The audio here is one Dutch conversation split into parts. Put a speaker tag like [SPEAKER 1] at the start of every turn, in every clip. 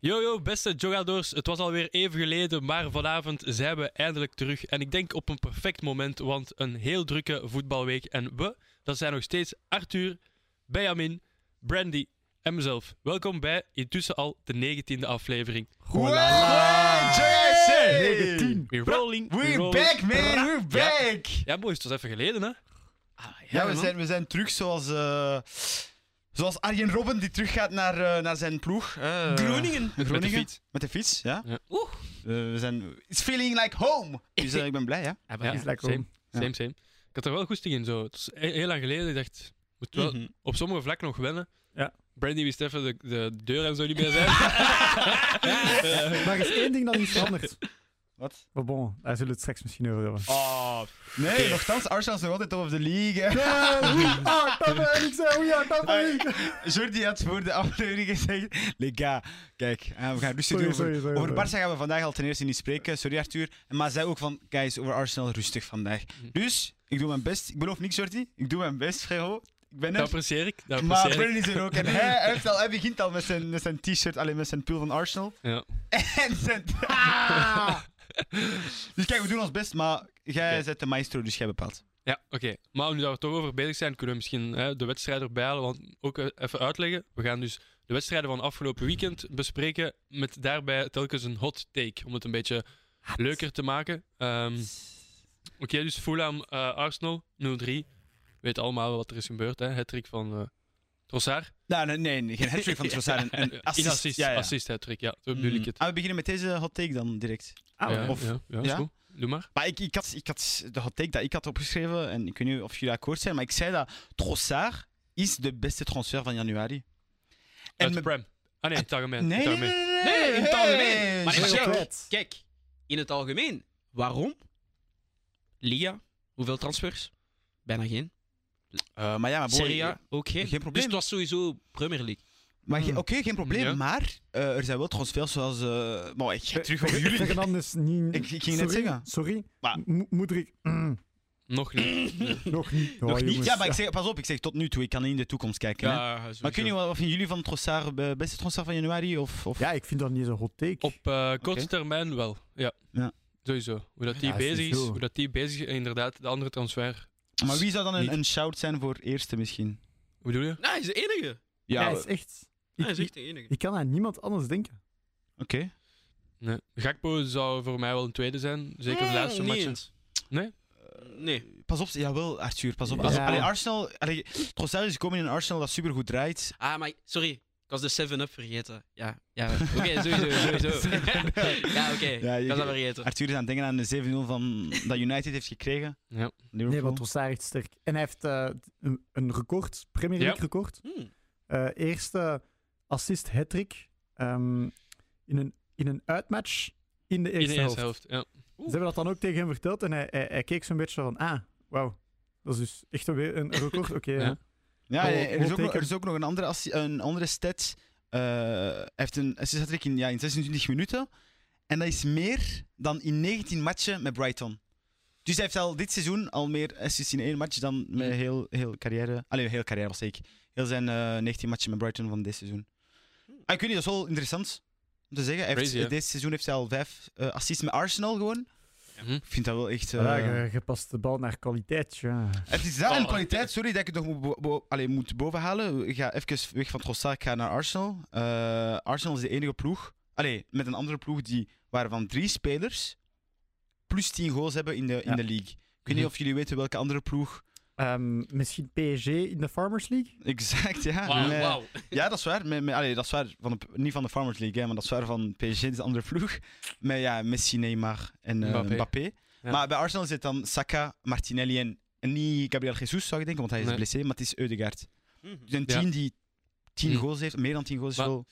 [SPEAKER 1] Yo, yo, beste jogadors. Het was alweer even geleden, maar vanavond zijn we eindelijk terug. En ik denk op een perfect moment, want een heel drukke voetbalweek. En we, dat zijn nog steeds Arthur, Benjamin, Brandy en mezelf. Welkom bij intussen al de negentiende aflevering. We're rolling, we're
[SPEAKER 2] We're
[SPEAKER 1] rolling.
[SPEAKER 2] back, man! We're back!
[SPEAKER 1] Ja, boys, het was even geleden, hè?
[SPEAKER 2] Ja, we zijn, we zijn terug zoals, eh, zoals Arjen Robben die teruggaat naar, eh, naar zijn ploeg. eh,
[SPEAKER 1] Groningen. Met de
[SPEAKER 2] Groningen.
[SPEAKER 1] fiets.
[SPEAKER 2] Met de fiets, ja.
[SPEAKER 1] Ja.
[SPEAKER 3] Oeh.
[SPEAKER 2] Eh, we zijn... It's feeling like home! Dus eh, ik ben blij, ja.
[SPEAKER 3] Ja, maar
[SPEAKER 1] Ja,
[SPEAKER 3] is
[SPEAKER 4] lekker,
[SPEAKER 1] same,
[SPEAKER 2] hoor.
[SPEAKER 1] same, same. Ik had er wel goesting in, zo. Het is he- heel lang geleden. Ik dacht, moet wel
[SPEAKER 2] Mhm.
[SPEAKER 1] op sommige vlakken nog wennen.
[SPEAKER 4] Ja.
[SPEAKER 1] Brandy wist even de, de deur en zo niet meer zijn.
[SPEAKER 4] Maar er is één ding dat niet veranderd.
[SPEAKER 2] Wat?
[SPEAKER 4] Maar bon, daar zullen we het straks misschien over hebben.
[SPEAKER 2] Oh, nee, nogthans, Arsenal is nog altijd top of the league. hè.
[SPEAKER 4] we are Tampa League, zijn we are Tampa League.
[SPEAKER 2] Jordi had voor de aflevering gezegd: Les gars, kijk, eh, we gaan rustig
[SPEAKER 4] Sorry,
[SPEAKER 2] doen. Over,
[SPEAKER 4] sorry, sorry,
[SPEAKER 2] over
[SPEAKER 4] sorry.
[SPEAKER 2] Barça gaan we vandaag al ten eerste niet spreken. Sorry Arthur. Maar zij ook van: guys, over Arsenal rustig vandaag.
[SPEAKER 1] Mm.
[SPEAKER 2] Dus ik doe mijn best. Ik beloof niks, Jordi. Ik doe mijn best, Gero. Ik ben
[SPEAKER 1] Dat
[SPEAKER 2] er.
[SPEAKER 1] apprecieer ik. Dat
[SPEAKER 2] Maar
[SPEAKER 1] apprecieer ik.
[SPEAKER 2] Brennan is er ook. En hij, heeft al, hij begint al met zijn, met zijn t-shirt, alleen met zijn pul van Arsenal.
[SPEAKER 1] Ja.
[SPEAKER 2] En zijn. Ah! dus kijk, we doen ons best, maar jij
[SPEAKER 1] Oké.
[SPEAKER 2] zet de maestro, dus jij bepaalt.
[SPEAKER 1] Ja, oké. Maar nu dat we toch over bezig zijn, kunnen we misschien hè, de wedstrijd erbij halen. Want ook eh, even uitleggen. We gaan dus de wedstrijden van afgelopen weekend bespreken. Met daarbij telkens een hot take. Om het een beetje leuker te maken. Ehm, oké, dus Fulham eh, Arsenal 0-3. Weet allemaal wel wat er is gebeurd. hè. Hattrick van eh Trossard.
[SPEAKER 2] Nou, nee, nee, nee, geen hat-trick van Trossard. Een, een
[SPEAKER 1] In
[SPEAKER 2] assist.
[SPEAKER 1] assist,
[SPEAKER 2] ja, ja.
[SPEAKER 1] assist hattrick, ja. Zo bedoel ik het.
[SPEAKER 2] Ah, we beginnen met deze hot take dan direct.
[SPEAKER 4] Ah,
[SPEAKER 1] ja,
[SPEAKER 2] of-
[SPEAKER 1] ja, ja, is
[SPEAKER 2] ja?
[SPEAKER 1] goed. Doe maar.
[SPEAKER 2] Maar ik, ik, had, ik had de hot take dat ik had opgeschreven, en ik weet niet of jullie akkoord zijn, maar ik zei dat Trossard is de beste transfer van januari.
[SPEAKER 1] Uit de
[SPEAKER 2] me-
[SPEAKER 1] prem. Ah nee, in het algemeen.
[SPEAKER 2] nee,
[SPEAKER 1] In het
[SPEAKER 2] nee,
[SPEAKER 1] algemeen.
[SPEAKER 2] nee,
[SPEAKER 3] Nee, in het algemeen. Maar
[SPEAKER 2] Hey,
[SPEAKER 3] in het
[SPEAKER 2] Jacques.
[SPEAKER 4] Vet.
[SPEAKER 3] Kijk, in het algemeen, waarom? Liga, hoeveel transfers? Bijna geen.
[SPEAKER 2] Eh, maar ja, maar boy,
[SPEAKER 3] Serie A, ook Ah, geen.
[SPEAKER 2] Geen probleem.
[SPEAKER 3] Dus het was sowieso Premier League.
[SPEAKER 2] Maar ge-
[SPEAKER 4] Hmm.
[SPEAKER 2] oké, geen probleem.
[SPEAKER 1] Ja.
[SPEAKER 2] Maar eh, er zijn wel transfers zoals. eh maar ik ga terug over
[SPEAKER 4] Fer-
[SPEAKER 2] jullie.
[SPEAKER 4] Fernandes niet...
[SPEAKER 2] Ik- ik ging net
[SPEAKER 4] eh, Sorry,
[SPEAKER 2] zeggen.
[SPEAKER 4] Sorry,
[SPEAKER 2] Maar-
[SPEAKER 4] Mo- moet ik... Mm,
[SPEAKER 1] Nog niet.
[SPEAKER 4] nog niet.
[SPEAKER 2] Nog
[SPEAKER 4] Oh,
[SPEAKER 2] niet.
[SPEAKER 4] jongens.
[SPEAKER 2] Ja, maar ik zeg, pas op, ik zeg tot nu toe. Ik kan niet in de toekomst kijken. hè. Maar kun je wel wat vinden jullie van Trossard, eh, beste transfer van januari? Of, of...
[SPEAKER 4] Ja, ik vind dat niet eens een hot take.
[SPEAKER 1] Op eh, korte
[SPEAKER 2] Oké.
[SPEAKER 1] termijn wel, ja.
[SPEAKER 2] Ja.
[SPEAKER 1] Sowieso. Hoe dat die
[SPEAKER 4] Ja, is
[SPEAKER 1] bezig
[SPEAKER 4] niet
[SPEAKER 1] is,
[SPEAKER 4] zo.
[SPEAKER 1] hoe dat die bezig is, en inderdaad, de andere transfer.
[SPEAKER 2] Maar wie zou dan een,
[SPEAKER 1] Dus Niet.
[SPEAKER 2] een shout zijn voor eerste misschien?
[SPEAKER 1] Hoe bedoel je?
[SPEAKER 3] Nee, hij is de enige.
[SPEAKER 4] ja, hij is echt...
[SPEAKER 3] Hij
[SPEAKER 4] Ik,
[SPEAKER 3] is echt de enige.
[SPEAKER 4] ik- ik kan aan niemand anders denken.
[SPEAKER 2] Oké.
[SPEAKER 1] Nee. Gakpo zou voor mij wel een tweede zijn, zeker de laatste
[SPEAKER 3] Nee,
[SPEAKER 1] matchen.
[SPEAKER 3] eens.
[SPEAKER 1] Nee?
[SPEAKER 3] Nee.
[SPEAKER 2] Pas op, jawel, Arthur, pas op. Pas
[SPEAKER 4] Ja.
[SPEAKER 2] op. Allee, Arsenal, allee, Trossard is gekomen in een Arsenal dat supergoed draait.
[SPEAKER 3] Ah, maar sorry. Ik was de 7-up vergeten. Ja, ja. Oké, sowieso, sowieso. ja, oké.
[SPEAKER 2] Ja, je-
[SPEAKER 3] ik was dat vergeten.
[SPEAKER 2] Arthur is aan het denken aan de 7-0 van, dat United heeft gekregen.
[SPEAKER 1] Ja.
[SPEAKER 2] Liverpool.
[SPEAKER 4] Nee, want Trossard is echt sterk. En hij heeft eh, een, een record, Premier
[SPEAKER 1] Ja.
[SPEAKER 4] League record.
[SPEAKER 3] Hmm.
[SPEAKER 4] Eh, eerste assist hattrick ehm in, een, in een uitmatch in de
[SPEAKER 1] In
[SPEAKER 4] eerste,
[SPEAKER 1] de eerste helft. Ja.
[SPEAKER 4] Ze hebben dat dan ook tegen hem verteld en hij, hij, hij keek zo'n beetje van, ah, wauw, dat is dus echt weer een record. Oké,
[SPEAKER 1] Ja.
[SPEAKER 4] ja.
[SPEAKER 2] Ja,
[SPEAKER 4] Oh,
[SPEAKER 2] er is,
[SPEAKER 4] hot
[SPEAKER 2] ook,
[SPEAKER 4] take,
[SPEAKER 2] er is ook nog een andere, assi- een andere stat. Eh, hij heeft een assist hat-trick in, ja, in 26 minuten. En dat is meer dan in 19 matchen met Brighton. Dus hij heeft al dit seizoen al meer assists in één match dan met heel, heel carrière. Allee, heel carrière was ik. Heel zijn eh, 19 matchen met Brighton van dit seizoen. Ah, ik weet niet, dat is wel interessant om te zeggen. Hij heeft,
[SPEAKER 1] Crazy, hè?
[SPEAKER 2] dit seizoen heeft hij al vijf eh, assists met Arsenal gewoon.
[SPEAKER 1] Mhm.
[SPEAKER 2] Ik vind dat wel echt... eh,
[SPEAKER 4] Ja, ge- gepast de bal naar kwaliteit, ja.
[SPEAKER 2] het is daar een
[SPEAKER 1] Oh.
[SPEAKER 2] kwaliteit, sorry dat ik het nog moet, bo- bo- allee, moet bovenhalen. Ik ga even weg van Trossard, ik ga naar Arsenal. Eh, Arsenal is de enige ploeg, allee, met een andere ploeg die waarvan drie spelers plus 10 goals hebben in de, in
[SPEAKER 4] Ja.
[SPEAKER 2] de league. Ik weet niet
[SPEAKER 1] Mhm.
[SPEAKER 2] of jullie weten welke andere ploeg.
[SPEAKER 4] Ehm, misschien PSG in de Farmers League?
[SPEAKER 2] Exact, ja.
[SPEAKER 3] Wauw,
[SPEAKER 2] Met-
[SPEAKER 3] wauw.
[SPEAKER 2] Ja, dat is waar. Met, met, allee, dat is waar van de, niet van de Farmers League, hè, maar dat is waar van PSG, de andere ploeg. Met ja, Messi, Neymar en eh,
[SPEAKER 1] Mbappé.
[SPEAKER 2] Mbappé.
[SPEAKER 1] Ja.
[SPEAKER 2] Maar bij Arsenal zit dan Saka, Martinelli en, en niet Gabriel Jesus, zou ik denken, want hij is
[SPEAKER 1] Nee.
[SPEAKER 2] blessé, maar het is Eudegaard.
[SPEAKER 3] Mhm.
[SPEAKER 2] Dus een
[SPEAKER 1] Ja.
[SPEAKER 2] team die 10
[SPEAKER 1] Hm.
[SPEAKER 2] goals heeft, meer dan 10 goals, is
[SPEAKER 1] Maar-
[SPEAKER 2] wel.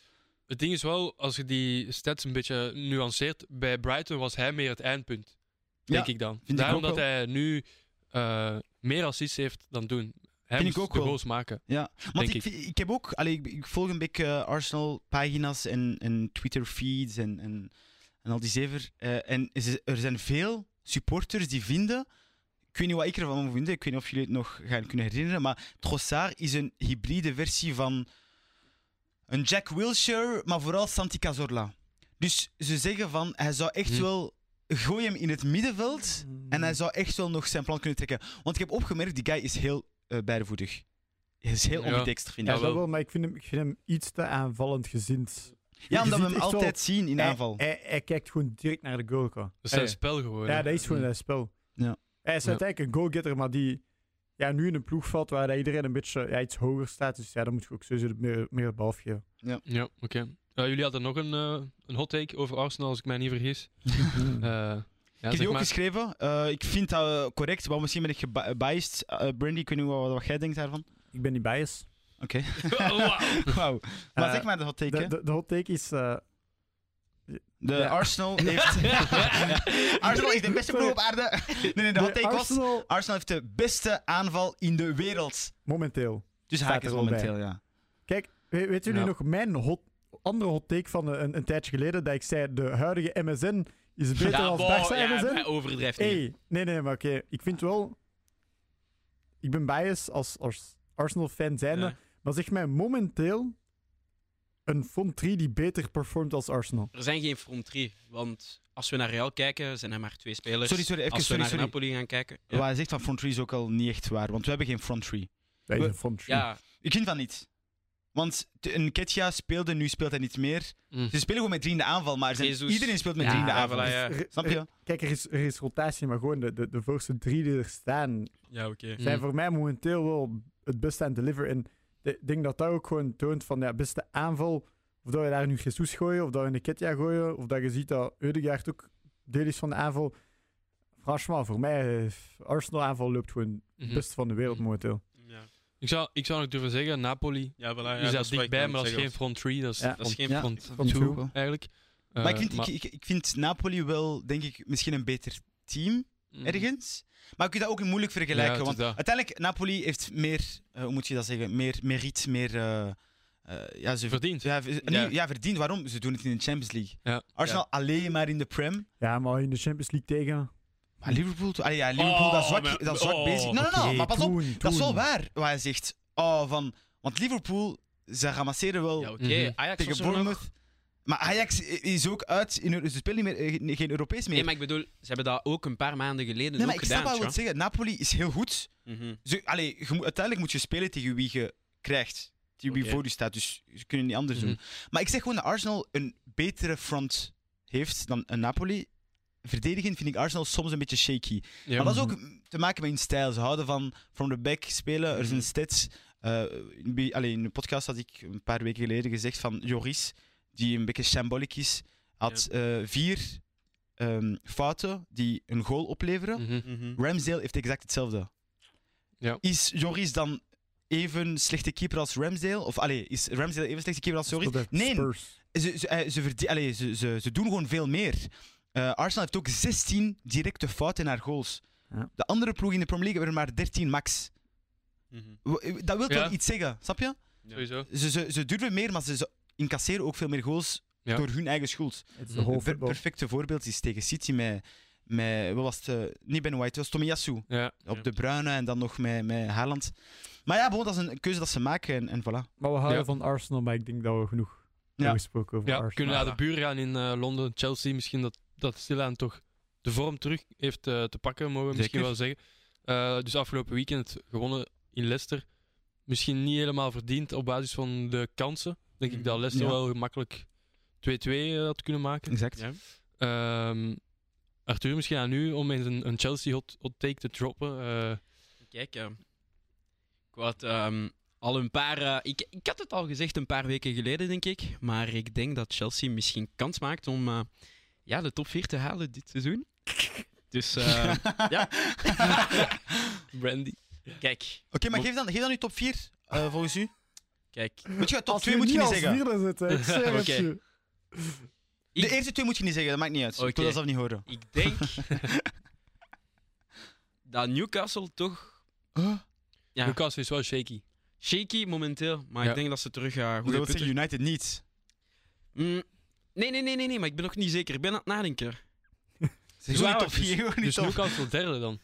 [SPEAKER 1] Het ding is wel, als je die stats een beetje nuanceert, bij Brighton was hij meer het eindpunt. Denk
[SPEAKER 2] Ja,
[SPEAKER 1] ik dan.
[SPEAKER 2] ik
[SPEAKER 1] Daarom
[SPEAKER 2] ook
[SPEAKER 1] dat
[SPEAKER 2] wel.
[SPEAKER 1] hij nu eh, meer assists heeft dan doen. Hij
[SPEAKER 2] Vind ik
[SPEAKER 1] moest
[SPEAKER 2] ook
[SPEAKER 1] de
[SPEAKER 2] wel.
[SPEAKER 1] goals maken.
[SPEAKER 2] Want
[SPEAKER 1] denk
[SPEAKER 2] ik, vind- ik heb ook, allee, ik, ik volg een beetje eh, Arsenal pagina's en, en Twitter feeds en, en, en al die zever. Eh, en ze- er zijn veel supporters die vinden. Ik weet niet wat ik ervan vind, ik weet niet of jullie het nog gaan kunnen herinneren, maar Trossard is een hybride versie van. eh, Een Jack Wilshere, maar vooral Santi Cazorla. Dus ze zeggen van, hij zou echt
[SPEAKER 1] Hm.
[SPEAKER 2] wel... Gooi hem in het middenveld en
[SPEAKER 4] Hmm.
[SPEAKER 2] hij zou echt wel nog zijn plan kunnen trekken. Want ik heb opgemerkt, die guy is heel eh bijvoetig. Hij is heel
[SPEAKER 1] Ja.
[SPEAKER 2] ambidexter, vind ik.
[SPEAKER 4] Ja,
[SPEAKER 1] Ja,
[SPEAKER 4] dat
[SPEAKER 1] wel.
[SPEAKER 4] wel, maar ik vind hem, ik vind hem iets te aanvallend gezind.
[SPEAKER 2] Ja, omdat we
[SPEAKER 4] ziet
[SPEAKER 2] hem
[SPEAKER 4] echt wel-
[SPEAKER 2] altijd zien in
[SPEAKER 4] Hij-
[SPEAKER 2] aanval.
[SPEAKER 4] Hij, hij kijkt gewoon direct naar de goal. Qua.
[SPEAKER 1] Dat is
[SPEAKER 2] Ah,
[SPEAKER 1] zijn
[SPEAKER 4] Hey.
[SPEAKER 1] spel gewoon.
[SPEAKER 4] Ja,
[SPEAKER 1] hè.
[SPEAKER 4] dat is gewoon een spel.
[SPEAKER 2] Ja.
[SPEAKER 4] Hij is
[SPEAKER 1] Ja.
[SPEAKER 4] uiteindelijk een goalgetter, maar die ja, nu in een ploeg valt waar dat iedereen een beetje ja, iets hoger staat. Dus ja, dan moet je ook sowieso meer, meer het bal geven.
[SPEAKER 1] Ja, oké. Eh, jullie hadden nog een, eh, een hot take over Arsenal, als ik mij niet vergis. Eh, ja,
[SPEAKER 2] ik heb
[SPEAKER 1] zeg
[SPEAKER 2] die ook
[SPEAKER 1] maar.
[SPEAKER 2] geschreven. Eh, ik vind dat eh, correct, maar misschien ben ik geba- eh, biased. Eh, Brandy, ik weet niet wat, wat jij denkt daarvan.
[SPEAKER 4] Ik ben niet biased.
[SPEAKER 2] Oké.
[SPEAKER 1] Oh, wauw.
[SPEAKER 2] Wauw. Maar
[SPEAKER 4] Eh,
[SPEAKER 2] zeg maar de hot take,
[SPEAKER 4] De,
[SPEAKER 2] hè. De,
[SPEAKER 4] de, de hot take is... eh, Ja.
[SPEAKER 2] Arsenal heeft... Arsenal is de beste ploeg op aarde. Nee, nee, de hot
[SPEAKER 4] de
[SPEAKER 2] take was...
[SPEAKER 4] Arsenal
[SPEAKER 2] Arsenal heeft de beste aanval in de wereld.
[SPEAKER 4] momenteel.
[SPEAKER 2] Dus
[SPEAKER 4] Staat
[SPEAKER 2] haak is
[SPEAKER 4] er wel
[SPEAKER 2] momenteel, ja.
[SPEAKER 4] Kijk, weet, weten jullie
[SPEAKER 1] Ja.
[SPEAKER 4] nog mijn hot, andere hot take van eh, een, een tijdje geleden? Dat ik zei, de huidige MSN is beter dan
[SPEAKER 3] boh,
[SPEAKER 4] Barca
[SPEAKER 3] ja,
[SPEAKER 4] MSN.
[SPEAKER 3] hij overdrijft niet.
[SPEAKER 4] Hey, nee, nee, maar oké. Ik vind wel... Ik ben biased als, als Arsenal-fan zijnde.
[SPEAKER 3] Ja.
[SPEAKER 4] Maar zeg mij momenteel een front 3 die beter performt als Arsenal.
[SPEAKER 3] Er zijn geen front 3, want als we naar Real kijken, zijn er maar twee spelers.
[SPEAKER 2] Sorry, sorry, even,
[SPEAKER 3] als we
[SPEAKER 2] sorry,
[SPEAKER 3] naar
[SPEAKER 2] sorry.
[SPEAKER 3] Napoli gaan kijken... Ja,
[SPEAKER 2] Wat hij zegt van front three is ook al niet echt waar, want we hebben geen front three.
[SPEAKER 4] Dat is
[SPEAKER 2] We-
[SPEAKER 4] een front 3.
[SPEAKER 3] ja,
[SPEAKER 2] Ik vind van niet. Want t- een Ketja speelde, nu speelt hij niet meer.
[SPEAKER 1] Mm.
[SPEAKER 2] Ze spelen gewoon met drie in de aanval, maar er zijn-
[SPEAKER 3] Jesus.
[SPEAKER 2] iedereen speelt met
[SPEAKER 3] Ja,
[SPEAKER 2] drie in de
[SPEAKER 3] ja,
[SPEAKER 2] aanval.
[SPEAKER 3] voilà, ja.
[SPEAKER 2] Snap je?
[SPEAKER 4] Dus Kijk, er is, er is rotatie, maar gewoon de, de, de voorste drie die er staan,
[SPEAKER 3] ja oké.
[SPEAKER 1] Mm.
[SPEAKER 4] zijn voor mij momenteel wel het beste aan het deliver. En de- ik denk dat dat ook gewoon toont van ja, beste aanval. Of dat we daar nu Jesus gooien, of dat we een Ketja gooien, of dat je ziet dat Eudegaard ook deel is van de aanval. Franchement, voor mij, eh, Arsenal aanval loopt gewoon het
[SPEAKER 1] Mhm.
[SPEAKER 4] beste van de wereld momenteel.
[SPEAKER 3] Ja,
[SPEAKER 1] Ik, zou, ik zou nog durven zeggen, Napoli
[SPEAKER 3] ja, voilà, ja,
[SPEAKER 1] is
[SPEAKER 3] dat
[SPEAKER 1] dat
[SPEAKER 3] is wat ik
[SPEAKER 1] dichtbij,
[SPEAKER 3] wou
[SPEAKER 1] maar dat is geen
[SPEAKER 3] zeggen.
[SPEAKER 1] front 3, dat is
[SPEAKER 4] Ja.
[SPEAKER 3] Dat is geen
[SPEAKER 2] Ja.
[SPEAKER 1] front
[SPEAKER 4] Front
[SPEAKER 1] 2
[SPEAKER 4] two.
[SPEAKER 1] eigenlijk.
[SPEAKER 2] Maar ik
[SPEAKER 1] Eh,
[SPEAKER 2] vind, Ik, ik, ik vind Napoli wel, denk ik, misschien een beter team
[SPEAKER 1] Mm.
[SPEAKER 2] ergens. Maar ik kun je dat ook moeilijk vergelijken.
[SPEAKER 1] Ja, het is
[SPEAKER 2] want
[SPEAKER 1] dat.
[SPEAKER 2] uiteindelijk, Napoli heeft meer, eh, hoe moet je dat zeggen, meer merit, meer... eh, eh, ja, ze
[SPEAKER 1] Verdiend.
[SPEAKER 2] Ja, ver-
[SPEAKER 1] Ja.
[SPEAKER 2] nee, ja, verdiend. Waarom? Ze doen het in de Champions League.
[SPEAKER 1] Ja.
[SPEAKER 2] Arsenal alleen maar in de Prem.
[SPEAKER 4] Ja, maar in de Champions League tegen.
[SPEAKER 2] Maar Liverpool, to- allee, ja, Liverpool
[SPEAKER 1] Oh,
[SPEAKER 2] dat is zwak,
[SPEAKER 1] maar-
[SPEAKER 2] dat is zwak
[SPEAKER 1] oh.
[SPEAKER 2] bezig. Nee, nee, nee,
[SPEAKER 4] Oké,
[SPEAKER 2] maar pas op.
[SPEAKER 4] toen,
[SPEAKER 2] Dat is wel
[SPEAKER 4] toen.
[SPEAKER 2] waar wat hij zegt. Oh, van, want Liverpool, ze ramasseren wel
[SPEAKER 3] Ja, oké.
[SPEAKER 1] Mhm.
[SPEAKER 3] Ajax was
[SPEAKER 2] tegen
[SPEAKER 3] er nog.
[SPEAKER 2] Bournemouth. Maar Ajax i- is ook uit. In, Euro- ze spelen niet meer, eh, geen- geen Europees meer.
[SPEAKER 3] Nee, maar ik bedoel, ze hebben dat ook een paar maanden geleden
[SPEAKER 2] Nee, maar
[SPEAKER 3] ook
[SPEAKER 2] ik snap
[SPEAKER 3] gedaan.
[SPEAKER 2] wat je wilt zeggen. Napoli is heel goed.
[SPEAKER 3] tja. Mhm.
[SPEAKER 2] Ze, allee, je moet- uiteindelijk moet je spelen tegen wie je krijgt. Tegen wie
[SPEAKER 3] Oké. Mhm.
[SPEAKER 2] voor je staat. Dus ze kunnen niet anders doen. Maar ik zeg gewoon dat Arsenal een betere front heeft dan een Napoli. Verdedigend vind ik Arsenal soms een beetje shaky.
[SPEAKER 1] Ja.
[SPEAKER 2] Maar dat is ook te maken met hun stijl. Ze houden van from the back spelen. Er zijn
[SPEAKER 1] Mhm.
[SPEAKER 2] stats. eh, in bij- allee, in de podcast had ik een paar weken geleden gezegd van Joris, die een beetje shambolic is, had eh, vier ehm, fouten die een goal opleveren.
[SPEAKER 1] Mhm.
[SPEAKER 3] Mhm.
[SPEAKER 2] Ramsdale heeft exact hetzelfde.
[SPEAKER 1] Ja.
[SPEAKER 2] Is Joris dan even slechte keeper als Ramsdale? Of allee, is Ramsdale even slechte keeper als Joris?
[SPEAKER 4] Speelde
[SPEAKER 2] Nee,
[SPEAKER 4] Spurs.
[SPEAKER 2] ze, ze, eh, ze, verdie- allee, ze, ze, ze doen gewoon veel meer. Eh, Arsenal heeft ook 16 directe fouten naar goals.
[SPEAKER 4] Ja.
[SPEAKER 2] De andere ploeg in de Premier League hebben er maar 13 max.
[SPEAKER 3] Mhm.
[SPEAKER 2] W- eh, Dat wil
[SPEAKER 1] Ja.
[SPEAKER 2] wel iets zeggen, snap je?
[SPEAKER 1] Sowieso.
[SPEAKER 2] Ze, ze, ze durven meer, maar ze, ze incasseren ook veel meer goals
[SPEAKER 1] Ja.
[SPEAKER 2] door hun eigen schuld.
[SPEAKER 4] Het
[SPEAKER 1] Mhm.
[SPEAKER 4] is de whole
[SPEAKER 2] Het per-
[SPEAKER 4] football.
[SPEAKER 2] perfecte voorbeeld is tegen City met, met wat was het, eh, niet Ben White, het was Tomiyasu
[SPEAKER 1] Ja.
[SPEAKER 2] op
[SPEAKER 3] Ja.
[SPEAKER 2] de Bruine en dan nog met, met Haaland. Maar ja, bon, dat is een keuze dat ze maken en, en voilà.
[SPEAKER 4] Maar we houden
[SPEAKER 1] Ja.
[SPEAKER 4] van Arsenal, maar ik denk dat we genoeg
[SPEAKER 2] Ja.
[SPEAKER 4] hebben gesproken over
[SPEAKER 1] Ja,
[SPEAKER 4] Arsenal.
[SPEAKER 1] kunnen naar de buren gaan in eh, Londen, Chelsea. Misschien dat, dat stilaan toch de vorm terug heeft eh, te pakken, mogen we misschien
[SPEAKER 2] Zeker.
[SPEAKER 1] wel zeggen. Eh, dus afgelopen weekend gewonnen in Leicester. Misschien niet helemaal verdiend op basis van de kansen. Denk ik dat Leicester
[SPEAKER 2] Mm, Ja.
[SPEAKER 1] wel gemakkelijk 2-2 had kunnen maken.
[SPEAKER 2] Exact.
[SPEAKER 3] Ja.
[SPEAKER 1] Ehm, Arthur, misschien aan u om eens een, een Chelsea hot, hot take te droppen. Eh,
[SPEAKER 3] Kijk, eh, ik had ehm, al een paar. eh, ik, ik had het al gezegd een paar weken geleden, denk ik. Maar ik denk dat Chelsea misschien kans maakt om eh, ja, de top 4 te halen dit seizoen. Dus eh, ja.
[SPEAKER 1] Brandy.
[SPEAKER 3] kijk,
[SPEAKER 2] Oké, maar geef dan, geef dan uw top 4, volgens u.
[SPEAKER 3] kijk.
[SPEAKER 2] Weet je, wat, top
[SPEAKER 4] Als
[SPEAKER 2] 2
[SPEAKER 4] we
[SPEAKER 2] moet je
[SPEAKER 4] niet
[SPEAKER 2] niet
[SPEAKER 4] als
[SPEAKER 2] zeggen.
[SPEAKER 4] vierde zitten, ik zeg het
[SPEAKER 3] Oké.
[SPEAKER 4] je.
[SPEAKER 2] De
[SPEAKER 3] Ik-
[SPEAKER 2] eerste twee moet je niet zeggen, dat maakt niet uit. Ik
[SPEAKER 3] Oké.
[SPEAKER 2] wil dat zelf niet horen.
[SPEAKER 3] Ik denk dat Newcastle toch Ja.
[SPEAKER 1] Newcastle is wel shaky.
[SPEAKER 3] shaky momenteel. Maar
[SPEAKER 1] Ja.
[SPEAKER 3] ik denk dat ze terug eh
[SPEAKER 2] Dat
[SPEAKER 3] goede
[SPEAKER 2] wil
[SPEAKER 3] punten
[SPEAKER 2] zeggen United niet.
[SPEAKER 3] Mm, nee, nee, nee, nee, nee, maar ik ben nog niet zeker. Ik ben aan het nadenken.
[SPEAKER 2] Ze
[SPEAKER 1] Zwaar,
[SPEAKER 2] niet top
[SPEAKER 1] dus-
[SPEAKER 2] 4, gewoon niet
[SPEAKER 1] Dus
[SPEAKER 2] top.
[SPEAKER 1] Newcastle derde dan.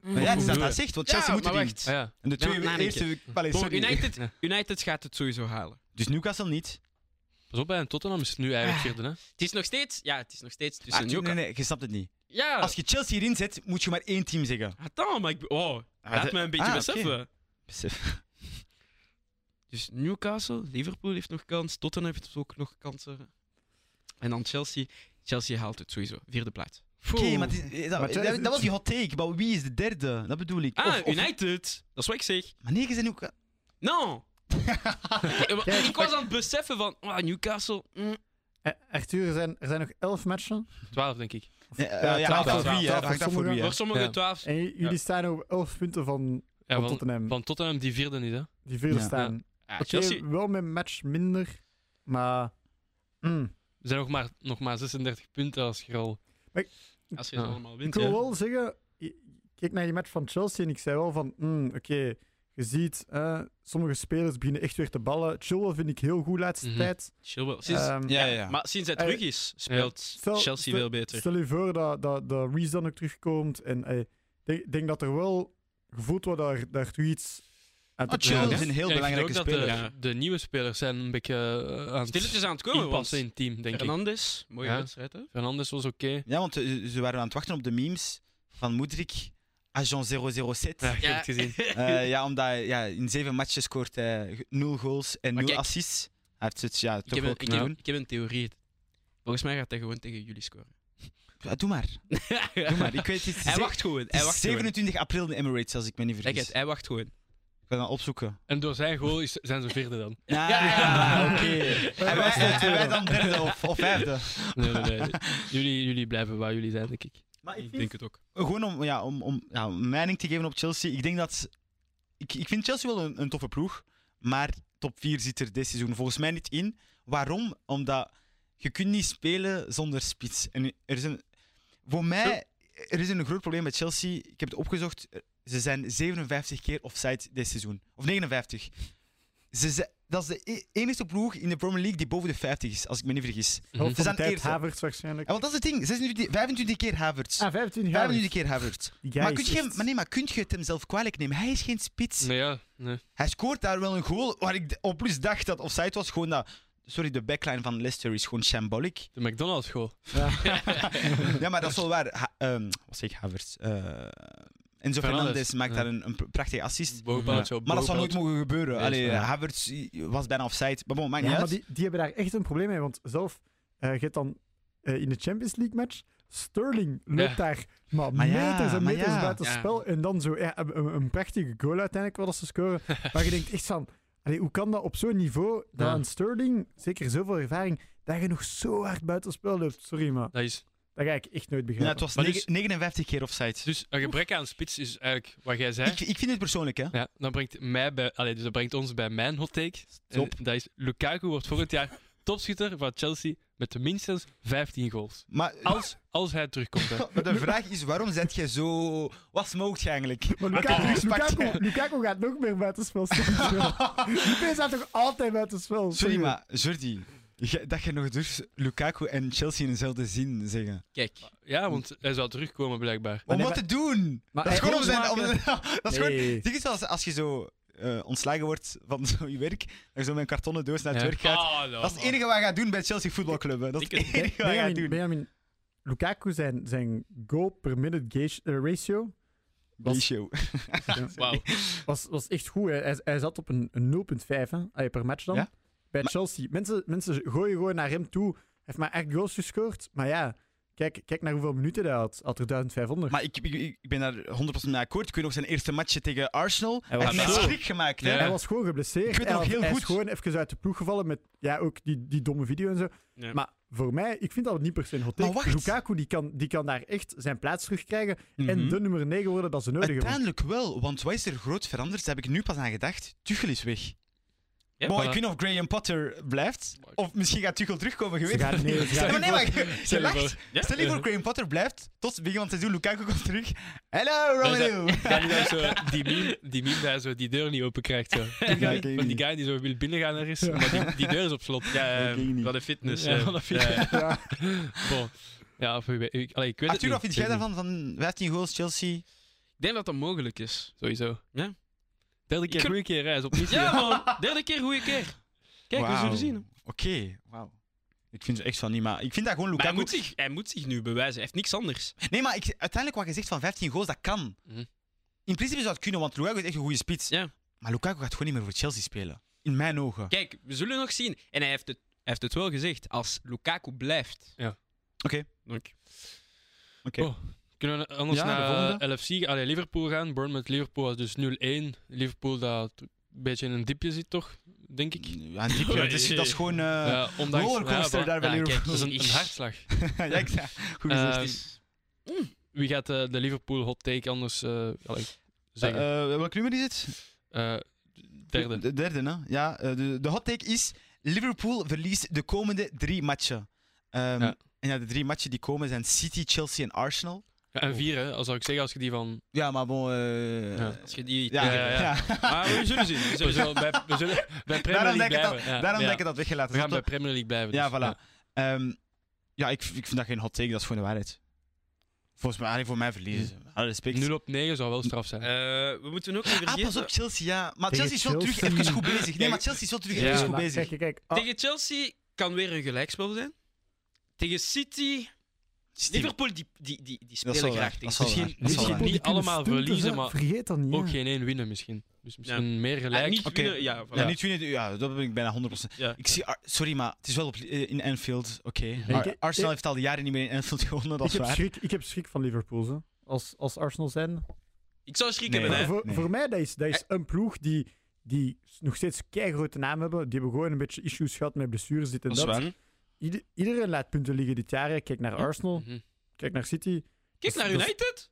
[SPEAKER 2] Maar ja, het is dat
[SPEAKER 1] Ja,
[SPEAKER 2] hij zegt, want Chelsea
[SPEAKER 3] Ja,
[SPEAKER 2] moet het
[SPEAKER 3] maar
[SPEAKER 2] winnen.
[SPEAKER 3] wacht.
[SPEAKER 1] Ah, ja.
[SPEAKER 2] En de
[SPEAKER 3] Ja,
[SPEAKER 2] twee
[SPEAKER 3] maar
[SPEAKER 2] eerste... Allee,
[SPEAKER 3] Bon,
[SPEAKER 2] sorry.
[SPEAKER 3] United,
[SPEAKER 1] Ja.
[SPEAKER 3] United gaat het sowieso halen.
[SPEAKER 2] Dus Newcastle niet.
[SPEAKER 1] Pas op, bij een Tottenham is het nu eigenlijk
[SPEAKER 2] Ah.
[SPEAKER 1] vierde, hè?
[SPEAKER 3] Het is nog steeds, ja, het is nog steeds tussen
[SPEAKER 2] Arthur,
[SPEAKER 3] Newcastle.
[SPEAKER 2] Ah, nee, nee, je snapt het niet.
[SPEAKER 3] Ja,
[SPEAKER 2] Als je Chelsea erin zet, moet je maar één team zeggen.
[SPEAKER 3] attends, maar ik... be- Oh, laat
[SPEAKER 2] de-
[SPEAKER 3] me een beetje
[SPEAKER 2] ah, oké.
[SPEAKER 3] beseffen.
[SPEAKER 2] Besef.
[SPEAKER 3] Dus Newcastle, Liverpool heeft nog kans, Tottenham heeft ook nog kansen. En dan Chelsea. Chelsea haalt het sowieso, vierde plaats.
[SPEAKER 2] Oké, maar, het is- eh, dat,
[SPEAKER 4] Maar
[SPEAKER 2] dat-
[SPEAKER 4] het-
[SPEAKER 2] dat was die hot take, maar wie is de derde? Dat bedoel ik.
[SPEAKER 3] Ah,
[SPEAKER 2] Of- of-
[SPEAKER 3] United! Dat is wat ik zeg.
[SPEAKER 2] Maar nee, je bent ook...
[SPEAKER 3] No! Kijk, maar ik was aan het beseffen van, ah, Newcastle... mm.
[SPEAKER 4] Eh, Arthur, er zijn, er zijn nog elf matchen.
[SPEAKER 1] Twaalf, denk ik.
[SPEAKER 2] Nee, eh,
[SPEAKER 4] Ja,
[SPEAKER 2] ja,
[SPEAKER 4] twaalf,
[SPEAKER 2] hangt van
[SPEAKER 1] twaalf,
[SPEAKER 2] wie, hè.
[SPEAKER 4] twaalf
[SPEAKER 2] Dat hangt af
[SPEAKER 4] voor
[SPEAKER 2] voor wie, hè.
[SPEAKER 3] Voor sommigen
[SPEAKER 1] Ja.
[SPEAKER 3] twaalf.
[SPEAKER 4] En j- jullie
[SPEAKER 1] Ja.
[SPEAKER 4] staan op elf punten van,
[SPEAKER 1] Ja,
[SPEAKER 4] van
[SPEAKER 1] van,
[SPEAKER 4] Tottenham.
[SPEAKER 1] van Tottenham die vierde niet, hè?
[SPEAKER 4] die vierde
[SPEAKER 2] Ja.
[SPEAKER 4] staan.
[SPEAKER 3] Ah,
[SPEAKER 4] Oké,
[SPEAKER 3] Chelsea.
[SPEAKER 4] wel met een match minder, maar... Mm.
[SPEAKER 1] Er zijn nog maar, nog maar 36 punten als je er al...
[SPEAKER 3] Als je het
[SPEAKER 1] Ja.
[SPEAKER 3] allemaal
[SPEAKER 4] Ik
[SPEAKER 3] wint,
[SPEAKER 4] wil
[SPEAKER 3] ja.
[SPEAKER 4] wel zeggen, ik ik keek naar die match van Chelsea en ik zei wel van, mm, oké, je ziet, eh, sommige spelers beginnen echt weer te ballen. Chilwell vind ik heel goed laatste
[SPEAKER 1] Mhm.
[SPEAKER 4] tijd.
[SPEAKER 3] Chilwell. Sinds,
[SPEAKER 4] Ehm,
[SPEAKER 2] ja, ja, ja.
[SPEAKER 3] Maar sinds hij
[SPEAKER 4] Eh,
[SPEAKER 3] terug is, speelt
[SPEAKER 4] stel-
[SPEAKER 3] Chelsea
[SPEAKER 4] stel-
[SPEAKER 3] veel beter.
[SPEAKER 4] Stel je voor dat, dat, dat Reece dan ook terugkomt en eh, ik denk, denk dat er wel gevoeld wordt dat er, dat er toch iets uit
[SPEAKER 2] Ah,
[SPEAKER 4] te
[SPEAKER 2] Chilwell
[SPEAKER 4] komen
[SPEAKER 2] is
[SPEAKER 4] is.
[SPEAKER 2] een heel
[SPEAKER 1] Ja, ik vind
[SPEAKER 2] belangrijke
[SPEAKER 1] ook dat
[SPEAKER 2] speler.
[SPEAKER 1] De, de nieuwe spelers zijn een beetje eh, aan het
[SPEAKER 3] Stilletjes aan het komen, want
[SPEAKER 1] inpassen in het team, denk ik.
[SPEAKER 3] Fernandes, mooie
[SPEAKER 1] Ja.
[SPEAKER 3] wedstrijd, hè?
[SPEAKER 1] Fernandes was oké.
[SPEAKER 2] Ja, want eh, ze waren aan het wachten op de memes van Moedrik, agent 007.
[SPEAKER 1] Ja, ik heb het gezien.
[SPEAKER 2] Eh, ja, omdat hij, ja, in zeven matchen scoort hij 0 goals en
[SPEAKER 3] Maar
[SPEAKER 2] 0
[SPEAKER 3] kijk-
[SPEAKER 2] assists. Hij heeft het ja,
[SPEAKER 3] Ik heb,
[SPEAKER 2] toch
[SPEAKER 3] een,
[SPEAKER 2] wel
[SPEAKER 3] ik,
[SPEAKER 2] kunnen
[SPEAKER 3] heb,
[SPEAKER 2] doen.
[SPEAKER 3] ik heb een theorie. Volgens mij gaat hij gewoon tegen jullie scoren.
[SPEAKER 2] Ja, doe maar. Doe maar. Ik weet het. het. is
[SPEAKER 3] hij
[SPEAKER 2] ze-
[SPEAKER 3] wacht gewoon.
[SPEAKER 2] het
[SPEAKER 3] Hij
[SPEAKER 2] is
[SPEAKER 3] wacht gewoon.
[SPEAKER 2] 27 april in de Emirates, als ik me niet
[SPEAKER 3] Kijk
[SPEAKER 2] vergis.
[SPEAKER 3] het, hij wacht gewoon.
[SPEAKER 2] Ik ga dat opzoeken.
[SPEAKER 1] En door zijn goal is, zijn ze vierde dan.
[SPEAKER 2] Ja,
[SPEAKER 3] ja.
[SPEAKER 2] oké. En wij- En en wij dan derde of, of vijfde.
[SPEAKER 1] Nee, nee, nee. Jullie, jullie blijven waar jullie zijn, denk ik.
[SPEAKER 2] Maar
[SPEAKER 3] Ik denk het ook.
[SPEAKER 2] Gewoon om, ja, om, om ja, om mening te geven op Chelsea. Ik denk dat. Ik, ik vind Chelsea wel een, een toffe ploeg. Maar top 4 zit er dit seizoen volgens mij niet in. Waarom? Omdat je kunt niet spelen zonder spits. En er is een, voor mij er is een groot probleem met Chelsea. Ik heb het opgezocht. Ze zijn 57 keer offside dit seizoen. Of 59. Ze, zijn- dat is de e- enige ploeg in de Premier League die boven de 50 is, als ik me niet vergis.
[SPEAKER 4] Helft van
[SPEAKER 2] Ze
[SPEAKER 4] de
[SPEAKER 2] zijn
[SPEAKER 4] tijd
[SPEAKER 2] eerste.
[SPEAKER 4] Havertz waarschijnlijk.
[SPEAKER 2] Ja, want dat is het ding. 26 25 keer Havertz.
[SPEAKER 4] Ah, 25 jaar.
[SPEAKER 2] 25 keer Havertz.
[SPEAKER 4] Die guy
[SPEAKER 2] Maar
[SPEAKER 4] is
[SPEAKER 2] kun, je hem,
[SPEAKER 4] echt-
[SPEAKER 2] maar, nee, maar kun je het hem zelf kwalijk nemen? Hij is geen spits.
[SPEAKER 1] Nee, ja, nee.
[SPEAKER 2] Hij scoort daar wel een goal waar ik d- op plus dacht dat offside was. Gewoon dat, sorry, de backline van Leicester is gewoon shambolic.
[SPEAKER 1] De McDonald's goal.
[SPEAKER 2] ja, maar dat is wel waar. Ha- ehm, wat zeg ik, Havertz? Eh, Enzo
[SPEAKER 1] Fernandes.
[SPEAKER 2] Fernandes maakt
[SPEAKER 1] Ja.
[SPEAKER 2] daar een, een pr- prachtige assist.
[SPEAKER 1] Bogbout, zo.
[SPEAKER 2] Maar dat zou nooit
[SPEAKER 1] Bogbout.
[SPEAKER 2] mogen gebeuren.
[SPEAKER 1] Nee,
[SPEAKER 2] Allee,
[SPEAKER 1] ja.
[SPEAKER 2] Havertz i- was bijna offside. Maar bon, maakt
[SPEAKER 4] Ja,
[SPEAKER 2] niet
[SPEAKER 4] maar
[SPEAKER 2] uit.
[SPEAKER 4] die, die hebben daar echt een probleem mee. Want zelf, eh je hebt dan eh, in de Champions League match, Sterling loopt
[SPEAKER 1] Ja.
[SPEAKER 4] daar maar,
[SPEAKER 2] Maar ja,
[SPEAKER 4] meters en
[SPEAKER 2] maar
[SPEAKER 4] meters
[SPEAKER 2] ja.
[SPEAKER 4] buiten
[SPEAKER 3] Ja.
[SPEAKER 4] spel. En dan zo ja, een, een- een prachtige goal uiteindelijk wel als ze scoren. Maar je denkt echt van, allee, hoe kan dat op zo'n niveau, dat
[SPEAKER 1] Ja.
[SPEAKER 4] een Sterling, zeker zoveel ervaring, dat je nog zo hard buiten spel loopt. Sorry, maar
[SPEAKER 1] Dat is,
[SPEAKER 4] dat ga ik echt nooit
[SPEAKER 2] Ja,
[SPEAKER 4] begrijpen.
[SPEAKER 2] het was
[SPEAKER 1] Maar
[SPEAKER 2] negen-
[SPEAKER 1] dus-
[SPEAKER 2] 59 keer offside.
[SPEAKER 1] dus een gebrek aan spits is eigenlijk wat jij zei.
[SPEAKER 2] ik, ik vind het persoonlijk, hè.
[SPEAKER 1] Ja, dat brengt, mij bij, allee, dus dat brengt ons bij mijn hot take. En
[SPEAKER 2] Top.
[SPEAKER 1] dat is, Lukaku wordt volgend jaar topschutter van Chelsea met minstens 15 goals.
[SPEAKER 2] Maar,
[SPEAKER 1] Als, als hij terugkomt. Hè.
[SPEAKER 2] maar de vraag is, waarom zet je zo... Wat smoked je eigenlijk?
[SPEAKER 4] Maar Lukaku,
[SPEAKER 2] Oké.
[SPEAKER 4] Lukaku, Lukaku gaat nog meer buitenspel staan. Die staat toch altijd buitenspel?
[SPEAKER 2] Sorry, maar Jordi, jij- dat je nog durft Lukaku en Chelsea in dezelfde zin zeggen.
[SPEAKER 3] Kijk,
[SPEAKER 1] Ja, want hij zou terugkomen blijkbaar.
[SPEAKER 2] Om
[SPEAKER 4] nee,
[SPEAKER 2] wat te doen!
[SPEAKER 4] Maar
[SPEAKER 2] dat is
[SPEAKER 4] hij
[SPEAKER 2] gewoon om
[SPEAKER 4] goals
[SPEAKER 2] zijn... om
[SPEAKER 4] maken-
[SPEAKER 2] zijn- dat is gewoon...
[SPEAKER 4] Nee.
[SPEAKER 2] Dit is als, als je zo eh, ontslagen wordt van zo je werk, dat je zo met een kartonnen doos naar het
[SPEAKER 1] Ja.
[SPEAKER 2] werk gaat.
[SPEAKER 3] Ah, no,
[SPEAKER 2] dat is het enige wat je gaat doen bij Chelsea voetbalclub. hè. Dat is
[SPEAKER 3] Ik-
[SPEAKER 2] het enige wat je gaat
[SPEAKER 4] Benjamin,
[SPEAKER 2] doen.
[SPEAKER 4] Benjamin, Lukaku zijn, zijn goal per minute gauge, eh, ratio was-
[SPEAKER 2] Die show.
[SPEAKER 3] man. Wauw.
[SPEAKER 4] was, was echt goed. hè. Hij, hij zat op een, een 0,5 hè, allee, per match dan.
[SPEAKER 2] Ja.
[SPEAKER 4] Bij
[SPEAKER 2] Maar-
[SPEAKER 4] Chelsea. Mensen, mensen gooien gewoon naar hem toe. Hij heeft maar echt goals gescoord. Maar ja, kijk, kijk naar hoeveel minuten hij had. Had er 1500.
[SPEAKER 2] Maar ik, ik, ik- ik ben daar 100% mee akkoord. Ik weet nog zijn eerste matchje tegen Arsenal. Hij
[SPEAKER 4] was
[SPEAKER 2] heeft mij
[SPEAKER 1] zo-
[SPEAKER 2] schrik gemaakt. Hè?
[SPEAKER 1] Ja.
[SPEAKER 4] Hij was gewoon geblesseerd.
[SPEAKER 2] Ik weet
[SPEAKER 4] hij,
[SPEAKER 2] nog
[SPEAKER 4] had-
[SPEAKER 2] heel
[SPEAKER 4] hij
[SPEAKER 2] goed.
[SPEAKER 4] is gewoon even uit de ploeg gevallen met ja, ook die, die domme video en zo.
[SPEAKER 3] Nee.
[SPEAKER 4] Maar voor mij, ik vind dat niet per se een hot
[SPEAKER 2] Maar
[SPEAKER 4] take.
[SPEAKER 2] wacht.
[SPEAKER 4] Lukaku die kan, die kan daar echt zijn plaats terugkrijgen. En
[SPEAKER 3] Mhm.
[SPEAKER 4] de nummer 9 worden dat ze nodig hebben.
[SPEAKER 2] Uiteindelijk wel, want wat is er groot veranderd? Daar heb ik nu pas aan gedacht. Tuchel is weg.
[SPEAKER 3] Ja,
[SPEAKER 2] bon,
[SPEAKER 1] voilà.
[SPEAKER 2] ik weet niet of Graham Potter blijft.
[SPEAKER 1] Maar-
[SPEAKER 2] Of misschien gaat Tuchel terugkomen, je
[SPEAKER 4] Ze
[SPEAKER 2] weet het
[SPEAKER 4] gaan- nee, ze
[SPEAKER 2] niet.
[SPEAKER 4] gaan-
[SPEAKER 2] Maar nee, maar je- je
[SPEAKER 1] Stel je
[SPEAKER 2] lacht.
[SPEAKER 1] voor-
[SPEAKER 3] Ja.
[SPEAKER 2] Stel je voor, Graham Potter blijft tot het begin van het seizoen. Lukaku komt terug. Hello,
[SPEAKER 1] Dat is dat-
[SPEAKER 2] Romelu.
[SPEAKER 1] dat die, dan zo, die meme, die meme dat hij zo die deur niet open krijgt. Zo. Die guy-
[SPEAKER 2] ik weet
[SPEAKER 1] van die
[SPEAKER 2] niet.
[SPEAKER 1] guy die zo wil binnengaan er is, maar die, die deur is op slot. Ja,
[SPEAKER 2] Dat ging niet.
[SPEAKER 3] Wat een fitness.
[SPEAKER 1] Ja,
[SPEAKER 3] eh.
[SPEAKER 1] wat een fitness.
[SPEAKER 3] Ja,
[SPEAKER 4] Ja.
[SPEAKER 1] bon. ja of, ik, weet- ik, allee, ik weet het
[SPEAKER 2] Ah, Arthur, wat
[SPEAKER 1] niet.
[SPEAKER 2] vind jij
[SPEAKER 1] Ik weet het
[SPEAKER 2] daarvan? Van 15 goals, Chelsea?
[SPEAKER 3] Ik denk dat dat mogelijk is.
[SPEAKER 1] niet. Sowieso.
[SPEAKER 3] Ja.
[SPEAKER 1] Derde keer,
[SPEAKER 3] Ik-
[SPEAKER 1] goede keer, hè. Hij is op missie.
[SPEAKER 3] Ja, man. Derde keer, goede keer. Kijk, we
[SPEAKER 2] Wauw.
[SPEAKER 3] zullen zien.
[SPEAKER 2] Oké, wauw. Ik vind ze echt van niet, maar ik vind dat gewoon
[SPEAKER 3] Maar
[SPEAKER 2] Lukaku...
[SPEAKER 3] hij moet, zich, hij moet zich nu bewijzen. Hij heeft niks anders.
[SPEAKER 2] Nee, maar ik, uiteindelijk wat je zegt van 15 goals, dat kan.
[SPEAKER 1] Mhm.
[SPEAKER 2] In principe zou het kunnen, want Lukaku is echt een goede spits.
[SPEAKER 3] Ja.
[SPEAKER 2] Maar Lukaku gaat gewoon niet meer voor Chelsea spelen. In mijn ogen. Oké,
[SPEAKER 3] Kijk, we zullen nog zien. En hij heeft het, hij heeft het wel gezegd. Als Lukaku blijft.
[SPEAKER 1] Ja.
[SPEAKER 2] Oké.
[SPEAKER 3] Dank.
[SPEAKER 1] Oh, Kunnen we anders
[SPEAKER 2] Ja, de
[SPEAKER 1] naar
[SPEAKER 2] volgende.
[SPEAKER 1] eh, LFC, allee, Liverpool gaan? Bournemouth Liverpool was dus 0-1. Liverpool dat een beetje in een diepje zit, toch? Denk ik.
[SPEAKER 2] Ja, een diepje, dat, is, dat is gewoon... eh
[SPEAKER 1] Ja, ondanks...
[SPEAKER 2] rollercoaster
[SPEAKER 1] ja,
[SPEAKER 2] daar bij
[SPEAKER 3] ja,
[SPEAKER 2] Liverpool.
[SPEAKER 3] kijk,
[SPEAKER 1] Dat is een, een
[SPEAKER 3] Ik-
[SPEAKER 1] hartslag.
[SPEAKER 2] ja, ik- ja, goed gezegd.
[SPEAKER 1] Ehm, Wie gaat eh, de Liverpool hot take anders eh, allee, zeggen?
[SPEAKER 2] Eh, eh, welk nummer is het?
[SPEAKER 1] Eh, derde.
[SPEAKER 2] De derde, hè? Ja, eh, de, de hot take is... Liverpool verliest de komende drie matchen. Ehm,
[SPEAKER 1] Ja.
[SPEAKER 2] En ja, de drie matchen die komen zijn City, Chelsea en Arsenal.
[SPEAKER 1] Ja, Eh, en vier, hè, als zou ik zeggen, als je die van...
[SPEAKER 2] Ja, maar bon... eh,
[SPEAKER 1] Ja.
[SPEAKER 3] Als je die...
[SPEAKER 2] Ja,
[SPEAKER 1] Ja, ja, ja.
[SPEAKER 3] Maar we zullen zien. We
[SPEAKER 1] We
[SPEAKER 3] zullen zien.
[SPEAKER 1] zullen bij, we zullen bij Premier League
[SPEAKER 2] Daarom denk ik dat-
[SPEAKER 1] blijven. Ja,
[SPEAKER 2] Daarom
[SPEAKER 1] ja.
[SPEAKER 2] denk ik dat weggelaten.
[SPEAKER 1] We gaan
[SPEAKER 2] Snap
[SPEAKER 1] bij
[SPEAKER 2] je?
[SPEAKER 1] Premier League blijven.
[SPEAKER 2] Ja,
[SPEAKER 1] dus,
[SPEAKER 2] voilà. Ehm, ja, ik, ik vind dat geen hot take, dat is gewoon de waarheid. Volgens mij, alleen voor mij verliezen ze. Alle respect.
[SPEAKER 1] 0 op 9 zou wel straf zijn.
[SPEAKER 3] Eh, we moeten ook niet
[SPEAKER 2] Ah, pas
[SPEAKER 3] vergeten...
[SPEAKER 2] op, Chelsea, ja. Maar
[SPEAKER 4] Tegen
[SPEAKER 2] Chelsea is wel terug
[SPEAKER 4] Chelsea.
[SPEAKER 2] even goed bezig. Nee, maar Chelsea is wel terug
[SPEAKER 1] Ja,
[SPEAKER 2] even goed
[SPEAKER 4] maar
[SPEAKER 2] bezig.
[SPEAKER 4] Kijk, kijk, kijk. Ah,
[SPEAKER 3] Tegen Chelsea kan weer een gelijkspel zijn. Tegen City...
[SPEAKER 2] City-
[SPEAKER 3] Liverpool, die, die, die, die
[SPEAKER 2] Dat zal
[SPEAKER 3] spelen graag
[SPEAKER 2] waar,
[SPEAKER 3] tegen
[SPEAKER 2] dat zal
[SPEAKER 3] City.
[SPEAKER 2] waar.
[SPEAKER 1] Misschien-
[SPEAKER 4] die
[SPEAKER 2] zal
[SPEAKER 1] misschien
[SPEAKER 4] kunnen
[SPEAKER 1] niet allemaal
[SPEAKER 4] stunters,
[SPEAKER 1] verliezen,
[SPEAKER 4] hè.
[SPEAKER 1] maar
[SPEAKER 4] Vergeet dat niet.
[SPEAKER 1] ook
[SPEAKER 4] ja.
[SPEAKER 1] geen één winnen misschien. Dus misschien meer
[SPEAKER 3] Ah,
[SPEAKER 1] gelijk.
[SPEAKER 3] niet
[SPEAKER 2] Oké.
[SPEAKER 3] winnen, ja, voilà.
[SPEAKER 2] Ja, niet winnen, ja, dat ben ik bijna 100%.
[SPEAKER 3] Ja.
[SPEAKER 2] Ik zie, Ar- sorry, maar het is wel op, eh, in Anfield, oké. Ar-
[SPEAKER 4] ik-
[SPEAKER 2] Arsenal
[SPEAKER 4] ik-
[SPEAKER 2] heeft al die jaren niet meer in Anfield gewonnen, dat
[SPEAKER 4] Ik
[SPEAKER 2] is
[SPEAKER 4] heb,
[SPEAKER 2] waar.
[SPEAKER 4] schrik, ik heb schrik van Liverpool. Hè. Als, als Arsenal zijn.
[SPEAKER 3] Ik zou schrikken
[SPEAKER 2] Nee.
[SPEAKER 3] hebben,
[SPEAKER 4] Maar
[SPEAKER 3] hè.
[SPEAKER 4] voor,
[SPEAKER 2] nee.
[SPEAKER 4] voor mij dat is dat is een ploeg die, die nog steeds grote naam hebben. Die hebben gewoon een beetje issues gehad met blessures, dit en
[SPEAKER 2] Dat
[SPEAKER 4] dat.
[SPEAKER 2] is waar.
[SPEAKER 4] Ieder- iedereen laat punten liggen dit jaar. hè. Kijk naar Arsenal,
[SPEAKER 1] Mhm.
[SPEAKER 4] kijk naar City.
[SPEAKER 3] Kijk naar
[SPEAKER 4] Dus-
[SPEAKER 3] United.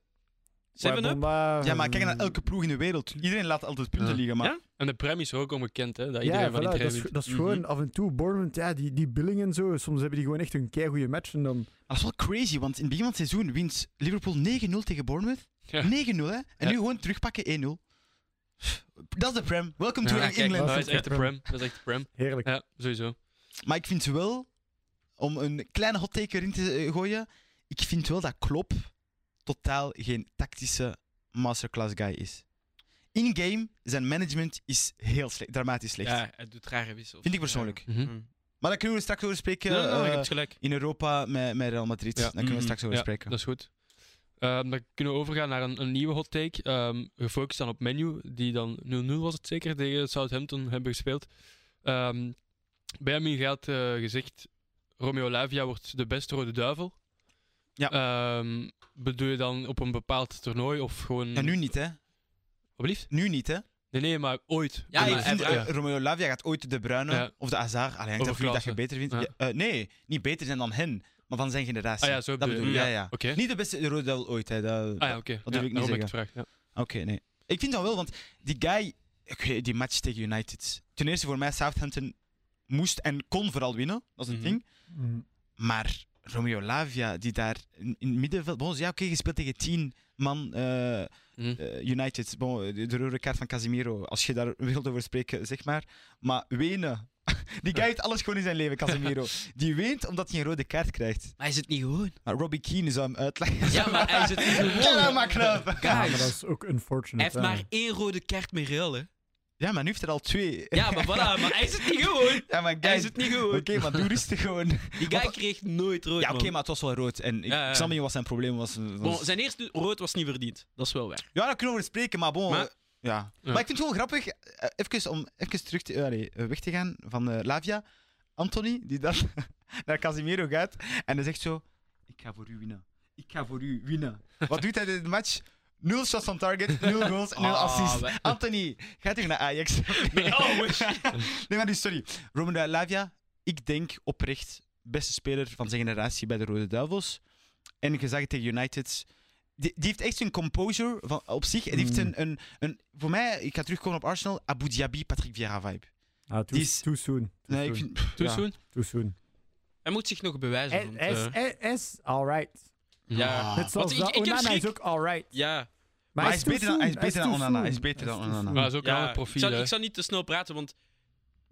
[SPEAKER 3] 7-up.
[SPEAKER 4] Bomba,
[SPEAKER 2] Ja, maar kijk naar
[SPEAKER 4] mm,
[SPEAKER 2] elke ploeg in de wereld. Iedereen laat altijd punten
[SPEAKER 1] Ja.
[SPEAKER 2] liggen, maar...
[SPEAKER 3] Ja?
[SPEAKER 1] En de premise is ook onbekend, hè, dat
[SPEAKER 4] Ja,
[SPEAKER 1] iedereen van
[SPEAKER 4] voilà, dat
[SPEAKER 1] iedereen
[SPEAKER 4] is,
[SPEAKER 1] wint.
[SPEAKER 4] dat is
[SPEAKER 2] Mhm.
[SPEAKER 4] gewoon af en toe Bournemouth, ja, die, die billing en zo. Soms hebben die gewoon echt een keigoede match. En dan,
[SPEAKER 2] Dat is wel crazy, want in het begin van het seizoen wint Liverpool 9-0 tegen Bournemouth.
[SPEAKER 1] Ja.
[SPEAKER 2] 9-0, hè? En
[SPEAKER 1] Ja.
[SPEAKER 2] nu gewoon terugpakken 1-0. Dat is de Prem. Welcome to
[SPEAKER 1] Ja, kijk,
[SPEAKER 2] England.
[SPEAKER 1] dat is echt de prem. Dat is echt de prem.
[SPEAKER 4] heerlijk.
[SPEAKER 1] Ja, sowieso.
[SPEAKER 2] Maar ik vind wel, om een kleine hot take erin te eh, gooien, ik vind wel dat Klopp totaal geen tactische masterclass guy is. In-game, zijn management is heel slecht, dramatisch slecht.
[SPEAKER 3] Ja, hij doet rare wissels.
[SPEAKER 2] Vind ik persoonlijk.
[SPEAKER 1] Mhm.
[SPEAKER 2] Maar daar kunnen we straks over spreken
[SPEAKER 3] Ja, ja,
[SPEAKER 2] eh,
[SPEAKER 3] je hebt gelijk.
[SPEAKER 2] in Europa met, met Real Madrid.
[SPEAKER 1] Ja.
[SPEAKER 2] Daar kunnen we
[SPEAKER 3] Mhm.
[SPEAKER 2] straks over
[SPEAKER 1] Ja,
[SPEAKER 2] spreken.
[SPEAKER 1] Dat is goed. Ehm, dan kunnen we overgaan naar een, een nieuwe hot take. Ehm, gefocust dan op menu, die dan 0-0 was het zeker tegen Southampton hebben gespeeld. Ehm bij hem gaat eh, gezegd: Romeo Lavia wordt de beste rode duivel.
[SPEAKER 2] Ja.
[SPEAKER 1] Ehm, bedoel je dan op een bepaald toernooi of gewoon.
[SPEAKER 2] Ja, nu niet, hè?
[SPEAKER 1] Alblieft?
[SPEAKER 2] Nu niet, hè?
[SPEAKER 1] Nee, nee, maar ooit.
[SPEAKER 3] Ja,
[SPEAKER 1] Bedoel-
[SPEAKER 2] ik
[SPEAKER 3] maar
[SPEAKER 2] vind,
[SPEAKER 1] Ja.
[SPEAKER 2] eh, Romeo Lavia gaat ooit de Bruyne
[SPEAKER 1] Ja.
[SPEAKER 2] of de Azar. Allee, hangt af wie dat
[SPEAKER 1] Overklassen.
[SPEAKER 2] je beter vindt.
[SPEAKER 1] Ja.
[SPEAKER 2] Ja, eh, nee, niet beter zijn dan hen, maar van zijn generatie.
[SPEAKER 1] Ah ja, zo
[SPEAKER 2] dat
[SPEAKER 1] bedoel
[SPEAKER 2] bedoel
[SPEAKER 1] je.
[SPEAKER 2] ik.
[SPEAKER 3] ja.
[SPEAKER 2] Ja, ja.
[SPEAKER 1] Oké.
[SPEAKER 2] Niet de beste rode duivel ooit, hè? Dat,
[SPEAKER 1] Ah ja, oké.
[SPEAKER 2] Dat
[SPEAKER 1] Ja,
[SPEAKER 2] durf ik niet
[SPEAKER 1] daarom heb ik het vraag.
[SPEAKER 2] Oké, nee. Ik vind dat wel, want die guy, oké, die match tegen United. Ten eerste voor mij, Southampton moest en kon vooral winnen, dat is het
[SPEAKER 3] Mhm.
[SPEAKER 2] ding.
[SPEAKER 4] Mm.
[SPEAKER 2] Maar Romeo Lavia, die daar in in het middenveld. Bon, ja, oké, je speelt tegen tien man eh,
[SPEAKER 1] Ja.
[SPEAKER 2] eh,
[SPEAKER 3] Hm.
[SPEAKER 1] Mhm.
[SPEAKER 2] United. Bon, eh, de, de rode kaart van Casemiro, als je daar wilt over spreken, zeg maar. Maar wenen. Die guy heeft alles gewoon in zijn leven, Casemiro. Die weent omdat hij een rode kaart krijgt.
[SPEAKER 3] Maar hij zit niet gewoon.
[SPEAKER 2] Maar Robbie Keane zou hem uitleggen.
[SPEAKER 3] Ja, maar hij zit niet
[SPEAKER 2] Ken hem
[SPEAKER 3] gewoon.
[SPEAKER 2] maar knap.
[SPEAKER 4] Ja, maar dat
[SPEAKER 3] Guys,
[SPEAKER 4] is ook
[SPEAKER 3] hij
[SPEAKER 4] unfortunate.
[SPEAKER 3] heeft maar één rode kaart meer Real, hè.
[SPEAKER 2] Ja, maar nu heeft er al twee.
[SPEAKER 3] Ja, maar voilà. Maar hij zit niet gewoon.
[SPEAKER 2] Ja, maar
[SPEAKER 3] Hij
[SPEAKER 2] guys,
[SPEAKER 3] zit niet
[SPEAKER 2] Oké,
[SPEAKER 3] gewoon.
[SPEAKER 2] maar doe rustig gewoon.
[SPEAKER 3] Die guy kreeg nooit rood,
[SPEAKER 2] Ja, oké,
[SPEAKER 3] man.
[SPEAKER 2] maar het was wel rood. En ik,
[SPEAKER 3] Ja, ja.
[SPEAKER 2] ik snap niet wat zijn probleem was. Dat was-
[SPEAKER 3] Bon, zijn eerste rood was niet verdiend. Dat is wel waar.
[SPEAKER 2] Ja, daar kunnen we over spreken, maar bon.
[SPEAKER 3] Maar-
[SPEAKER 2] eh, ja. Maar ik vind het gewoon grappig, eh, even om even terug te, eh, allee, eh, weg te gaan van eh, Lavia. Anthony, die dan naar Casimiro gaat en hij zegt zo: Ik ga voor u winnen. Ik ga voor u winnen. Wat doet hij in de match? Nul shots on target, nul goals, nul
[SPEAKER 3] Ah,
[SPEAKER 2] assists.
[SPEAKER 3] wij-
[SPEAKER 2] Anthony, ga terug naar Ajax.
[SPEAKER 3] Oh, wesh.
[SPEAKER 2] nee, maar dus, sorry. Roman Lavia, ik denk oprecht beste speler van zijn generatie bij de Rode Duivels. En ik zag het tegen United. Die, die heeft echt zijn composure van, op zich. En die heeft
[SPEAKER 4] Mm.
[SPEAKER 2] een, een, een... Voor mij, ik ga terugkomen op Arsenal, Abu Dhabi, Patrick Vieira vibe.
[SPEAKER 4] Ah, too,
[SPEAKER 2] die is-
[SPEAKER 4] too soon. Too
[SPEAKER 2] Nee, ik
[SPEAKER 4] soon.
[SPEAKER 2] vind... pff,
[SPEAKER 1] Too
[SPEAKER 2] ja.
[SPEAKER 1] soon?
[SPEAKER 4] Too soon.
[SPEAKER 3] Hij moet zich nog bewijzen.
[SPEAKER 4] Hij
[SPEAKER 3] want,
[SPEAKER 4] hij is-
[SPEAKER 3] eh,
[SPEAKER 4] hij is alright.
[SPEAKER 3] ja.
[SPEAKER 2] Ah.
[SPEAKER 4] Net zoals
[SPEAKER 3] ik- ik
[SPEAKER 4] dat
[SPEAKER 3] heb
[SPEAKER 4] Onana
[SPEAKER 3] schrik.
[SPEAKER 4] is ook alright.
[SPEAKER 3] Ja,
[SPEAKER 2] Maar hij is
[SPEAKER 4] too
[SPEAKER 2] beter dan- hij is
[SPEAKER 4] soon.
[SPEAKER 2] beter dan
[SPEAKER 4] too
[SPEAKER 2] Onana.
[SPEAKER 4] soon.
[SPEAKER 2] Hij is beter dan
[SPEAKER 4] too
[SPEAKER 2] Onana.
[SPEAKER 4] soon.
[SPEAKER 1] Maar dat is ook
[SPEAKER 3] ja,
[SPEAKER 1] een ander
[SPEAKER 3] ik,
[SPEAKER 1] profiel.
[SPEAKER 3] zou,
[SPEAKER 1] hè.
[SPEAKER 3] ik zou niet te snel praten, want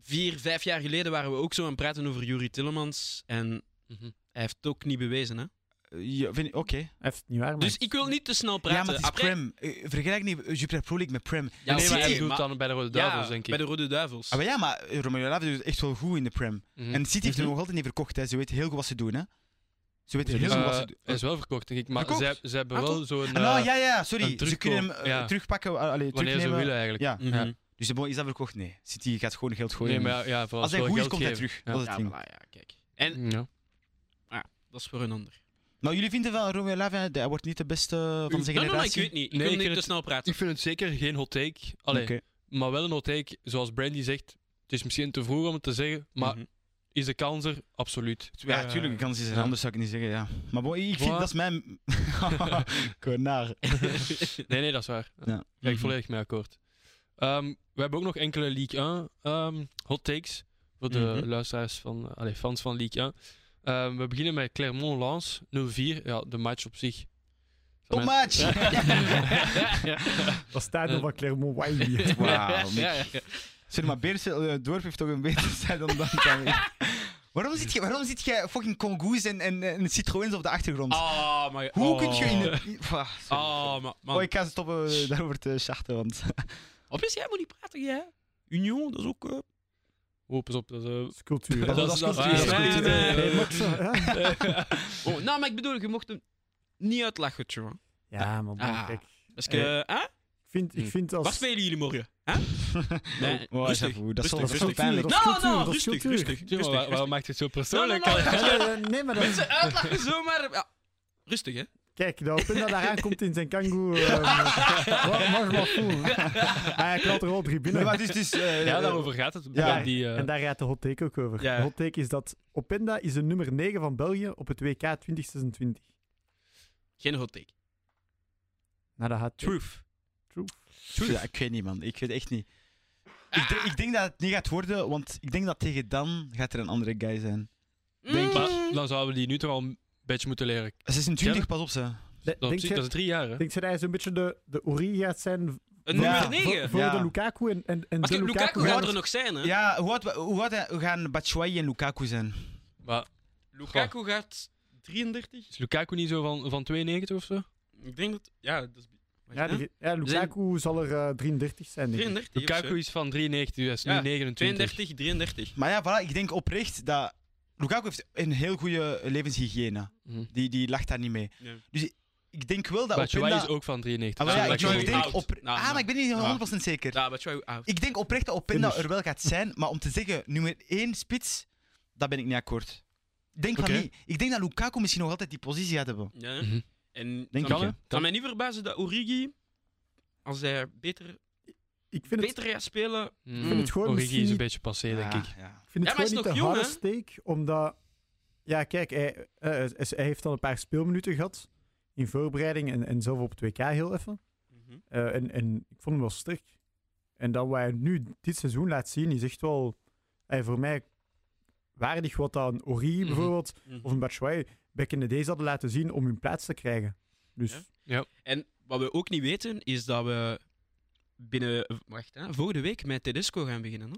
[SPEAKER 3] vier, vijf jaar geleden waren we ook zo aan het praten over Jurie Tillemans. En
[SPEAKER 1] Mhm.
[SPEAKER 3] hij heeft het ook niet bewezen, hè?
[SPEAKER 2] ja, vind ik- Oké.
[SPEAKER 4] Heeft het niet waar, maar...
[SPEAKER 3] Dus ik wil niet te snel praten.
[SPEAKER 2] Ja, maar het is
[SPEAKER 3] Après-
[SPEAKER 2] Prem. Eh, Vergelijk niet eh, Jupiler Pro League met Prem.
[SPEAKER 1] nee,
[SPEAKER 3] Ja, oké,
[SPEAKER 1] maar hij bedoelt
[SPEAKER 3] maar-
[SPEAKER 1] dan bij de Rode
[SPEAKER 3] ja,
[SPEAKER 1] Duivels, denk ik.
[SPEAKER 3] Bij de Rode Duivels.
[SPEAKER 2] Ah, maar ja, maar eh, Romeo Lavia doet het echt wel goed in de Prem.
[SPEAKER 1] Mhm.
[SPEAKER 2] En City heeft hem
[SPEAKER 3] Mhm.
[SPEAKER 2] nog altijd niet verkocht. Hè. Ze weten heel goed wat ze doen. Hè. Ze weten
[SPEAKER 1] Eh,
[SPEAKER 2] heel goed wat ze
[SPEAKER 1] hij
[SPEAKER 2] doen.
[SPEAKER 1] is wel verkocht, denk ik. Maar
[SPEAKER 2] Verkocht?
[SPEAKER 1] ze, ze hebben
[SPEAKER 3] Ah,
[SPEAKER 1] wel
[SPEAKER 3] toch?
[SPEAKER 1] zo'n...
[SPEAKER 2] Ah, nou,
[SPEAKER 1] eh,
[SPEAKER 2] ja, ja, sorry.
[SPEAKER 1] een
[SPEAKER 2] Ze kunnen hem eh,
[SPEAKER 1] terugkoop, ja.
[SPEAKER 2] terugpakken. eh, allee,
[SPEAKER 1] wanneer ze
[SPEAKER 2] terugnemen.
[SPEAKER 1] willen, eigenlijk.
[SPEAKER 2] Ja.
[SPEAKER 3] Mhm.
[SPEAKER 1] Ja.
[SPEAKER 2] Dus de bon is dat verkocht? Nee. City gaat gewoon geld gooien.
[SPEAKER 1] Nee, maar ja, vooral
[SPEAKER 2] Als hij
[SPEAKER 1] wel
[SPEAKER 2] goed is,
[SPEAKER 1] geld
[SPEAKER 2] komt hij
[SPEAKER 1] geven.
[SPEAKER 2] terug.
[SPEAKER 1] Ja.
[SPEAKER 2] Dat is
[SPEAKER 3] Ja,
[SPEAKER 2] het ding.
[SPEAKER 3] voilà, ja, kijk. En
[SPEAKER 1] Ja.
[SPEAKER 3] dat is voor een ander.
[SPEAKER 2] Maar Nou, jullie vinden wel Romeo Lavia, hij wordt niet de beste eh, van zijn
[SPEAKER 3] Nee, nee, nee, ik
[SPEAKER 2] generatie?
[SPEAKER 3] weet niet. Ik
[SPEAKER 1] Nee,
[SPEAKER 3] wil
[SPEAKER 1] nou, ik
[SPEAKER 3] niet
[SPEAKER 1] vind
[SPEAKER 3] te
[SPEAKER 1] het-
[SPEAKER 3] snel praten.
[SPEAKER 1] Ik vind het zeker geen hot take. Allee,
[SPEAKER 2] Oké.
[SPEAKER 1] Maar wel een hot take, zoals Brandy zegt. Het is misschien te vroeg om het te zeggen, maar
[SPEAKER 3] Mhm.
[SPEAKER 1] is de kans er? Absoluut.
[SPEAKER 2] Ja,
[SPEAKER 1] Eh,
[SPEAKER 2] tuurlijk, de kans is er,
[SPEAKER 1] ja.
[SPEAKER 2] anders zou ik het niet zeggen, ja. Maar bon, ik vind,
[SPEAKER 1] Wat?
[SPEAKER 2] dat is mijn... Konaar.
[SPEAKER 1] Eh, Nee, nee, dat is waar. Daar ga
[SPEAKER 3] Mhm.
[SPEAKER 1] ik volledig mee akkoord. Ehm, we hebben ook nog enkele League 1 ehm, hot takes voor de
[SPEAKER 3] Mhm.
[SPEAKER 1] luisteraars van, eh, allee, fans van League 1. Ehm, we beginnen met Clermont-Lens 0-4. Ja, de match op zich.
[SPEAKER 2] Top
[SPEAKER 1] Mijn-
[SPEAKER 2] match!
[SPEAKER 4] Dat staat nog
[SPEAKER 1] Eh.
[SPEAKER 4] van Clermont. Wai.
[SPEAKER 2] Wauw,
[SPEAKER 3] Ja,
[SPEAKER 2] Mick.
[SPEAKER 3] ja, ja.
[SPEAKER 2] Sorry, maar Beerse eh, Dorp heeft toch een betere stijl dan dat. waarom, zit je, waarom zit jij fucking Kongoes en, en, en Citroëns op de achtergrond?
[SPEAKER 3] Ah, maar...
[SPEAKER 2] Hoe
[SPEAKER 3] oh.
[SPEAKER 2] kun je in de... in- Wauw, sorry.
[SPEAKER 3] Ah, maar... man.
[SPEAKER 2] Oh, ik ga stoppen eh, daarover te schachten, want...
[SPEAKER 3] Op is jij moet niet praten, jij. Union, dat is ook... eh,
[SPEAKER 1] Oh, pas op. Dat is, eh,
[SPEAKER 4] Dat is cultuur.
[SPEAKER 1] Dat
[SPEAKER 4] hè.
[SPEAKER 1] is-
[SPEAKER 2] cultuur,
[SPEAKER 1] ah,
[SPEAKER 2] dat is
[SPEAKER 1] nee,
[SPEAKER 2] cultuur.
[SPEAKER 1] nee, nee.
[SPEAKER 4] Hey, Max, hè?
[SPEAKER 3] Oh, nou, maar ik bedoel, je mocht hem niet uitlachen, tjoh.
[SPEAKER 4] Ja, maar bon,
[SPEAKER 3] Ah.
[SPEAKER 4] kijk.
[SPEAKER 3] Als je...
[SPEAKER 4] Eh,
[SPEAKER 3] hè?
[SPEAKER 4] Ik vind, ik
[SPEAKER 1] Hm.
[SPEAKER 4] vind als...
[SPEAKER 3] Waar spelen jullie morgen? Hè? Nee,
[SPEAKER 2] Oh,
[SPEAKER 3] rustig.
[SPEAKER 2] j'avoue, dat is wel-
[SPEAKER 4] dat
[SPEAKER 2] dat
[SPEAKER 4] is
[SPEAKER 2] is wel
[SPEAKER 4] cultuur,
[SPEAKER 2] pijnlijk.
[SPEAKER 4] dat is
[SPEAKER 3] Nou,
[SPEAKER 4] cultuur,
[SPEAKER 3] nou,
[SPEAKER 4] dat is
[SPEAKER 3] rustig,
[SPEAKER 4] cultuur.
[SPEAKER 3] rustig,
[SPEAKER 1] Tjoh,
[SPEAKER 3] rustig,
[SPEAKER 1] waar-
[SPEAKER 3] rustig.
[SPEAKER 1] waarom maakt je het zo
[SPEAKER 3] No, no,
[SPEAKER 1] persoonlijk?
[SPEAKER 3] no, no, no, no.
[SPEAKER 4] Eh, Nee, maar dat
[SPEAKER 3] Mensen uitlachen zomaar. Ja. Rustig, hè?
[SPEAKER 4] Kijk, dat punt dat daar aankomt in zijn kangoe. ehm, Wat mag maar voelen. Hij knalt er wel drie binnen.
[SPEAKER 2] Nee, maar het is dus... eh,
[SPEAKER 1] Ja, daarover gaat het.
[SPEAKER 2] Ja,
[SPEAKER 1] Brandy, eh,
[SPEAKER 4] En daar gaat de hot take ook over.
[SPEAKER 3] Ja.
[SPEAKER 4] De hot take is dat Openda is de nummer 9 van België op het WK 2026.
[SPEAKER 3] Geen hot take.
[SPEAKER 4] Nou, dat gaat
[SPEAKER 3] Truth.
[SPEAKER 2] eh, ja, ik weet niet, man. Ik weet echt niet. Ik, denk- ik denk dat het niet gaat worden, want ik denk dat tegen dan gaat er een andere guy zijn. Denk
[SPEAKER 3] Mm.
[SPEAKER 1] Maar dan zouden we die nu toch al een beetje moeten leren. Ja.
[SPEAKER 2] 26, pas op ze.
[SPEAKER 4] De-
[SPEAKER 1] Dat, op
[SPEAKER 4] denk,
[SPEAKER 1] zich, dat
[SPEAKER 4] je,
[SPEAKER 1] is drie jaar, hè?
[SPEAKER 4] denk je dat hij zo'n beetje de, de Ori gaat zijn v-
[SPEAKER 3] Een
[SPEAKER 2] Ja.
[SPEAKER 3] nummer
[SPEAKER 4] voor,
[SPEAKER 3] 9.
[SPEAKER 4] voor
[SPEAKER 2] Ja.
[SPEAKER 4] de Lukaku en, en, en
[SPEAKER 3] Als
[SPEAKER 4] de
[SPEAKER 3] ik Lukaku gaat
[SPEAKER 4] gaat-
[SPEAKER 3] er nog zijn, hè?
[SPEAKER 2] Ja, hoe, oud, hoe oud eh, gaan Batshuayi en Lukaku zijn?
[SPEAKER 1] Maar
[SPEAKER 3] Lukaku gaat 33.
[SPEAKER 1] is Lukaku niet zo van, van 92 of zo?
[SPEAKER 3] Ik denk dat. Ja, dat is. Wacht,
[SPEAKER 4] Ja,
[SPEAKER 3] hè?
[SPEAKER 4] die- ja, Lukaku zal er eh, 33 zijn, denk ik.
[SPEAKER 3] 33. of zo.
[SPEAKER 1] Lukaku is van 93, dus
[SPEAKER 3] Ja,
[SPEAKER 1] nu 29.
[SPEAKER 3] 32, 33.
[SPEAKER 2] Maar ja, voilà, ik denk oprecht dat. Lukaku heeft een heel goede levenshygiëne.
[SPEAKER 1] Mhm.
[SPEAKER 2] Die, die lacht daar niet mee. Dus
[SPEAKER 3] Nee.
[SPEAKER 2] Ik denk wel dat.
[SPEAKER 1] Batshuayi
[SPEAKER 2] Openda-
[SPEAKER 1] is ook van 93.
[SPEAKER 2] Nou, Ah, maar ja,
[SPEAKER 3] Ja,
[SPEAKER 2] ik,
[SPEAKER 3] Batshuayi
[SPEAKER 2] ik denk
[SPEAKER 3] is
[SPEAKER 2] op...
[SPEAKER 3] oud. Nou,
[SPEAKER 2] ah,
[SPEAKER 3] nou.
[SPEAKER 2] maar ik ben niet 100% zeker.
[SPEAKER 3] Ja, maar try out.
[SPEAKER 2] Ik denk oprecht dat Openda
[SPEAKER 4] Finish.
[SPEAKER 2] er wel gaat zijn, maar om te zeggen nummer 1 spits, daar ben ik niet akkoord. Ik denk
[SPEAKER 1] Oké.
[SPEAKER 2] van niet. Ik denk dat Lukaku misschien nog altijd die positie gaat hebben.
[SPEAKER 3] Ja.
[SPEAKER 1] Mhm.
[SPEAKER 3] En
[SPEAKER 2] Denk
[SPEAKER 3] kan,
[SPEAKER 2] ik, hè?
[SPEAKER 3] kan, mij niet verbazen dat Origi, als hij beter,
[SPEAKER 4] Ik vind het,
[SPEAKER 3] beter gaat spelen.
[SPEAKER 1] Mm.
[SPEAKER 3] vind
[SPEAKER 4] het gewoon
[SPEAKER 1] Origi is
[SPEAKER 4] misschien
[SPEAKER 1] een
[SPEAKER 4] niet-
[SPEAKER 1] beetje passé, denk
[SPEAKER 2] Hmm. Ja,
[SPEAKER 1] ik.
[SPEAKER 2] Ah, ja.
[SPEAKER 4] ik vind het
[SPEAKER 3] Ja, maar hij is
[SPEAKER 4] gewoon niet
[SPEAKER 3] nog
[SPEAKER 4] de
[SPEAKER 3] jong,
[SPEAKER 4] harde
[SPEAKER 3] hè?
[SPEAKER 4] steek, omdat... Ja, kijk, hij, eh, eh, hij heeft al een paar speelminuten gehad in voorbereiding en, en zelf op het WK heel even.
[SPEAKER 3] Mhm.
[SPEAKER 4] Eh, en, en ik vond hem wel sterk. En dat wat hij nu dit seizoen laat zien, is echt wel eh, voor mij waardig wat dan Ori
[SPEAKER 1] Mhm.
[SPEAKER 4] bijvoorbeeld
[SPEAKER 3] Mhm.
[SPEAKER 4] of een Batshuayi back in the days hadden laten zien om hun plaats te krijgen. Dus
[SPEAKER 3] Ja. En wat we ook niet weten, is dat we binnen. Wacht, hè, volgende week met Tedesco gaan beginnen. Hè?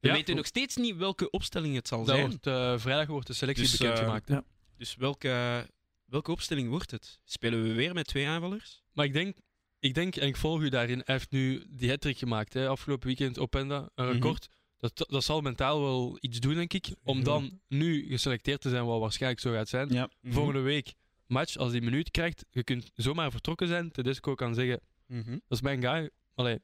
[SPEAKER 3] We
[SPEAKER 1] Ja,
[SPEAKER 3] weten nog steeds niet welke opstelling het zal
[SPEAKER 1] dat
[SPEAKER 3] zijn.
[SPEAKER 1] wordt, eh, vrijdag wordt de selectie
[SPEAKER 3] Dus, eh,
[SPEAKER 1] bekendgemaakt. hè.
[SPEAKER 4] ja.
[SPEAKER 3] Dus welke, welke opstelling wordt het? Spelen we weer met twee aanvallers?
[SPEAKER 1] Maar ik denk, ik denk, en ik volg u daarin, hij heeft nu die hat gemaakt hè, afgelopen weekend op Penda, een
[SPEAKER 3] Mhm.
[SPEAKER 1] record. Dat, dat zal mentaal wel iets doen, denk ik. Om dan nu geselecteerd te zijn, wat waarschijnlijk zo gaat zijn.
[SPEAKER 2] Ja.
[SPEAKER 1] Mhm.
[SPEAKER 2] Mhm.
[SPEAKER 1] Volgende week match, als hij een minuut krijgt, je kunt zomaar vertrokken zijn. Tedesco kan zeggen,
[SPEAKER 3] Mhm.
[SPEAKER 1] dat is mijn guy. Allee,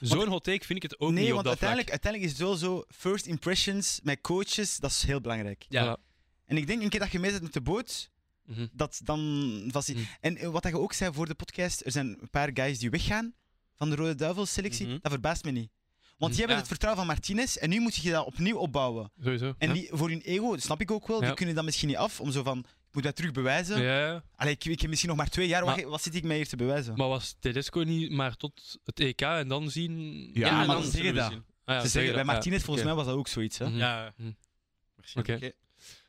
[SPEAKER 1] zo'n hot take vind ik het ook
[SPEAKER 2] nee,
[SPEAKER 1] niet op
[SPEAKER 2] want
[SPEAKER 1] dat vlak.
[SPEAKER 2] uiteindelijk, uiteindelijk is het wel zo: first impressions met coaches, dat is heel belangrijk.
[SPEAKER 3] Ja.
[SPEAKER 1] Voilà.
[SPEAKER 2] En ik denk een keer dat je mee zit met de boot,
[SPEAKER 1] Mhm.
[SPEAKER 2] dat dan vast.
[SPEAKER 1] Hm.
[SPEAKER 2] En eh, wat dat je ook zei voor de podcast, er zijn een paar guys die weggaan van de Rode Duivels selectie.
[SPEAKER 3] Mhm.
[SPEAKER 2] Dat verbaast me niet. Want
[SPEAKER 1] Hm.
[SPEAKER 2] die hebben
[SPEAKER 3] Ja.
[SPEAKER 2] het vertrouwen van Martinez en nu moet je dat opnieuw opbouwen.
[SPEAKER 1] Sowieso.
[SPEAKER 2] En
[SPEAKER 1] Ja.
[SPEAKER 2] die, voor hun ego, dat snap ik ook wel,
[SPEAKER 1] Ja.
[SPEAKER 2] die kunnen dat misschien niet af om zo van, ik moet dat terug bewijzen.
[SPEAKER 1] Ja, ja.
[SPEAKER 2] Allee, ik, ik heb misschien nog maar twee jaar,
[SPEAKER 1] Maar-
[SPEAKER 2] wat, wat zit ik mij hier te bewijzen?
[SPEAKER 1] maar was Tedesco niet maar tot het EK en dan zien...
[SPEAKER 2] Ja,
[SPEAKER 3] maar
[SPEAKER 2] maar
[SPEAKER 3] dan
[SPEAKER 2] ze
[SPEAKER 3] zullen
[SPEAKER 2] zeggen
[SPEAKER 3] we
[SPEAKER 2] dat.
[SPEAKER 3] zien.
[SPEAKER 1] Ah ja,
[SPEAKER 2] Ze zeggen, bij
[SPEAKER 1] dat, ja.
[SPEAKER 2] Martinez volgens
[SPEAKER 1] Oké.
[SPEAKER 2] mij was dat ook zoiets. Hè?
[SPEAKER 1] Mhm.
[SPEAKER 3] Ja.
[SPEAKER 1] Mhm.
[SPEAKER 3] Waarschijnlijk.
[SPEAKER 1] Oké.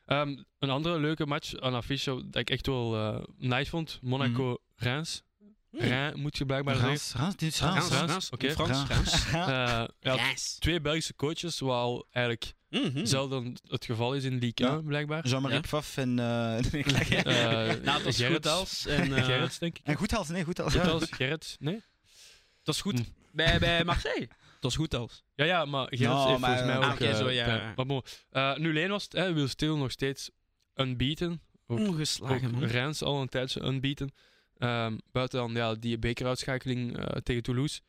[SPEAKER 1] Ehm, een andere leuke match aan affiche dat ik echt wel eh, nice vond. Monaco-Reims.
[SPEAKER 3] Mhm.
[SPEAKER 1] Reims moet je blijkbaar zeggen.
[SPEAKER 2] Rans, Rans, dit is
[SPEAKER 1] Rans,
[SPEAKER 2] Rans.
[SPEAKER 1] Rans.
[SPEAKER 3] Frans, Frans,
[SPEAKER 1] oké.
[SPEAKER 3] Frans, Frans.
[SPEAKER 2] Rans.
[SPEAKER 1] Eh, ja,
[SPEAKER 3] Yes.
[SPEAKER 1] twee Belgische coaches, waar eigenlijk
[SPEAKER 3] Mhm.
[SPEAKER 1] Zelfde dan het geval is in Liga,
[SPEAKER 2] Hmm. Ja.
[SPEAKER 1] blijkbaar.
[SPEAKER 2] Jean-Marie
[SPEAKER 3] Ja.
[SPEAKER 2] Pfaff en... eh, ik lach, hè.
[SPEAKER 1] Eh,
[SPEAKER 3] Nathans
[SPEAKER 1] Gerrits.
[SPEAKER 3] Goethals en eh,
[SPEAKER 1] Gerrits, denk ik.
[SPEAKER 2] en goed als, nee, goed als.
[SPEAKER 1] Goethals, Gerrits, nee?
[SPEAKER 3] Dat is goed.
[SPEAKER 1] Hm.
[SPEAKER 3] Bij, bij Marseille. Dat is goed als.
[SPEAKER 1] Ja, ja, maar Gerrits
[SPEAKER 2] Nou,
[SPEAKER 1] heeft
[SPEAKER 2] maar-
[SPEAKER 1] volgens mij ook...
[SPEAKER 3] Ah, oké,
[SPEAKER 1] eh,
[SPEAKER 3] zo, ja,
[SPEAKER 1] pijn.
[SPEAKER 3] ja.
[SPEAKER 1] Maar bon. Eh, nu alleen was het, hè, Will Stil nog steeds unbeaten. Ook-
[SPEAKER 3] Ongeslagen,
[SPEAKER 1] ook
[SPEAKER 3] man.
[SPEAKER 1] Rens al een tijdje unbeaten. Ehm, buiten dan ja, die bekeruitschakeling eh, tegen Toulouse.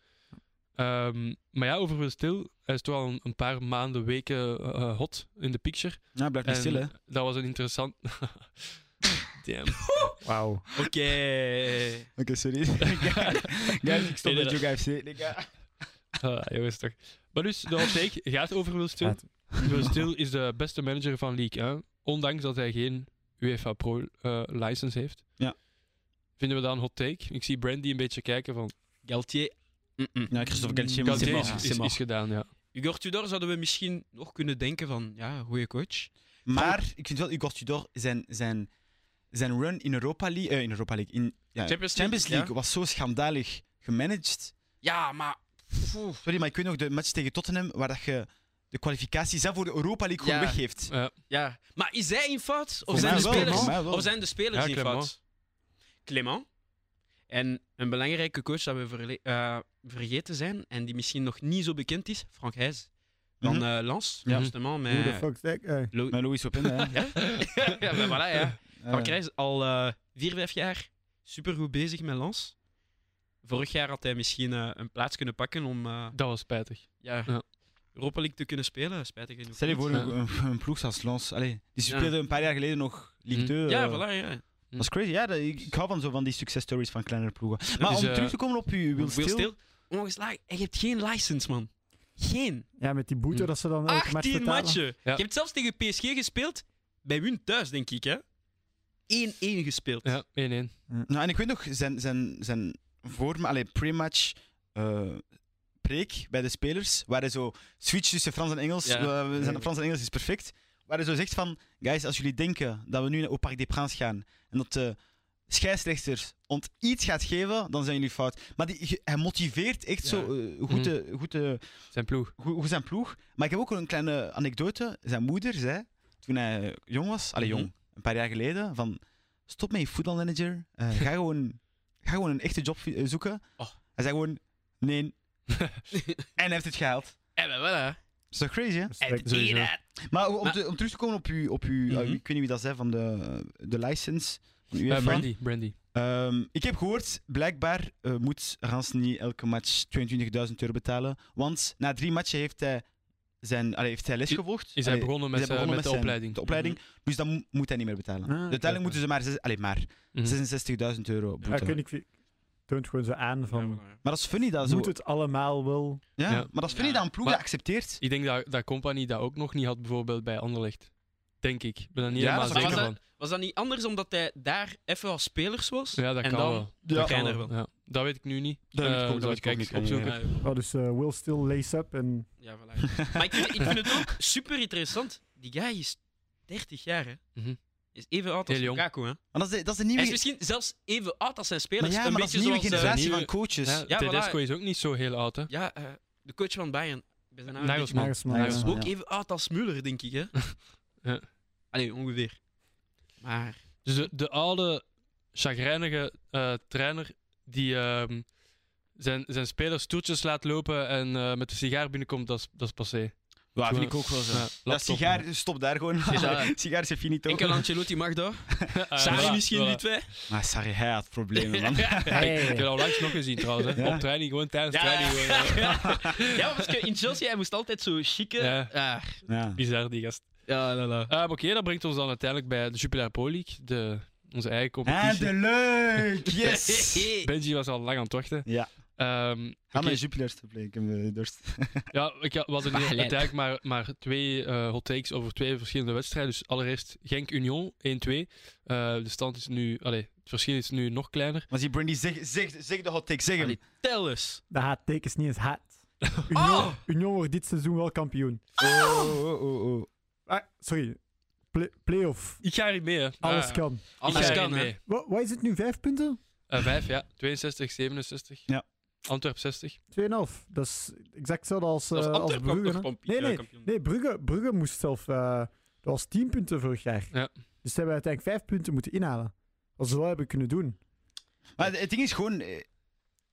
[SPEAKER 1] Ehm, maar ja, over Will Stil. Hij is toch al een, een paar maanden, weken eh, hot in de picture.
[SPEAKER 2] Ja, blijf niet
[SPEAKER 1] En
[SPEAKER 2] stil, hè.
[SPEAKER 1] Dat was een interessant... Damn.
[SPEAKER 4] Wauw.
[SPEAKER 3] Oké.
[SPEAKER 2] Oké, sorry. Guys, ik stond
[SPEAKER 1] Nee,
[SPEAKER 2] met Joga FC. Nee, ja.
[SPEAKER 1] Ah, jongens, toch. Maar dus, de hot take gaat over Will Stil. Will Stil is de beste manager van League 1, ondanks dat hij geen UEFA Pro eh, license heeft.
[SPEAKER 2] Ja.
[SPEAKER 1] Vinden we dat een hot take? Ik zie Brandy een beetje kijken van...
[SPEAKER 3] Galtier. Mm-mm.
[SPEAKER 2] Ja, Christophe Galtier
[SPEAKER 1] Dat
[SPEAKER 2] moet
[SPEAKER 3] Galtier
[SPEAKER 2] wel.
[SPEAKER 1] is,
[SPEAKER 3] mag,
[SPEAKER 1] is,
[SPEAKER 3] ze mag.
[SPEAKER 1] is gedaan, ja.
[SPEAKER 3] Igor Tudor zouden we misschien nog kunnen denken van, ja, goede coach.
[SPEAKER 2] Maar ik vind wel, Igor Tudor, zijn, zijn, zijn run in Europa League... eh, in Europa League. In, ja,
[SPEAKER 3] Champions
[SPEAKER 2] Champions
[SPEAKER 3] League,
[SPEAKER 2] League was zo schandalig gemanaged.
[SPEAKER 3] Ja, maar... Oef.
[SPEAKER 2] Sorry, maar ik weet nog de match tegen Tottenham, waar dat je de kwalificatie zelf voor de Europa League gewoon
[SPEAKER 3] Ja.
[SPEAKER 2] weggeeft.
[SPEAKER 1] Ja.
[SPEAKER 3] Ja. Maar is hij in fout? Of
[SPEAKER 2] Voor
[SPEAKER 3] zijn,
[SPEAKER 2] mij
[SPEAKER 3] de
[SPEAKER 2] wel,
[SPEAKER 3] spelers,
[SPEAKER 2] voor mij wel.
[SPEAKER 3] of zijn de spelers
[SPEAKER 1] Ja,
[SPEAKER 3] in
[SPEAKER 1] Clément.
[SPEAKER 3] fout? Clement. En een belangrijke coach dat we verle- eh, vergeten zijn, en die misschien nog niet zo bekend is, Frank Heijs. Van
[SPEAKER 2] Mhm.
[SPEAKER 3] eh, Lens,
[SPEAKER 1] Ja.
[SPEAKER 3] justement.
[SPEAKER 4] Who the
[SPEAKER 3] Met...
[SPEAKER 4] fuck eh, is that guy?
[SPEAKER 3] Lo-
[SPEAKER 2] Met Louis Openda, hè.
[SPEAKER 3] ja, ja, maar voilà, ja.
[SPEAKER 2] Eh,
[SPEAKER 3] Frank Rijs al eh, vier, vijf jaar supergoed bezig met Lens. Vorig jaar had hij misschien eh, een plaats kunnen pakken om eh,
[SPEAKER 1] Dat was spijtig.
[SPEAKER 3] ja,
[SPEAKER 1] Ja.
[SPEAKER 3] Europa League te kunnen spelen, spijtig genoeg.
[SPEAKER 2] Stel je
[SPEAKER 3] niet.
[SPEAKER 2] voor een, een, een ploeg als Lens. Allee, die
[SPEAKER 3] Ja.
[SPEAKER 2] speelde een paar jaar geleden nog Ligue
[SPEAKER 1] Mm.
[SPEAKER 2] 2. eh,
[SPEAKER 3] Ja, voilà, ja.
[SPEAKER 2] Dat is crazy. Ja, dat- ik, ik hou van, zo van die successtories van kleinere ploegen. Maar
[SPEAKER 1] Dus,
[SPEAKER 2] om
[SPEAKER 1] eh,
[SPEAKER 2] terug te komen op uw Will
[SPEAKER 3] Will
[SPEAKER 2] Still.
[SPEAKER 3] Still, ongeslagen. En je hebt geen license, man. Geen.
[SPEAKER 4] Ja, met die boete
[SPEAKER 1] Hm.
[SPEAKER 4] dat ze dan elke match
[SPEAKER 3] 18
[SPEAKER 4] betalen.
[SPEAKER 3] matchen.
[SPEAKER 1] Ja.
[SPEAKER 3] Je hebt zelfs tegen PSG gespeeld. Bij hun thuis, denk ik, hè. 1-1 gespeeld.
[SPEAKER 1] Ja, 1-1.
[SPEAKER 2] Nou, en ik weet nog, zijn, zijn, zijn voor, allee, pre-match eh, preek bij de spelers, waar hij zo switch tussen Frans en Engels,
[SPEAKER 3] Ja. Mm.
[SPEAKER 2] eh, we zijn Frans en Engels is perfect, waar hij zo zegt van, guys, als jullie denken dat we nu naar- op Parc des Princes gaan en dat de scheidsrechter ons iets gaat geven, dan zijn jullie fout. Maar die, ge- hij motiveert echt
[SPEAKER 3] Ja. Mm.
[SPEAKER 2] zo eh, goed, de, goed, de,
[SPEAKER 1] Zijn ploeg.
[SPEAKER 2] goed, goed zijn ploeg. Maar ik heb ook een kleine anekdote. Zijn moeder zei, toen hij jong was, allee jong,
[SPEAKER 3] Mhm.
[SPEAKER 2] een paar jaar geleden, van stop met je voetbalmanager, eh, ga, gewoon, ga gewoon een echte job vi- eh, zoeken.
[SPEAKER 3] Oh.
[SPEAKER 2] Hij zei gewoon, nee. en hij heeft het gehaald.
[SPEAKER 3] En Eh, wel, hè.
[SPEAKER 2] Dat is toch crazy, hè?
[SPEAKER 4] Respect.
[SPEAKER 1] Sowieso.
[SPEAKER 2] Maar om,
[SPEAKER 3] Maar-
[SPEAKER 2] te- om terug te komen op uw, op uw eh,
[SPEAKER 3] Mhm.
[SPEAKER 2] ik weet niet wie dat zei, van de, de license van UEFA.
[SPEAKER 1] Eh, Brandy, Brandy.
[SPEAKER 2] Ehm, ik heb gehoord, blijkbaar eh, moet Rans niet elke match 22.000 euro betalen. Want na drie matchen heeft hij, zijn, allee, heeft hij les
[SPEAKER 1] I-
[SPEAKER 2] gevolgd.
[SPEAKER 1] Is hij
[SPEAKER 2] Allee,
[SPEAKER 1] begonnen met,
[SPEAKER 2] is hij
[SPEAKER 1] eh,
[SPEAKER 2] begonnen
[SPEAKER 1] met de
[SPEAKER 2] zijn-
[SPEAKER 1] opleiding. Mhm.
[SPEAKER 2] de opleiding. Dus dan mo- moet hij niet meer betalen.
[SPEAKER 4] Ah, oké,
[SPEAKER 2] Uiteindelijk
[SPEAKER 4] oké.
[SPEAKER 2] moeten ze maar, zes- allee, maar
[SPEAKER 1] Mhm.
[SPEAKER 2] 66.000 euro boete.
[SPEAKER 4] Ja, ik weet niet, ik toont gewoon zo aan van...
[SPEAKER 2] Maar dat is funny dat zo.
[SPEAKER 4] moet het allemaal wel?
[SPEAKER 2] Ja,
[SPEAKER 1] Ja.
[SPEAKER 2] Maar dat is funny
[SPEAKER 3] Ja.
[SPEAKER 2] dat een ploeg
[SPEAKER 1] Maar-
[SPEAKER 2] dat accepteert.
[SPEAKER 1] Ik denk dat, dat Company dat ook nog niet had, bijvoorbeeld bij Anderlecht. Denk ik. Ik ben er niet
[SPEAKER 2] Ja,
[SPEAKER 1] helemaal
[SPEAKER 2] dat zou
[SPEAKER 1] zeker van.
[SPEAKER 3] kunnen. Was dat niet anders omdat hij daar even als spelers was?
[SPEAKER 1] Ja, dat
[SPEAKER 3] en
[SPEAKER 1] kan
[SPEAKER 3] dan
[SPEAKER 1] wel.
[SPEAKER 3] dat
[SPEAKER 1] kan
[SPEAKER 3] kan er wel.
[SPEAKER 1] Ja, dat weet ik nu niet.
[SPEAKER 2] Dat weet ik
[SPEAKER 1] Eh,
[SPEAKER 2] ook- dat
[SPEAKER 1] zou
[SPEAKER 2] weet ik ook
[SPEAKER 1] eens
[SPEAKER 2] niet.
[SPEAKER 1] opzoeken.
[SPEAKER 2] Ja,
[SPEAKER 4] Oh, dus eh, Will still lace up en...
[SPEAKER 3] Ja, voilà. maar ik vind, ik vind het ook super interessant. Die guy is 30 jaar, hè.
[SPEAKER 1] Mhm.
[SPEAKER 3] Is even oud als
[SPEAKER 1] Heel jong.
[SPEAKER 3] Lukaku, hè.
[SPEAKER 2] Maar dat is de, dat is de nieuwe,
[SPEAKER 3] Hij is misschien zelfs even oud als zijn
[SPEAKER 2] maar
[SPEAKER 3] spelers.
[SPEAKER 2] ja,
[SPEAKER 3] een
[SPEAKER 2] maar dat is
[SPEAKER 3] beetje
[SPEAKER 2] de nieuwe
[SPEAKER 3] zoals... eh,
[SPEAKER 2] generatie
[SPEAKER 1] nieuwe-
[SPEAKER 2] van coaches.
[SPEAKER 1] Ja,
[SPEAKER 3] Ja,
[SPEAKER 1] Tedesco
[SPEAKER 3] voilà.
[SPEAKER 1] is ook niet zo heel oud, hè?
[SPEAKER 3] ja, eh, de coach van Bayern. Ik ben zijn naam een beetje
[SPEAKER 1] Nagelsman.
[SPEAKER 4] Nagelsman,
[SPEAKER 1] Ja,
[SPEAKER 4] ja.
[SPEAKER 2] Nagelsman.
[SPEAKER 3] kwijt. Ook even oud als Muller, denk ik, hè.
[SPEAKER 1] Ja.
[SPEAKER 3] Allee, ongeveer. Maar...
[SPEAKER 1] Dus de, de oude, chagrijnige eh, trainer die ehm, zijn, zijn spelers toertjes laat lopen en eh, met de sigaar binnenkomt, dat is, dat is passé.
[SPEAKER 2] Ja, Ah, vind ik ook wel zo.
[SPEAKER 1] Ja,
[SPEAKER 2] Dat
[SPEAKER 1] laptop.
[SPEAKER 2] sigaar, stop daar gewoon.
[SPEAKER 3] Ja.
[SPEAKER 2] Sigaar is finito.
[SPEAKER 3] Enkel Ancelotti mag dat.
[SPEAKER 1] Ah,
[SPEAKER 3] Sarri
[SPEAKER 1] voilà,
[SPEAKER 3] misschien
[SPEAKER 1] voilà.
[SPEAKER 3] die twee.
[SPEAKER 2] Maar Ah, sorry, hij had problemen, man.
[SPEAKER 1] Ik
[SPEAKER 4] Hey.
[SPEAKER 1] heb dat onlangs nog gezien trouwens. Hè.
[SPEAKER 2] Ja.
[SPEAKER 1] Op training, gewoon tijdens training. Gewoon,
[SPEAKER 3] ja.
[SPEAKER 1] eh,
[SPEAKER 3] Ja, maar parce que in Chelsea, hij moest altijd zo chique.
[SPEAKER 1] Ja.
[SPEAKER 3] Ah,
[SPEAKER 2] Ja.
[SPEAKER 1] Bizar die gast.
[SPEAKER 3] ja, la, la.
[SPEAKER 1] Eh, maar Oké, dat brengt ons dan uiteindelijk bij de Jupiler Pro League, de, onze eigen competitie.
[SPEAKER 2] Eindelijk! Yes!
[SPEAKER 1] Benji was al lang aan het wachten.
[SPEAKER 2] Ja.
[SPEAKER 1] Ehm,
[SPEAKER 2] Ga
[SPEAKER 1] oké,
[SPEAKER 2] mijn Jupilers te play, ik heb eh, dorst.
[SPEAKER 1] Ja, ik, had- we hadden hier
[SPEAKER 3] Paleis.
[SPEAKER 1] uiteindelijk maar, maar twee eh, hot takes over twee verschillende wedstrijden. Dus allereerst Genk-Union 1-2. Eh, de stand is nu... Allee, het verschil is nu nog kleiner.
[SPEAKER 2] Maar zie Brandy, zeg, zeg, zeg de hot take, zeg hem.
[SPEAKER 3] Allee. Tel eens.
[SPEAKER 4] De haattek is niet eens haat. Union,
[SPEAKER 3] Oh!
[SPEAKER 4] Union wordt dit seizoen wel kampioen.
[SPEAKER 2] Oh, oh, oh, oh.
[SPEAKER 4] Ah, sorry. Play- Playoff.
[SPEAKER 1] Ik ga erin mee, hè.
[SPEAKER 4] Alles
[SPEAKER 1] Ah,
[SPEAKER 4] kan.
[SPEAKER 1] Ik ga
[SPEAKER 3] Alles
[SPEAKER 1] erin
[SPEAKER 3] kan, hè.
[SPEAKER 1] mee.
[SPEAKER 4] Wa- Wat is het nu? Vijf punten?
[SPEAKER 1] Eh, vijf, ja. 62, 67. Antwerp 60.
[SPEAKER 4] 2,5. Dat is exact hetzelfde als,
[SPEAKER 3] Dat
[SPEAKER 4] eh, als
[SPEAKER 3] was Antwerpen
[SPEAKER 4] Brugge.
[SPEAKER 3] toch
[SPEAKER 4] hè?
[SPEAKER 3] kampioen-
[SPEAKER 4] Nee,
[SPEAKER 3] eh,
[SPEAKER 4] nee,
[SPEAKER 3] kampioen.
[SPEAKER 4] nee Brugge, Brugge moest zelf... eh, dat was 10 punten vorig jaar.
[SPEAKER 1] Ja.
[SPEAKER 4] Dus ze hebben uiteindelijk 5 punten moeten inhalen. Als ze dat hebben kunnen doen.
[SPEAKER 2] Maar het ding is gewoon, eh,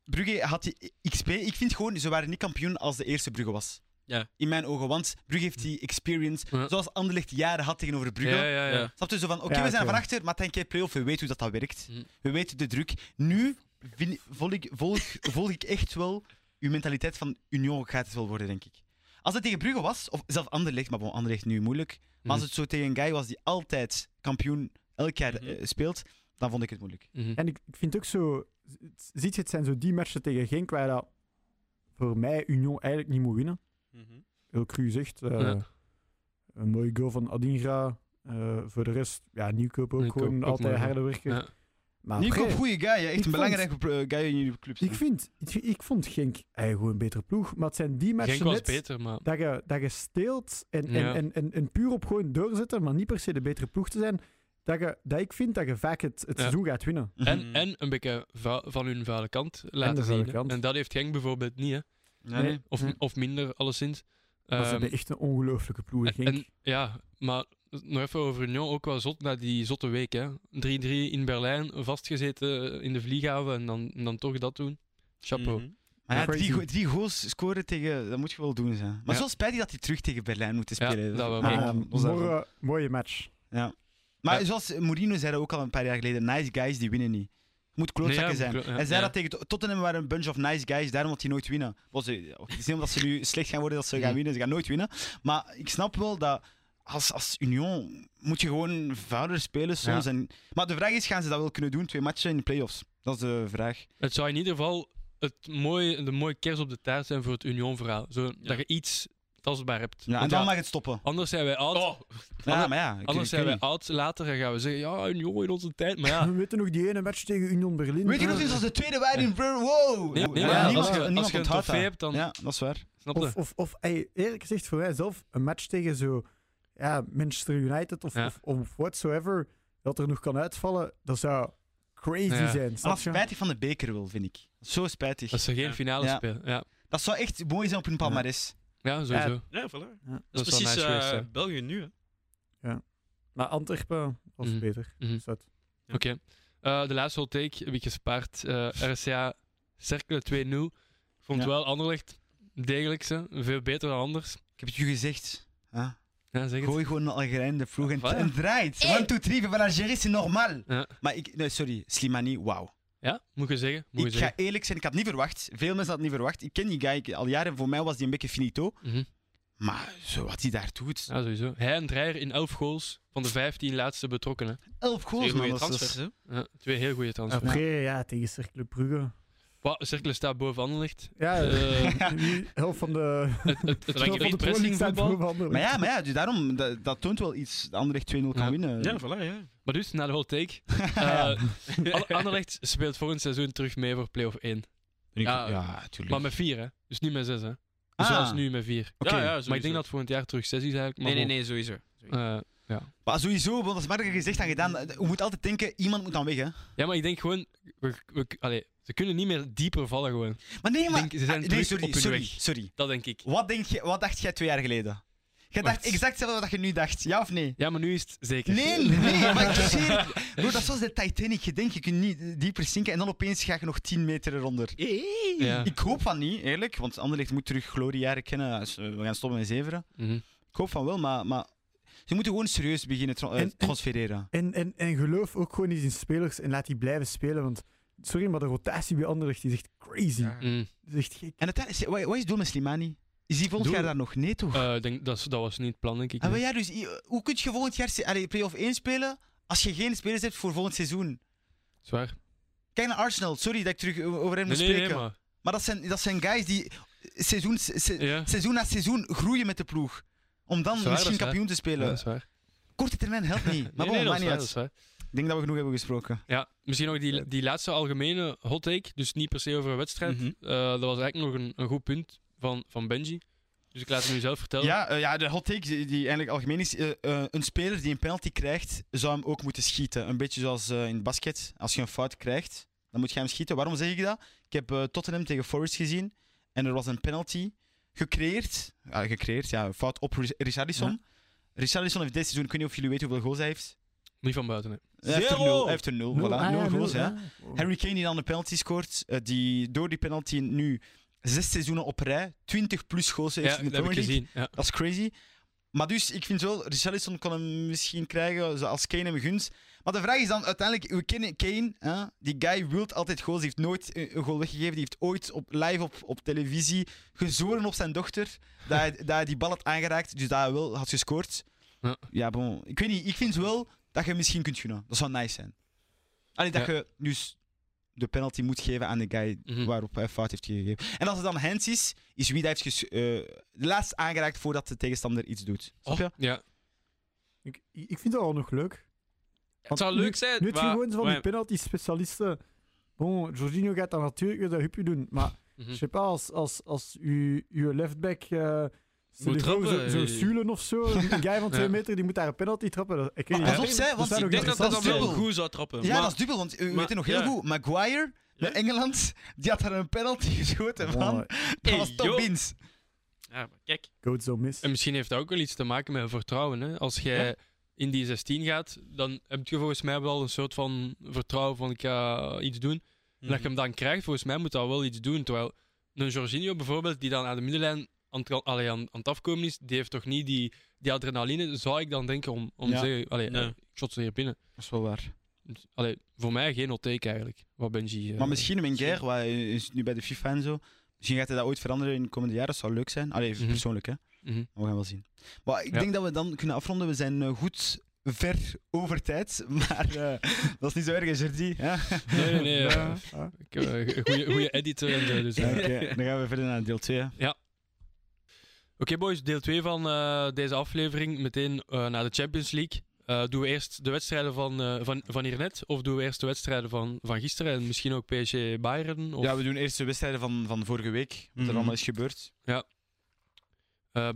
[SPEAKER 2] Brugge had die XP. Ik vind gewoon, ze waren niet kampioen als de eerste Brugge was.
[SPEAKER 3] Ja.
[SPEAKER 2] In mijn ogen, want Brugge heeft die experience,
[SPEAKER 1] Ja.
[SPEAKER 2] zoals Anderlecht jaren had tegenover Brugge.
[SPEAKER 1] Ja, ja, ja.
[SPEAKER 3] Ja.
[SPEAKER 2] Snap je zo van, oké,
[SPEAKER 4] Ja,
[SPEAKER 2] we zijn
[SPEAKER 4] oké.
[SPEAKER 2] van achter, maar denk jij play-off, we weten hoe dat, dat werkt.
[SPEAKER 1] Hm.
[SPEAKER 2] We weten de druk. Nu vind- volg, ik- volg, volg ik echt wel uw mentaliteit van Union gaat het wel worden, denk ik. Als het tegen Brugge was, of zelf Anderlecht, maar bon, Anderlecht nu moeilijk. Maar als
[SPEAKER 1] Mhm.
[SPEAKER 2] het zo tegen een guy was die altijd kampioen elk jaar
[SPEAKER 1] Hm.
[SPEAKER 3] Mhm.
[SPEAKER 2] eh, speelt, dan vond ik het moeilijk.
[SPEAKER 1] Mhm.
[SPEAKER 4] En ik, ik vind ook zo... het- Ziet je, het zijn zo die matchen tegen Genk waar dat voor mij Union eigenlijk niet moet winnen.
[SPEAKER 3] Mhm.
[SPEAKER 4] Heel cru zegt. eh,
[SPEAKER 1] Ja.
[SPEAKER 4] Een mooie goal van Adingra. Eh, voor de rest, ja, Nieuwkoop ook
[SPEAKER 1] Nieuwkoop
[SPEAKER 4] gewoon
[SPEAKER 1] ook
[SPEAKER 4] altijd
[SPEAKER 1] mooi, hè?
[SPEAKER 4] harder werken.
[SPEAKER 1] Ja.
[SPEAKER 4] Maar
[SPEAKER 2] Nico,
[SPEAKER 4] après-
[SPEAKER 2] goede guy, hè. echt
[SPEAKER 4] Ah, ik
[SPEAKER 2] een
[SPEAKER 4] vond-
[SPEAKER 2] belangrijke pro- eh, guy in jullie club.
[SPEAKER 4] Ik, vind, ik, ik vond Genk eigenlijk gewoon een betere ploeg. Maar het zijn die matchen
[SPEAKER 1] Genk was
[SPEAKER 4] net
[SPEAKER 1] beter, maar...
[SPEAKER 4] dat je, dat je steelt en,
[SPEAKER 1] Ja.
[SPEAKER 4] en, en, en, en puur op gewoon doorzetten, maar niet per se de betere ploeg te zijn. Dat, je, dat ik vind dat je vaak het, het
[SPEAKER 1] Ja.
[SPEAKER 4] seizoen gaat winnen.
[SPEAKER 1] En,
[SPEAKER 2] Hm.
[SPEAKER 3] Mhm.
[SPEAKER 1] en een beetje va- van hun vuile kant laten
[SPEAKER 4] vuile
[SPEAKER 1] zien. hè.
[SPEAKER 4] kant.
[SPEAKER 1] En dat heeft Genk bijvoorbeeld niet, hè.
[SPEAKER 2] Ja, nee.
[SPEAKER 1] Of, eh, of minder, alleszins.
[SPEAKER 4] Maar ze
[SPEAKER 1] Ehm,
[SPEAKER 4] hebben echt een ongelooflijke ploeg,
[SPEAKER 1] en,
[SPEAKER 4] Genk.
[SPEAKER 1] en- ja, maar nog even over Union, ook wel zot na die zotte week, hè. 3-3 in Berlijn, vastgezeten in de vlieghaven en dan, en dan toch dat doen. Chapeau.
[SPEAKER 3] Mhm.
[SPEAKER 2] Maar ja,
[SPEAKER 4] Crazy.
[SPEAKER 2] drie, go- drie goals scoren tegen, dat moet je wel doen. Zijn. Maar
[SPEAKER 1] Ja.
[SPEAKER 2] zo spijtig dat hij terug tegen Berlijn moet
[SPEAKER 1] Ja,
[SPEAKER 2] spelen.
[SPEAKER 1] dat wel.
[SPEAKER 2] maar
[SPEAKER 1] Ja,
[SPEAKER 2] ja,
[SPEAKER 4] Ehm,
[SPEAKER 2] los daarvan.
[SPEAKER 4] morgen, mooie match.
[SPEAKER 2] Ja. Maar
[SPEAKER 1] Ja.
[SPEAKER 2] zoals Mourinho zei dat ook al een paar jaar geleden, nice guys die winnen niet. Het moet klootzakken
[SPEAKER 1] Nee, ja,
[SPEAKER 2] zijn.
[SPEAKER 1] moet klo- ja,
[SPEAKER 2] hij zei
[SPEAKER 3] ja.
[SPEAKER 2] dat tegen Tot- Tottenham waren een bunch of nice guys, daarom dat die nooit winnen. Was, eh, het is niet omdat ze nu slecht gaan worden dat ze gaan
[SPEAKER 1] Hmm.
[SPEAKER 2] winnen, ze gaan nooit winnen. Maar ik snap wel dat als, als Union moet je gewoon vuiler spelen soms.
[SPEAKER 1] Ja.
[SPEAKER 2] En, maar de vraag is, gaan ze dat wel kunnen doen, twee matchen in de playoffs? Dat is de vraag.
[SPEAKER 1] Het zou in ieder geval het mooie, de mooie kers op de taart zijn voor het Union-verhaal. Zo, Dat je iets tastbaar hebt.
[SPEAKER 2] Ja, en
[SPEAKER 1] Want
[SPEAKER 2] dan
[SPEAKER 1] ja,
[SPEAKER 2] mag het stoppen.
[SPEAKER 1] Anders zijn wij oud.
[SPEAKER 2] Ja, maar ja, ik-
[SPEAKER 1] Anders
[SPEAKER 2] ik
[SPEAKER 1] zijn
[SPEAKER 2] weet
[SPEAKER 1] wij
[SPEAKER 2] niet.
[SPEAKER 1] oud later en gaan we zeggen, ja, Union in onze tijd. Maar ja,
[SPEAKER 4] We weten nog die ene match tegen Union Berlin.
[SPEAKER 2] Weet je nog
[SPEAKER 4] Ah.
[SPEAKER 2] eens als de tweede waren in Brun? Wow!
[SPEAKER 1] Nee, nee,
[SPEAKER 4] maar ja,
[SPEAKER 2] niemand,
[SPEAKER 4] als je-
[SPEAKER 1] als
[SPEAKER 2] niemand
[SPEAKER 1] je een
[SPEAKER 2] onthoudt
[SPEAKER 1] trofee
[SPEAKER 2] dat.
[SPEAKER 1] hebt, dan-
[SPEAKER 2] Ja, dat is waar.
[SPEAKER 1] snap je?
[SPEAKER 4] Of, of, of ey, eerlijk gezegd, voor mij zelf een match tegen zo ja, Manchester United of,
[SPEAKER 1] Ja.
[SPEAKER 4] of, of whatsoever, dat er nog kan uitvallen, dat zou crazy
[SPEAKER 1] Ja.
[SPEAKER 4] zijn.
[SPEAKER 2] Maar
[SPEAKER 4] Snap
[SPEAKER 2] dat is
[SPEAKER 4] je?
[SPEAKER 2] spijtig van de beker wil, vind ik. Zo spijtig.
[SPEAKER 1] Dat ze geen
[SPEAKER 3] Ja.
[SPEAKER 1] finale
[SPEAKER 2] Ja.
[SPEAKER 1] spelen. Ja,
[SPEAKER 2] Dat zou echt mooi zijn op hun palmarès.
[SPEAKER 1] ja sowieso.
[SPEAKER 3] Ja, voilà.
[SPEAKER 4] Ja.
[SPEAKER 3] Dat
[SPEAKER 1] Dat is
[SPEAKER 3] is
[SPEAKER 1] wel
[SPEAKER 3] precies
[SPEAKER 1] nice geweest,
[SPEAKER 3] eh,
[SPEAKER 1] hè.
[SPEAKER 3] België nu, hè.
[SPEAKER 4] Maar Antwerpen was
[SPEAKER 1] Mhm.
[SPEAKER 4] beter.
[SPEAKER 1] Mhm.
[SPEAKER 4] Dus dat-
[SPEAKER 1] Oké. Eh, de laatste hot take heb ik gespaard. Eh, RCA Cercle 2-0. Ik vond
[SPEAKER 2] Ja.
[SPEAKER 1] wel Anderlecht degelijkse. Veel beter dan anders.
[SPEAKER 2] Ik heb het je gezegd. Huh?
[SPEAKER 1] Ja, zeg het.
[SPEAKER 2] Gooi gewoon een Algerijn in de ploeg en,
[SPEAKER 1] Wat?
[SPEAKER 2] en draait. One, two, three, van Algerie, c'est normaal.
[SPEAKER 1] Ja.
[SPEAKER 2] Maar ik, nee, sorry, Slimani, wauw.
[SPEAKER 1] Ja, moet je zeggen. Moet je
[SPEAKER 2] Ik ga
[SPEAKER 1] zeggen.
[SPEAKER 2] eerlijk zijn, ik had het niet verwacht. Veel mensen hadden het niet verwacht. Ik ken die guy ik- al jaren. Voor mij was die een beetje finito.
[SPEAKER 1] Mhm.
[SPEAKER 2] Maar zo wat hij daar doet.
[SPEAKER 1] Ja, sowieso. Hij en Dreyer in 11 goals van de 15 laatste betrokkenen.
[SPEAKER 2] Elf goals,
[SPEAKER 3] Goeie
[SPEAKER 2] man. dat is-
[SPEAKER 3] transfers, hè.
[SPEAKER 1] Ja, twee heel goede transfers.
[SPEAKER 4] Après, ja, tegen Cercle Brugge.
[SPEAKER 1] Wa- Cercle staat boven Anderlecht.
[SPEAKER 4] Ja,
[SPEAKER 1] Eh,
[SPEAKER 4] die helft van de,
[SPEAKER 1] het, het, het,
[SPEAKER 3] Zolang je
[SPEAKER 1] het,
[SPEAKER 4] van de
[SPEAKER 3] niet
[SPEAKER 1] pressing
[SPEAKER 4] pressing staat
[SPEAKER 1] voetbal.
[SPEAKER 4] voor Anderlecht.
[SPEAKER 2] Maar ja, maar ja dus daarom, dat, dat toont wel iets. De Anderlecht 2-0 kan
[SPEAKER 1] Ja.
[SPEAKER 2] winnen.
[SPEAKER 3] Ja, voilà, ja.
[SPEAKER 1] Maar dus, na de hot take.
[SPEAKER 2] Ja.
[SPEAKER 1] eh, Ander- Anderlecht speelt volgend seizoen terug mee voor play-off 1.
[SPEAKER 3] Ja,
[SPEAKER 2] tuurlijk.
[SPEAKER 1] Maar met 4, hè. Dus niet met 6, hè. Dus
[SPEAKER 2] Ah.
[SPEAKER 1] Zoals nu met 4.
[SPEAKER 2] Oké.
[SPEAKER 3] Ja, ja, sowieso.
[SPEAKER 1] Maar ik denk dat volgend jaar terug 6 is eigenlijk. Maar
[SPEAKER 3] Nee, nee, nee, sowieso.
[SPEAKER 1] bon.
[SPEAKER 3] Sowieso.
[SPEAKER 1] Eh,
[SPEAKER 2] Maar sowieso, want dat is makkelijker gezegd dan gedaan. Je moet altijd denken, iemand moet dan weg, hè.
[SPEAKER 1] Ja, maar ik denk gewoon, we, we- allee, ze kunnen niet meer dieper vallen gewoon.
[SPEAKER 2] Maar nee,
[SPEAKER 1] Ik
[SPEAKER 2] maar...
[SPEAKER 1] denk, ze zijn
[SPEAKER 2] Ah, nee,
[SPEAKER 1] terug
[SPEAKER 2] sorry,
[SPEAKER 1] op hun
[SPEAKER 2] sorry,
[SPEAKER 1] weg.
[SPEAKER 2] sorry.
[SPEAKER 1] Dat denk ik.
[SPEAKER 2] Wat, denk je, wat dacht jij twee jaar geleden? Je dacht
[SPEAKER 1] Wacht.
[SPEAKER 2] exact hetzelfde wat je nu dacht, ja of nee?
[SPEAKER 1] Ja, maar nu is het zeker.
[SPEAKER 2] Nee, nee, maar ik zie Bro, dat is zoals de Titanic. Je denkt, je kunt niet dieper zinken en dan opeens ga je nog 10 meter eronder.
[SPEAKER 1] Ja.
[SPEAKER 2] Ik hoop van niet, eerlijk, want Anderlecht moet terug gloriejaren kennen. als We we gaan stoppen met zeveren.
[SPEAKER 1] Mhm.
[SPEAKER 2] Ik hoop van wel, maar, maar ze moeten gewoon serieus beginnen tra- eh,
[SPEAKER 4] En- en-
[SPEAKER 2] transfereren.
[SPEAKER 4] En, en, en geloof ook gewoon eens in spelers en laat die blijven spelen. Want sorry, maar de rotatie bij Anderlecht is echt crazy.
[SPEAKER 3] Ja.
[SPEAKER 1] Mhm.
[SPEAKER 4] Dat is echt gek.
[SPEAKER 2] En uiteindelijk, wat, wat is het doel met Slimani? Is die volgend
[SPEAKER 1] Doel?
[SPEAKER 2] jaar daar nog? Nee, toch?
[SPEAKER 1] Eh, ik denk, dat, is- dat was niet het plan, denk ik.
[SPEAKER 2] Ah, maar ja, dus, i- hoe kun je volgend jaar se- allee, play-off 1 spelen als je geen spelers hebt voor volgend seizoen?
[SPEAKER 1] Zwaar.
[SPEAKER 2] Kijk naar Arsenal, sorry dat ik terug o- over hem
[SPEAKER 1] Nee,
[SPEAKER 2] moet
[SPEAKER 1] nee, nee,
[SPEAKER 2] spreken.
[SPEAKER 1] maar...
[SPEAKER 2] Maar dat zijn, dat zijn guys die seizoen, se- se-
[SPEAKER 1] Ja,
[SPEAKER 2] seizoen na seizoen groeien met de ploeg. Om dan
[SPEAKER 1] Zwaar, dat
[SPEAKER 2] misschien
[SPEAKER 1] is waar.
[SPEAKER 2] kampioen te
[SPEAKER 1] Ja,
[SPEAKER 2] spelen.
[SPEAKER 1] dat is waar.
[SPEAKER 2] Korte termijn helpt niet.
[SPEAKER 1] nee, nee,
[SPEAKER 2] Maar bon,
[SPEAKER 1] dat
[SPEAKER 2] maakt
[SPEAKER 1] is
[SPEAKER 2] niet
[SPEAKER 1] waar, dat is
[SPEAKER 2] uit.
[SPEAKER 1] waar.
[SPEAKER 2] Ik denk dat we genoeg hebben gesproken.
[SPEAKER 1] Ja, misschien nog die, die laatste algemene hot take, dus niet per se over een wedstrijd.
[SPEAKER 3] Mhm.
[SPEAKER 1] Eh, dat was eigenlijk nog een, een goed punt van, van Benji. Dus ik laat hem nu zelf vertellen.
[SPEAKER 2] Ja, eh, ja, de hot take die die eigenlijk algemeen is. eh, eh, een speler die een penalty krijgt, zou hem ook moeten schieten. Een beetje zoals eh, in het basket. Als je een fout krijgt, Dan moet je hem schieten. Waarom zeg ik dat? Ik heb eh, Tottenham tegen Forest gezien. En er was een penalty gecreëerd. Ja, gecreëerd, ja. Fout op Ri- Richarlison. Richarlison heeft dit seizoen, ik weet niet of jullie weten hoeveel goals hij heeft.
[SPEAKER 1] Niet van buiten, hè.
[SPEAKER 2] Hij heeft er
[SPEAKER 5] Zero!
[SPEAKER 2] nul. Hij heeft er nul.
[SPEAKER 4] Nul,
[SPEAKER 2] voilà,
[SPEAKER 4] ah,
[SPEAKER 2] nul goals,
[SPEAKER 4] nul,
[SPEAKER 2] ja.
[SPEAKER 4] ah. Oh.
[SPEAKER 2] Harry Kane die dan de penalty scoort, eh, die door die penalty nu zes seizoenen op rij 20 plus goals heeft
[SPEAKER 1] Ja,
[SPEAKER 2] in de
[SPEAKER 1] dat heb ik
[SPEAKER 2] Premier League.
[SPEAKER 1] gezien. Ja.
[SPEAKER 2] Dat is crazy. Maar dus, ik vind wel, Richarlison kon hem misschien krijgen zo als Kane hem gunt. Maar de vraag is dan uiteindelijk, we kennen Kane, hè? die guy wilt altijd goals, die heeft nooit eh, een goal weggegeven, die heeft ooit op, live op, op televisie gezoren op zijn dochter, dat hij, dat hij die bal had aangeraakt, dus dat hij wel had gescoord.
[SPEAKER 1] Ja.
[SPEAKER 2] Ja, bon. Ik weet niet, ik vind wel dat je misschien kunt gunnen. Dat zou nice zijn. Alleen dat
[SPEAKER 1] Ja.
[SPEAKER 2] je dus de penalty moet geven aan de guy
[SPEAKER 1] Mhm.
[SPEAKER 2] waarop hij fout heeft gegeven. En als het dan Hens is, is wie dat heeft ges- eh, laatst aangeraakt voordat de tegenstander iets doet. Snap je?
[SPEAKER 1] Ja.
[SPEAKER 4] Ik, ik vind dat al nog leuk.
[SPEAKER 5] Het zou
[SPEAKER 4] nu-
[SPEAKER 5] leuk zijn,
[SPEAKER 4] Nu het
[SPEAKER 5] maar...
[SPEAKER 4] gewoon zo van
[SPEAKER 5] maar-
[SPEAKER 4] die penalty-specialisten. Bon, Jorginho gaat dan natuurlijk weer dat hupje doen. Maar
[SPEAKER 1] Mhm.
[SPEAKER 4] je sais pas, als, als, als uw, uw leftback... eh stel
[SPEAKER 1] Moet
[SPEAKER 4] je voor,
[SPEAKER 1] trappen,
[SPEAKER 4] Zo, zo
[SPEAKER 1] eh.
[SPEAKER 4] Sulen of zo. Een guy van 2
[SPEAKER 1] Ja.
[SPEAKER 4] meter, die moet daar een penalty trappen. Dat- Ik weet
[SPEAKER 2] Maar
[SPEAKER 4] niet,
[SPEAKER 2] pas
[SPEAKER 4] Ah, dat-
[SPEAKER 2] op, zij, want
[SPEAKER 4] zou
[SPEAKER 2] ik
[SPEAKER 4] ook
[SPEAKER 5] Ik denk dat dat
[SPEAKER 2] interessant
[SPEAKER 5] dan
[SPEAKER 2] zijn.
[SPEAKER 5] wel goed zou trappen.
[SPEAKER 2] Ja,
[SPEAKER 5] maar-
[SPEAKER 2] dat is dubbel, want eh, we
[SPEAKER 5] maar-
[SPEAKER 2] weten nog heel
[SPEAKER 5] ja.
[SPEAKER 2] goed, Maguire bij Engeland, die had daar een penalty geschoten van.
[SPEAKER 4] Bon,
[SPEAKER 2] dat
[SPEAKER 5] Hey,
[SPEAKER 2] was top
[SPEAKER 5] joh.
[SPEAKER 2] wins.
[SPEAKER 5] Ja, maar kijk.
[SPEAKER 4] Goat zo mis.
[SPEAKER 1] En misschien heeft dat ook wel iets te maken met vertrouwen. Hè? Als jij in die 16 gaat, dan heb je volgens mij wel een soort van vertrouwen van ik ga iets doen. En
[SPEAKER 2] Mm-hmm.
[SPEAKER 1] dat je hem dan krijgt, volgens mij moet dat wel iets doen. Terwijl een Jorginho bijvoorbeeld, die dan aan de middenlijn aan, het- allee, aan, aan het afkomen is, die heeft toch niet die, die adrenaline, zou ik dan denken om, om
[SPEAKER 2] Ja.
[SPEAKER 1] te zeggen, allee,
[SPEAKER 5] Nee.
[SPEAKER 1] eh, ik shot ze hier binnen.
[SPEAKER 2] Dat is wel waar.
[SPEAKER 1] Dus, allee, voor mij geen hot-take eigenlijk, wat Benji... eh,
[SPEAKER 2] Maar misschien Wenger, wat hij is nu bij de FIFA en zo, misschien gaat hij dat ooit veranderen in de komende jaren, dat zou leuk zijn. Allee,
[SPEAKER 1] Mhm.
[SPEAKER 2] persoonlijk hè.
[SPEAKER 1] mhm.
[SPEAKER 2] We gaan wel zien. Maar ik
[SPEAKER 1] Ja.
[SPEAKER 2] denk dat we dan kunnen afronden. We zijn eh, goed ver over tijd, maar eh, dat is niet zo erg, Jordi. hè?
[SPEAKER 1] Nee, nee, nee. eh,
[SPEAKER 4] Ja, ja.
[SPEAKER 1] ik, eh, goeie- goeie editor en zo, dus... eh.
[SPEAKER 2] Oké, dan gaan we verder naar deel 2.
[SPEAKER 1] Oké boys, deel 2 van eh, deze aflevering. Meteen eh, naar de Champions League. Eh, doen we eerst de wedstrijden van, eh van, van hiernet? Of doen we eerst de wedstrijden van, van gisteren? En misschien ook PSG Bayern? Of,
[SPEAKER 2] Ja, we doen eerst de wedstrijden van, van vorige week, wat er
[SPEAKER 5] Mhm.
[SPEAKER 2] allemaal is gebeurd.
[SPEAKER 1] eh,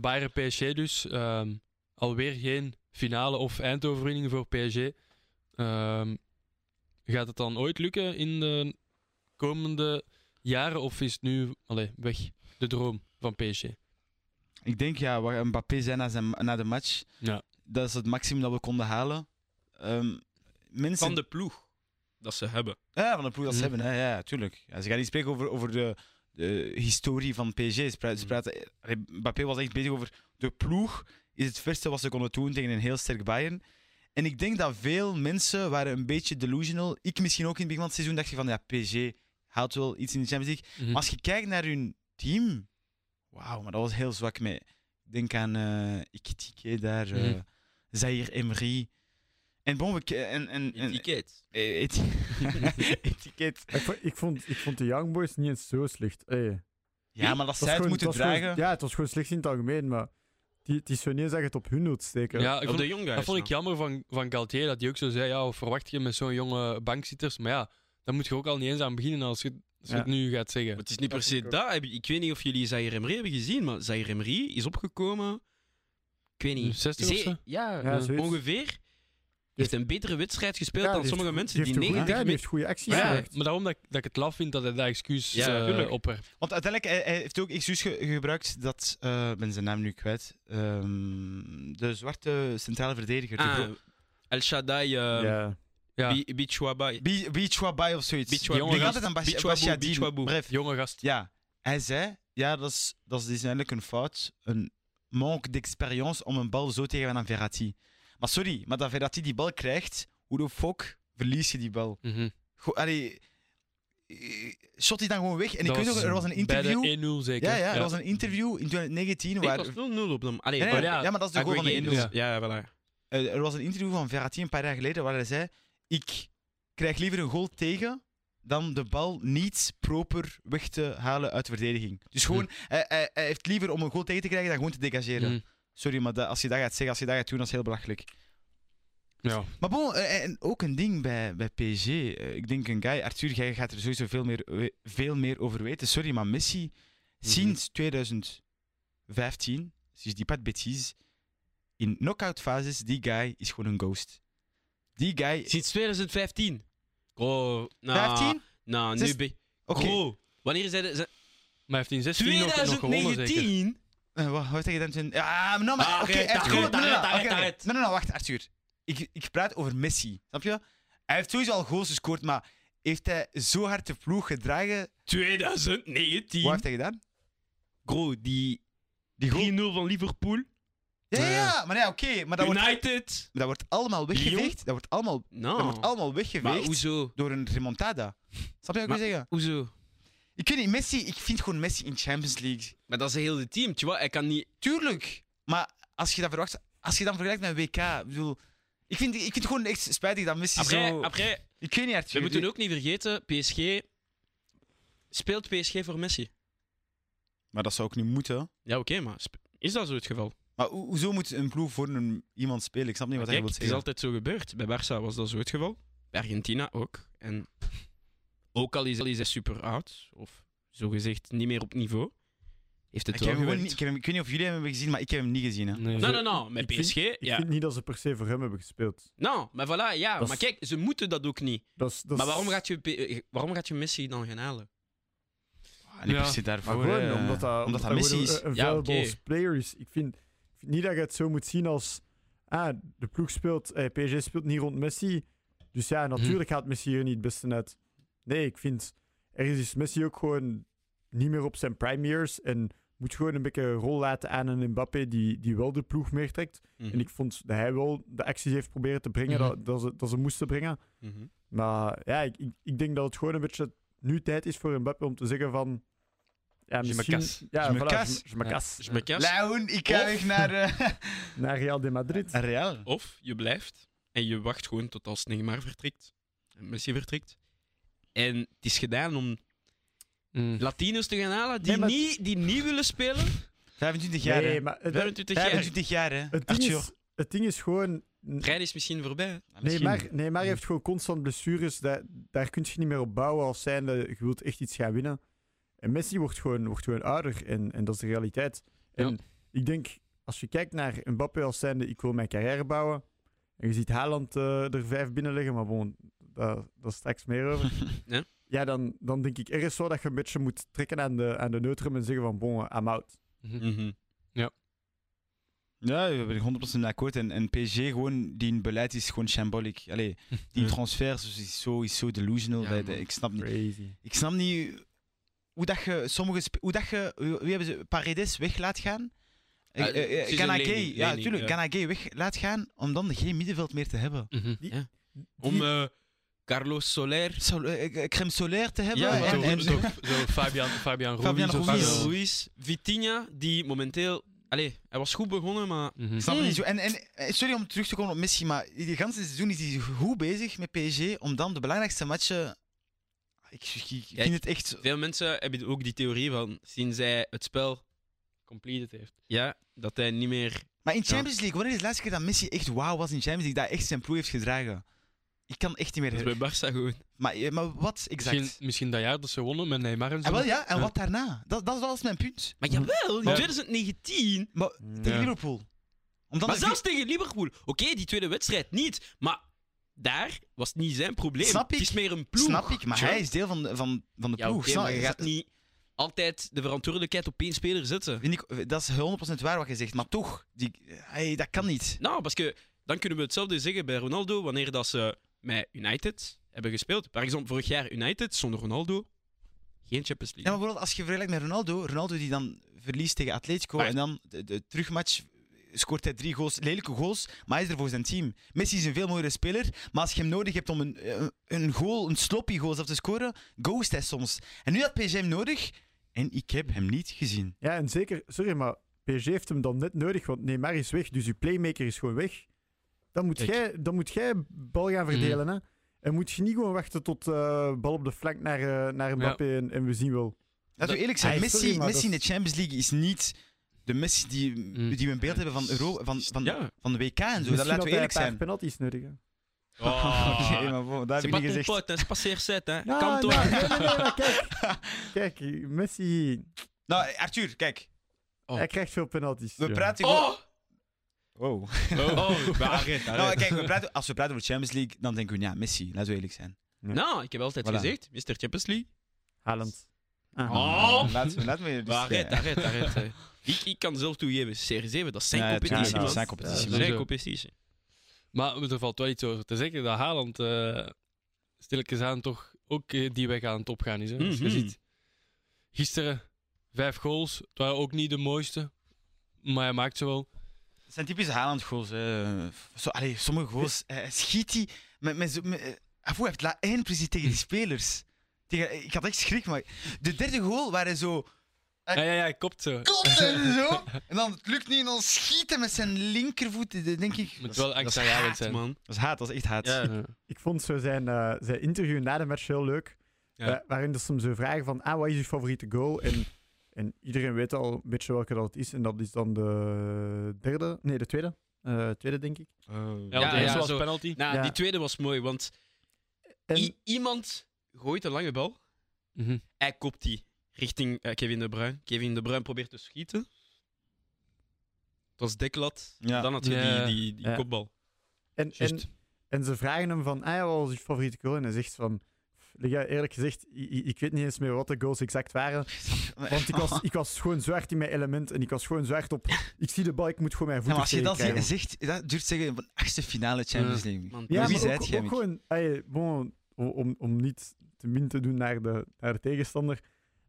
[SPEAKER 1] Bayern PSG dus. Ehm, alweer geen finale of eindoverwinning voor PSG. Ehm, gaat het dan ooit lukken in de komende jaren? Of is het nu allee, weg de droom van PSG?
[SPEAKER 2] Ik denk, ja, wat Mbappé zei na, zijn, na de match,
[SPEAKER 1] Ja.
[SPEAKER 2] dat is het maximum dat we konden halen. Ehm, mensen...
[SPEAKER 5] Van de ploeg dat ze hebben.
[SPEAKER 2] Ja, van de ploeg dat ze
[SPEAKER 1] Mhm.
[SPEAKER 2] hebben, hè. ja, tuurlijk. Ja, ze gaan niet spreken over, over de, de historie van PSG. Ze pra- ze
[SPEAKER 1] Mhm.
[SPEAKER 2] praten, eh, Mbappé was echt bezig over de ploeg is het verste wat ze konden doen tegen een heel sterk Bayern. En ik denk dat veel mensen waren een beetje delusional. Ik misschien ook in het begin van het seizoen dacht je van, ja, PSG haalt wel iets in de Champions League.
[SPEAKER 1] Mhm.
[SPEAKER 2] Maar als je kijkt naar hun team, wauw, maar dat was heel zwak. Mee. Ik denk aan eh Ikitike daar, eh
[SPEAKER 1] Mhm.
[SPEAKER 2] Zaire Emery. En bon, we... ke- En, en, en,
[SPEAKER 5] Etiket.
[SPEAKER 2] eh, eti- Etiket.
[SPEAKER 4] Ik, vo- ik, vond, ik vond de Young Boys niet eens zo slecht. Hey.
[SPEAKER 2] Ja, maar dat
[SPEAKER 4] Het was
[SPEAKER 2] zij het
[SPEAKER 4] gewoon-
[SPEAKER 2] moeten
[SPEAKER 4] het was gewoon-
[SPEAKER 2] dragen.
[SPEAKER 4] ja, het was gewoon slecht in het algemeen, maar die, die Sonier zag het op hun noot steken.
[SPEAKER 1] ja, ik
[SPEAKER 5] Op
[SPEAKER 1] vond-
[SPEAKER 5] de young guys.
[SPEAKER 1] Dat vond ik
[SPEAKER 5] nou.
[SPEAKER 1] jammer van, van Galtier, dat hij ook zo zei, ja, wat verwacht je met zo'n jonge bankzitters? Maar ja, daar moet je ook al niet eens aan beginnen als je, als je
[SPEAKER 4] Ja.
[SPEAKER 1] het nu gaat
[SPEAKER 5] Maar
[SPEAKER 1] zeggen.
[SPEAKER 5] Het is niet
[SPEAKER 4] Dat
[SPEAKER 5] per
[SPEAKER 4] vind
[SPEAKER 5] se
[SPEAKER 4] ik ook.
[SPEAKER 5] dat. Heb- Ik weet niet of jullie Zaire Emery hebben gezien, maar Zaire Emery is opgekomen... Ik weet niet.
[SPEAKER 1] 60 of
[SPEAKER 5] Ze-
[SPEAKER 1] zo?
[SPEAKER 5] Ja, eh,
[SPEAKER 4] Ja, zoiets.
[SPEAKER 5] ongeveer. Heeft een betere wedstrijd gespeeld dan sommige mensen die
[SPEAKER 4] niet.
[SPEAKER 5] 90
[SPEAKER 4] Ja, die
[SPEAKER 5] minuten...
[SPEAKER 4] heeft goede acties
[SPEAKER 1] Ja,
[SPEAKER 4] gemaakt.
[SPEAKER 1] maar daarom dat, ik- dat ik het laf vind dat hij dat excuus
[SPEAKER 5] Ja,
[SPEAKER 1] eh,
[SPEAKER 5] tuurlijk.
[SPEAKER 1] opwerpt.
[SPEAKER 2] Want uiteindelijk hij, hij heeft ook excuus ge- gebruikt dat. eh, Ik ben zijn naam nu kwijt. Ehm, de zwarte centrale verdediger. de
[SPEAKER 5] Ah,
[SPEAKER 2] gro-
[SPEAKER 5] El Shaddai,
[SPEAKER 3] ehm,
[SPEAKER 5] eh
[SPEAKER 4] Ja.
[SPEAKER 1] Ja,
[SPEAKER 5] Bi- Bichwabai.
[SPEAKER 2] Bi- Bichwabai of zoiets.
[SPEAKER 5] Bichwa-
[SPEAKER 2] Die
[SPEAKER 1] jongen,
[SPEAKER 2] gaat het aan Bas-
[SPEAKER 5] Bichwabu,
[SPEAKER 2] Bashadin.
[SPEAKER 5] Bichwabu.
[SPEAKER 2] Bref,
[SPEAKER 1] jonge gast.
[SPEAKER 2] ja. Hij zei: Ja, dat is, dat is dus eigenlijk een fout. Een manque d'expérience om een bal zo te geven aan Verratti. Maar sorry, maar dat Verratti die bal krijgt, hoe de fuck verlies je die bal?
[SPEAKER 1] Mhm.
[SPEAKER 2] Go- Allee, eh, shot die dan gewoon weg. En ik
[SPEAKER 1] Dat
[SPEAKER 2] weet nog, er was een interview.
[SPEAKER 1] Bij de 1-0 zeker.
[SPEAKER 2] Ja, ja, er was een interview in 2019 waar...
[SPEAKER 5] Ik was 0-0 op hem. Allee,
[SPEAKER 2] Nee, nee,
[SPEAKER 3] Oh,
[SPEAKER 5] maar-
[SPEAKER 2] ja, maar dat is de goal van de
[SPEAKER 5] Aguero,
[SPEAKER 2] 1-0.
[SPEAKER 1] Ja.
[SPEAKER 5] Ja, voilà.
[SPEAKER 2] Eh, er was een interview van Verratti een paar jaar geleden waar hij zei... Ik krijg liever een goal tegen dan de bal niet proper weg te halen uit de verdediging. Dus gewoon, hij, hij, hij heeft liever om een goal tegen te krijgen dan gewoon te degageren.
[SPEAKER 1] Mhm.
[SPEAKER 2] Sorry, maar dat- als je dat gaat zeggen, als je dat gaat doen, dat is heel belachelijk.
[SPEAKER 1] Ja.
[SPEAKER 2] Maar bon, eh, en ook een ding bij, bij PSG. eh, Ik denk een guy, Arthur, jij gaat er sowieso veel meer, we- veel meer over weten. Sorry, maar Messi, sinds 2015, sinds die Pat Betis, in knockout fases, die guy is gewoon een ghost. Die guy.
[SPEAKER 5] Sinds 2015. Oh, nou,
[SPEAKER 2] 15?
[SPEAKER 3] Nou,
[SPEAKER 2] Zes-
[SPEAKER 3] nu ben
[SPEAKER 2] Oké.
[SPEAKER 3] Bro, wanneer zei de... ze-
[SPEAKER 1] Maar heeft hij in 16 nog, nog gewonnen zeker?
[SPEAKER 3] 2019?
[SPEAKER 2] Eh, wat, wat zeg je dan? Twin? Ja, maar nou, maar-
[SPEAKER 3] Ah,
[SPEAKER 2] Oké, hij
[SPEAKER 3] red,
[SPEAKER 2] heeft
[SPEAKER 3] red,
[SPEAKER 2] gewoon. Nee,
[SPEAKER 3] red,
[SPEAKER 2] nee, nee,
[SPEAKER 3] red,
[SPEAKER 2] oké,
[SPEAKER 3] red,
[SPEAKER 2] oké.
[SPEAKER 3] red.
[SPEAKER 2] Nee, nee, nee, wacht, Arthur. Ik, ik praat over Messi, snap je? Hij heeft sowieso al goals gescoord, maar heeft hij zo hard de ploeg gedragen?
[SPEAKER 3] 2019?
[SPEAKER 2] Wat heeft hij gedaan?
[SPEAKER 3] Bro, die 3-0
[SPEAKER 2] Die goal?
[SPEAKER 3] van Liverpool.
[SPEAKER 2] Ja, ja, ja, maar nee, oké, maar dat wordt,
[SPEAKER 3] United.
[SPEAKER 2] dat wordt allemaal weggeveegd. Dat wordt allemaal, dat wordt
[SPEAKER 3] Nou,
[SPEAKER 2] allemaal
[SPEAKER 3] maar
[SPEAKER 2] weggeveegd
[SPEAKER 3] hoezo?
[SPEAKER 2] door een remontada. Snap je wat ik wil
[SPEAKER 3] Maar-
[SPEAKER 2] zeggen?
[SPEAKER 3] Hoezo?
[SPEAKER 2] Ik weet niet, Messi, ik vind gewoon Messi in Champions League.
[SPEAKER 3] Maar dat is een hele team, tjoh. Hij kan niet...
[SPEAKER 2] Tuurlijk, maar als je dat verwacht, als je dan vergelijkt met WK, ik bedoel. Ik vind, ik vind het gewoon echt spijtig dat Messi
[SPEAKER 3] Après,
[SPEAKER 2] zo...
[SPEAKER 3] après,
[SPEAKER 2] Ik weet niet, Arthur.
[SPEAKER 3] we moeten ook niet vergeten, PSG... Speelt PSG voor Messi?
[SPEAKER 2] Maar dat zou ook niet moeten.
[SPEAKER 3] Ja, oké, maar sp- is dat zo het geval?
[SPEAKER 2] Maar ho- hoezo moet een ploeg voor een, iemand spelen? Ik snap niet wat hij
[SPEAKER 3] Kijk,
[SPEAKER 2] wil
[SPEAKER 3] het is
[SPEAKER 2] zeggen.
[SPEAKER 3] altijd zo gebeurd. Bij Barça was dat zo het geval. Bij Argentina ook. En ook al is al is hij super oud, of zogezegd niet meer op niveau, heeft het
[SPEAKER 2] Ik,
[SPEAKER 3] wel
[SPEAKER 2] heb hem gewoon
[SPEAKER 3] gewerkt.
[SPEAKER 2] niet, ik, heb hem- ik weet niet of jullie hem hebben gezien, maar ik heb hem niet gezien. Hè.
[SPEAKER 1] Nee,
[SPEAKER 3] Nee,
[SPEAKER 1] zo-
[SPEAKER 3] nee, nee. Met
[SPEAKER 4] Ik vind-
[SPEAKER 3] PSG,
[SPEAKER 4] Ik
[SPEAKER 3] ja.
[SPEAKER 4] vind niet dat ze per se voor hem hebben gespeeld.
[SPEAKER 3] Nou, maar voilà, ja.
[SPEAKER 4] Dat is-
[SPEAKER 3] Maar kijk, ze moeten dat ook niet.
[SPEAKER 4] Dat is, dat
[SPEAKER 3] Maar
[SPEAKER 4] is-
[SPEAKER 3] waarom gaat je, P- eh, waarom gaat je Messi dan gaan halen?
[SPEAKER 2] Ah, niet
[SPEAKER 1] Ja.
[SPEAKER 2] per se
[SPEAKER 4] Maar
[SPEAKER 2] daarvoor.
[SPEAKER 4] gewoon
[SPEAKER 2] hè.
[SPEAKER 4] omdat dat,
[SPEAKER 2] eh, omdat dat
[SPEAKER 4] dat
[SPEAKER 2] Messi
[SPEAKER 4] gewoon
[SPEAKER 2] is.
[SPEAKER 4] Een, een
[SPEAKER 3] Ja,
[SPEAKER 4] valuable
[SPEAKER 3] oké.
[SPEAKER 4] player is. Ik vind, ik vind niet dat je het zo moet zien als... Ah, de ploeg speelt... Eh, PSG speelt niet rond Messi. Dus ja, natuurlijk gaat Messi hier niet het beste uit. Nee, ik vind... Ergens is dus Messi ook gewoon niet meer op zijn prime years. En moet gewoon een beetje een rol laten aan een Mbappé die, die wel de ploeg meetrekt.
[SPEAKER 2] Hm.
[SPEAKER 3] Mhm.
[SPEAKER 4] En ik vond dat hij wel de acties heeft proberen te brengen
[SPEAKER 1] Mhm.
[SPEAKER 4] dat, dat, ze, dat ze moesten brengen.
[SPEAKER 3] Mhm.
[SPEAKER 4] Maar ja, ik, ik, ik denk dat het gewoon een beetje nu tijd is voor Mbappé om te zeggen van... Ja,
[SPEAKER 1] Je
[SPEAKER 4] misschien...
[SPEAKER 1] m'kas.
[SPEAKER 4] Ja,
[SPEAKER 2] Je
[SPEAKER 4] voilà,
[SPEAKER 2] m'kas.
[SPEAKER 4] je m- je m'kas.
[SPEAKER 3] Is mijn kast.
[SPEAKER 2] Leon, ik ga
[SPEAKER 3] Of-
[SPEAKER 2] weg naar eh,
[SPEAKER 4] Naar Real de Madrid.
[SPEAKER 2] naar Ah, Real.
[SPEAKER 3] Of je blijft en je wacht gewoon tot als Neymar vertrekt. En Messi vertrekt. En het is gedaan om
[SPEAKER 1] Mm.
[SPEAKER 3] Latinos te gaan halen die,
[SPEAKER 4] Nee, maar-
[SPEAKER 3] niet, die niet willen spelen.
[SPEAKER 2] 25 jaar.
[SPEAKER 4] Nee,
[SPEAKER 2] hè.
[SPEAKER 4] maar het,
[SPEAKER 3] 25 jaar.
[SPEAKER 2] 25 jaar, hè? Ah,
[SPEAKER 4] het, ding
[SPEAKER 2] Arthur.
[SPEAKER 4] is, het ding is gewoon...
[SPEAKER 3] Trein is misschien voorbij.
[SPEAKER 4] Nee, maar,
[SPEAKER 2] misschien.
[SPEAKER 4] nee, maar heeft gewoon constant blessures. Daar, daar kun je niet meer op bouwen als zijnde je wilt echt iets gaan winnen. En Messi wordt gewoon, wordt gewoon ouder en, en dat is de realiteit. En
[SPEAKER 1] Ja.
[SPEAKER 4] ik denk, als je kijkt naar Mbappé als zijnde, ik wil mijn carrière bouwen. En je ziet Haaland eh, er vijf binnen liggen, maar bon, daar daar straks meer over.
[SPEAKER 3] Ja.
[SPEAKER 4] Ja, dan, dan denk ik ergens zo dat je een beetje moet trekken aan de, aan de neutrum en zeggen van bon, I'm out.
[SPEAKER 1] Mhm.
[SPEAKER 2] Ja, we hebben 100% akkoord. En, en PSG, gewoon, die in beleid is gewoon shambolic. Allee, die
[SPEAKER 1] Ja.
[SPEAKER 2] transfers is zo, is zo delusional.
[SPEAKER 3] Ja,
[SPEAKER 2] dat-
[SPEAKER 3] man.
[SPEAKER 2] ik snap niet.
[SPEAKER 4] Crazy.
[SPEAKER 2] Ik snap niet hoe dat je sommige. sp- Hoe dat je. Wie hebben ze? Paredes weg laat gaan.
[SPEAKER 3] Ah,
[SPEAKER 2] Eh, eh, eh,
[SPEAKER 3] het is
[SPEAKER 2] Gana
[SPEAKER 3] een
[SPEAKER 2] Gay,
[SPEAKER 3] lening,
[SPEAKER 2] ja,
[SPEAKER 3] lening,
[SPEAKER 2] tuurlijk.
[SPEAKER 3] ja.
[SPEAKER 2] Gana Gay weg laat gaan om dan geen middenveld meer te hebben.
[SPEAKER 1] Mhm.
[SPEAKER 3] Om eh, Carlos Soler,
[SPEAKER 2] Zo, eh, eh, crème solaire te hebben.
[SPEAKER 3] Ja, maar
[SPEAKER 2] en,
[SPEAKER 1] zo,
[SPEAKER 2] en,
[SPEAKER 1] zo, zo Fabian, Fabian Ruiz.
[SPEAKER 2] Fabian
[SPEAKER 1] of-
[SPEAKER 2] Ruiz.
[SPEAKER 3] Fabio Ruiz, Vitinha, die momenteel... Allee, hij was goed begonnen, maar...
[SPEAKER 1] Mhm.
[SPEAKER 2] Ik snap het niet zo. En, en eh, sorry om terug te komen op Messi, maar die ganse seizoen is hij goed bezig met PSG om dan de belangrijkste matchen. Ah, Ik, ik- ik
[SPEAKER 3] Ja,
[SPEAKER 2] vind het echt.
[SPEAKER 3] Veel mensen hebben ook die theorie van, sinds hij het spel...
[SPEAKER 1] Completed heeft.
[SPEAKER 3] Ja, dat hij niet meer...
[SPEAKER 2] Maar in Champions League, wanneer is de laatste keer dat Messi echt wauw was in Champions League, dat hij echt zijn ploeg heeft gedragen? Ik kan echt niet meer.
[SPEAKER 3] Dat is bij
[SPEAKER 2] her-
[SPEAKER 3] Barça gewoon.
[SPEAKER 2] Maar, eh, maar wat exact?
[SPEAKER 1] Misschien, misschien dat jaar dat ze wonnen met Neymar en zo.
[SPEAKER 2] Ah, wel, ja, en
[SPEAKER 1] Ja.
[SPEAKER 2] wat daarna? Dat, dat was mijn punt.
[SPEAKER 3] Maar jawel, in
[SPEAKER 1] Maar-
[SPEAKER 3] 2019...
[SPEAKER 2] Maar tegen
[SPEAKER 1] Ja.
[SPEAKER 2] Liverpool. Omdat
[SPEAKER 3] Maar
[SPEAKER 2] de-
[SPEAKER 3] zelfs tegen Liverpool. Oké, die tweede wedstrijd niet, maar... Daar was het niet zijn probleem.
[SPEAKER 2] Snap ik.
[SPEAKER 3] Het is meer een ploeg.
[SPEAKER 2] Snap ik, maar
[SPEAKER 3] tja.
[SPEAKER 2] hij is deel van de, van, van de
[SPEAKER 3] Ja,
[SPEAKER 2] ploeg.
[SPEAKER 3] oké,
[SPEAKER 2] snap
[SPEAKER 3] maar je
[SPEAKER 2] je?
[SPEAKER 3] gaat niet altijd de verantwoordelijkheid op één speler zetten.
[SPEAKER 2] Vind ik, dat is 100% waar wat je zegt, maar toch, die, hey, dat kan niet.
[SPEAKER 3] Nou, parce que dan kunnen we hetzelfde zeggen bij Ronaldo wanneer dat ze met United hebben gespeeld. Par exemple, vorig jaar United zonder Ronaldo. Geen Champions
[SPEAKER 2] Ja,
[SPEAKER 3] League.
[SPEAKER 2] maar bijvoorbeeld als je vergelijkt met Ronaldo, Ronaldo die dan verliest tegen Atletico
[SPEAKER 3] Maar-
[SPEAKER 2] en dan de, de terugmatch scoort hij drie goals, lelijke goals, maar hij is er voor zijn team. Messi is een veel mooiere speler, maar als je hem nodig hebt om een, eh, een goal, een sloppy goal zelf te scoren, ghost hij soms. En nu had PSG hem nodig en ik heb hem niet gezien.
[SPEAKER 4] Ja, en zeker, sorry, maar PSG heeft hem dan net nodig, want Neymar is weg, dus je playmaker is gewoon weg. Dan moet,
[SPEAKER 3] Kijk. Mm.
[SPEAKER 4] jij, dan moet jij bal gaan verdelen, hè. En moet je niet gewoon wachten tot eh, bal op de flank naar, eh, naar Mbappé en, en we zien wel.
[SPEAKER 2] Laten we eerlijk zijn,
[SPEAKER 4] Hey,
[SPEAKER 2] Messi,
[SPEAKER 4] sorry, maar
[SPEAKER 2] Messi in
[SPEAKER 4] dat
[SPEAKER 2] de Champions League is niet de Messi die,
[SPEAKER 1] Mm.
[SPEAKER 2] die we in beeld hebben van, Euro, van, van,
[SPEAKER 3] Ja.
[SPEAKER 2] van de WK en zo.
[SPEAKER 4] Misschien
[SPEAKER 2] Dat
[SPEAKER 4] had
[SPEAKER 2] laten
[SPEAKER 4] hij
[SPEAKER 2] we eerlijk
[SPEAKER 4] een paar
[SPEAKER 2] zijn.
[SPEAKER 4] penalties nodig, hè.
[SPEAKER 3] Oh.
[SPEAKER 2] Oké, maar wow, dat
[SPEAKER 3] C'est
[SPEAKER 2] heb ik
[SPEAKER 3] pas
[SPEAKER 2] niet
[SPEAKER 3] ton
[SPEAKER 2] gezegd.
[SPEAKER 3] pote, hein, c'est pas CR7. Hein.
[SPEAKER 4] Ja,
[SPEAKER 3] Kalm
[SPEAKER 4] Nou, nee,
[SPEAKER 3] toi.
[SPEAKER 4] nee, nee, nee, maar kijk. Kijk, Messi,
[SPEAKER 2] Nou, Arthur, kijk.
[SPEAKER 3] Oh.
[SPEAKER 4] hij krijgt veel penalties.
[SPEAKER 2] We
[SPEAKER 4] ja.
[SPEAKER 2] praten gewoon...
[SPEAKER 3] Oh!
[SPEAKER 2] Wow.
[SPEAKER 3] Oh, maar arrête,
[SPEAKER 2] Nou,
[SPEAKER 3] arrête.
[SPEAKER 2] kijk, we praten, als we praten over Champions League, dan denken we, ja, Messi, laten we eerlijk zijn.
[SPEAKER 4] Ja.
[SPEAKER 3] Nou, ik heb altijd
[SPEAKER 2] Voilà.
[SPEAKER 3] gezegd, Mr. Champions League.
[SPEAKER 4] Haaland. Ah.
[SPEAKER 3] Oh!
[SPEAKER 2] Laat, laat me hier dus-
[SPEAKER 3] Arrête,
[SPEAKER 2] ja.
[SPEAKER 3] arrête, arrête. hè. Ik, ik kan zelf toegeven, Serie 7, dat zijn
[SPEAKER 2] Ja, tuurlijk,
[SPEAKER 3] competities,
[SPEAKER 2] dat
[SPEAKER 3] man.
[SPEAKER 2] zijn
[SPEAKER 3] Dat
[SPEAKER 2] competities.
[SPEAKER 1] Ja,
[SPEAKER 3] zijn
[SPEAKER 1] sowieso.
[SPEAKER 3] competities.
[SPEAKER 1] Maar er valt wel iets over te zeggen dat Haaland eh stilletjes aan toch ook eh, die weg aan het opgaan is. Hè? Als je
[SPEAKER 3] Mhm.
[SPEAKER 1] ziet, gisteren vijf goals. Het waren ook niet de mooiste, maar hij maakt ze wel.
[SPEAKER 2] Het zijn typische Haaland-goals. hè. Zo, allee, sommige goals eh, schiet hij. Met, met, zo- met, eh, af, hij heeft la één precies tegen
[SPEAKER 3] Hm.
[SPEAKER 2] die spelers. Tegen, ik had echt schrik, maar de derde goal waar hij zo.
[SPEAKER 1] Ja, ja, ja, hij kopt ze.
[SPEAKER 2] Klopt en zo. En dan het lukt niet en dan schiet hij met zijn linkervoet. Dat denk ik.
[SPEAKER 1] Moet wel
[SPEAKER 3] Dat is
[SPEAKER 1] extra jaren
[SPEAKER 3] haat,
[SPEAKER 1] zijn.
[SPEAKER 3] man.
[SPEAKER 2] Dat is haat, dat is echt haat.
[SPEAKER 3] Ja.
[SPEAKER 1] Ja.
[SPEAKER 4] Ik vond zo zijn, eh, zijn interview na de match heel leuk.
[SPEAKER 3] Ja.
[SPEAKER 4] eh, waarin dat ze hem zo vragen van, ah, wat is je favoriete goal? En, en iedereen weet al een beetje welke dat het is. En dat is dan de derde, nee, de tweede. Eh, tweede, denk ik.
[SPEAKER 2] Oh.
[SPEAKER 1] Ja, want de
[SPEAKER 3] ja,
[SPEAKER 1] eerste was
[SPEAKER 3] zo.
[SPEAKER 1] penalty.
[SPEAKER 3] Nou,
[SPEAKER 4] Ja.
[SPEAKER 3] die tweede was mooi, want
[SPEAKER 4] En
[SPEAKER 3] i- iemand gooit een lange bal.
[SPEAKER 1] Mhm.
[SPEAKER 3] Hij kopt die richting eh, Kevin De Bruyne. Kevin De Bruyne probeert te schieten. Dat was deklat.
[SPEAKER 2] Ja.
[SPEAKER 3] Dan had je
[SPEAKER 1] Ja.
[SPEAKER 3] die, die, die
[SPEAKER 4] Ja.
[SPEAKER 3] kopbal.
[SPEAKER 4] En, en,
[SPEAKER 1] Juist.
[SPEAKER 4] en ze vragen hem van, ah ja, wat was je favoriete goal? En hij zegt van, "Pff, Liga, eerlijk gezegd, i- i- ik weet niet eens meer wat de goals exact waren. Want ik was, ik was gewoon zo hard in mijn element en ik was gewoon zo hard op, ik zie de bal, ik moet gewoon mijn
[SPEAKER 2] Ja,
[SPEAKER 4] voeten
[SPEAKER 2] maar als je dat
[SPEAKER 4] tegenkrijgen."
[SPEAKER 2] zegt, dat duurt zeggen van achtste finale Champions League.
[SPEAKER 3] Man,
[SPEAKER 4] Ja,
[SPEAKER 2] Wie
[SPEAKER 4] maar
[SPEAKER 2] zei
[SPEAKER 4] ook,
[SPEAKER 2] het, jij,
[SPEAKER 4] ook
[SPEAKER 2] Mick?
[SPEAKER 4] gewoon, ey, bon, o- om, om niet te min te doen naar de, naar de tegenstander.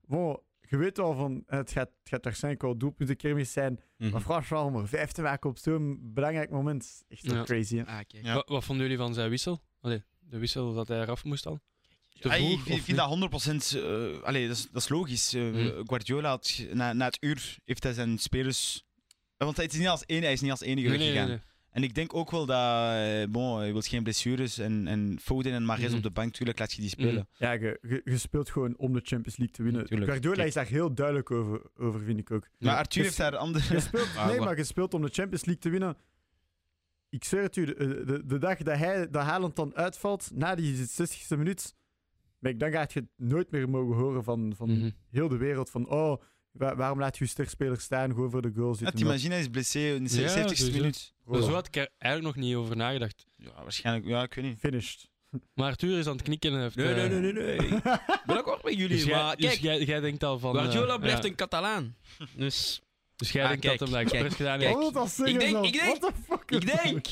[SPEAKER 4] Bon, je weet wel van, het gaat, het gaat waarschijnlijk wel doelpunten kermis zijn.
[SPEAKER 3] Mhm.
[SPEAKER 4] Maar François om er vijf te maken op zo'n belangrijk moment, is echt wel
[SPEAKER 1] Ja.
[SPEAKER 4] crazy. hè.
[SPEAKER 3] Ah, kijk.
[SPEAKER 2] Ja.
[SPEAKER 1] Wa- Wat, vonden jullie van zijn wissel? Allee, de wissel dat hij eraf moest al? Te
[SPEAKER 2] Ah,
[SPEAKER 1] vroeg,
[SPEAKER 2] ik vind,
[SPEAKER 1] of
[SPEAKER 2] vind dat 100%. eh, allee, dat, is, dat is logisch. Eh,
[SPEAKER 1] Mhm.
[SPEAKER 2] Guardiola had ge- na, na het uur heeft hij zijn spelers. Eh, Want hij is niet als enige, hij is niet als enige
[SPEAKER 1] niet? Nee, nee,
[SPEAKER 2] weggegaan.
[SPEAKER 1] nee, nee.
[SPEAKER 2] En ik denk ook wel dat. eh, bon, hij wil geen blessures. En, en Foden en Mares
[SPEAKER 1] Mhm.
[SPEAKER 2] op de bank, tuurlijk laat je die spelen.
[SPEAKER 4] Ja, je, je, je speelt gewoon om de Champions League te winnen.
[SPEAKER 2] Tuurlijk.
[SPEAKER 4] Guardiola
[SPEAKER 2] Kijk.
[SPEAKER 4] is daar heel duidelijk over, over vind ik ook.
[SPEAKER 2] Maar
[SPEAKER 1] Ja.
[SPEAKER 2] Arthur
[SPEAKER 4] Dus-
[SPEAKER 2] heeft daar andere.
[SPEAKER 4] Je speelt, nee, maar je speelt om de Champions League te winnen. Ik zweer het u, de, eh, de, de dag dat, hij, dat Haaland dan uitvalt, na die 60ste minuut, Mick, dan gaat je het nooit meer mogen horen van, van
[SPEAKER 1] Mhm.
[SPEAKER 4] heel de wereld. Van, oh, wa- waarom laat je je sterspeler staan, gewoon voor de goal
[SPEAKER 2] Ja,
[SPEAKER 4] zitten.
[SPEAKER 2] Imagina Ah, is blessé in de
[SPEAKER 1] Ja,
[SPEAKER 2] 70ste
[SPEAKER 1] sowieso.
[SPEAKER 2] minuut.
[SPEAKER 1] Maar
[SPEAKER 4] Oh,
[SPEAKER 1] Zo had ik er eigenlijk nog niet over nagedacht.
[SPEAKER 2] Ja, waarschijnlijk. Ja, ik weet niet.
[SPEAKER 4] Finished.
[SPEAKER 1] Maar Arthur is aan het knikken. en Heeft,
[SPEAKER 3] Nee,
[SPEAKER 1] eh,
[SPEAKER 3] nee, nee, nee, nee. ik ben akkoord met jullie,
[SPEAKER 1] Dus jij,
[SPEAKER 3] maar
[SPEAKER 1] dus
[SPEAKER 3] kijk,
[SPEAKER 1] jij, jij denkt al van. eh,
[SPEAKER 3] Guardiola blijft
[SPEAKER 1] ja.
[SPEAKER 3] een Catalaan. Dus
[SPEAKER 1] Dus jij
[SPEAKER 3] Ah,
[SPEAKER 1] denkt
[SPEAKER 3] kijk,
[SPEAKER 1] dat hem dat expres
[SPEAKER 3] kijk,
[SPEAKER 1] gedaan
[SPEAKER 3] kijk.
[SPEAKER 1] heeft?
[SPEAKER 4] Wat wil Oh, dat zeggen
[SPEAKER 3] ik denk-
[SPEAKER 4] dan?
[SPEAKER 3] ik denk-
[SPEAKER 4] What the fuck
[SPEAKER 3] ik
[SPEAKER 4] is dat?
[SPEAKER 3] denk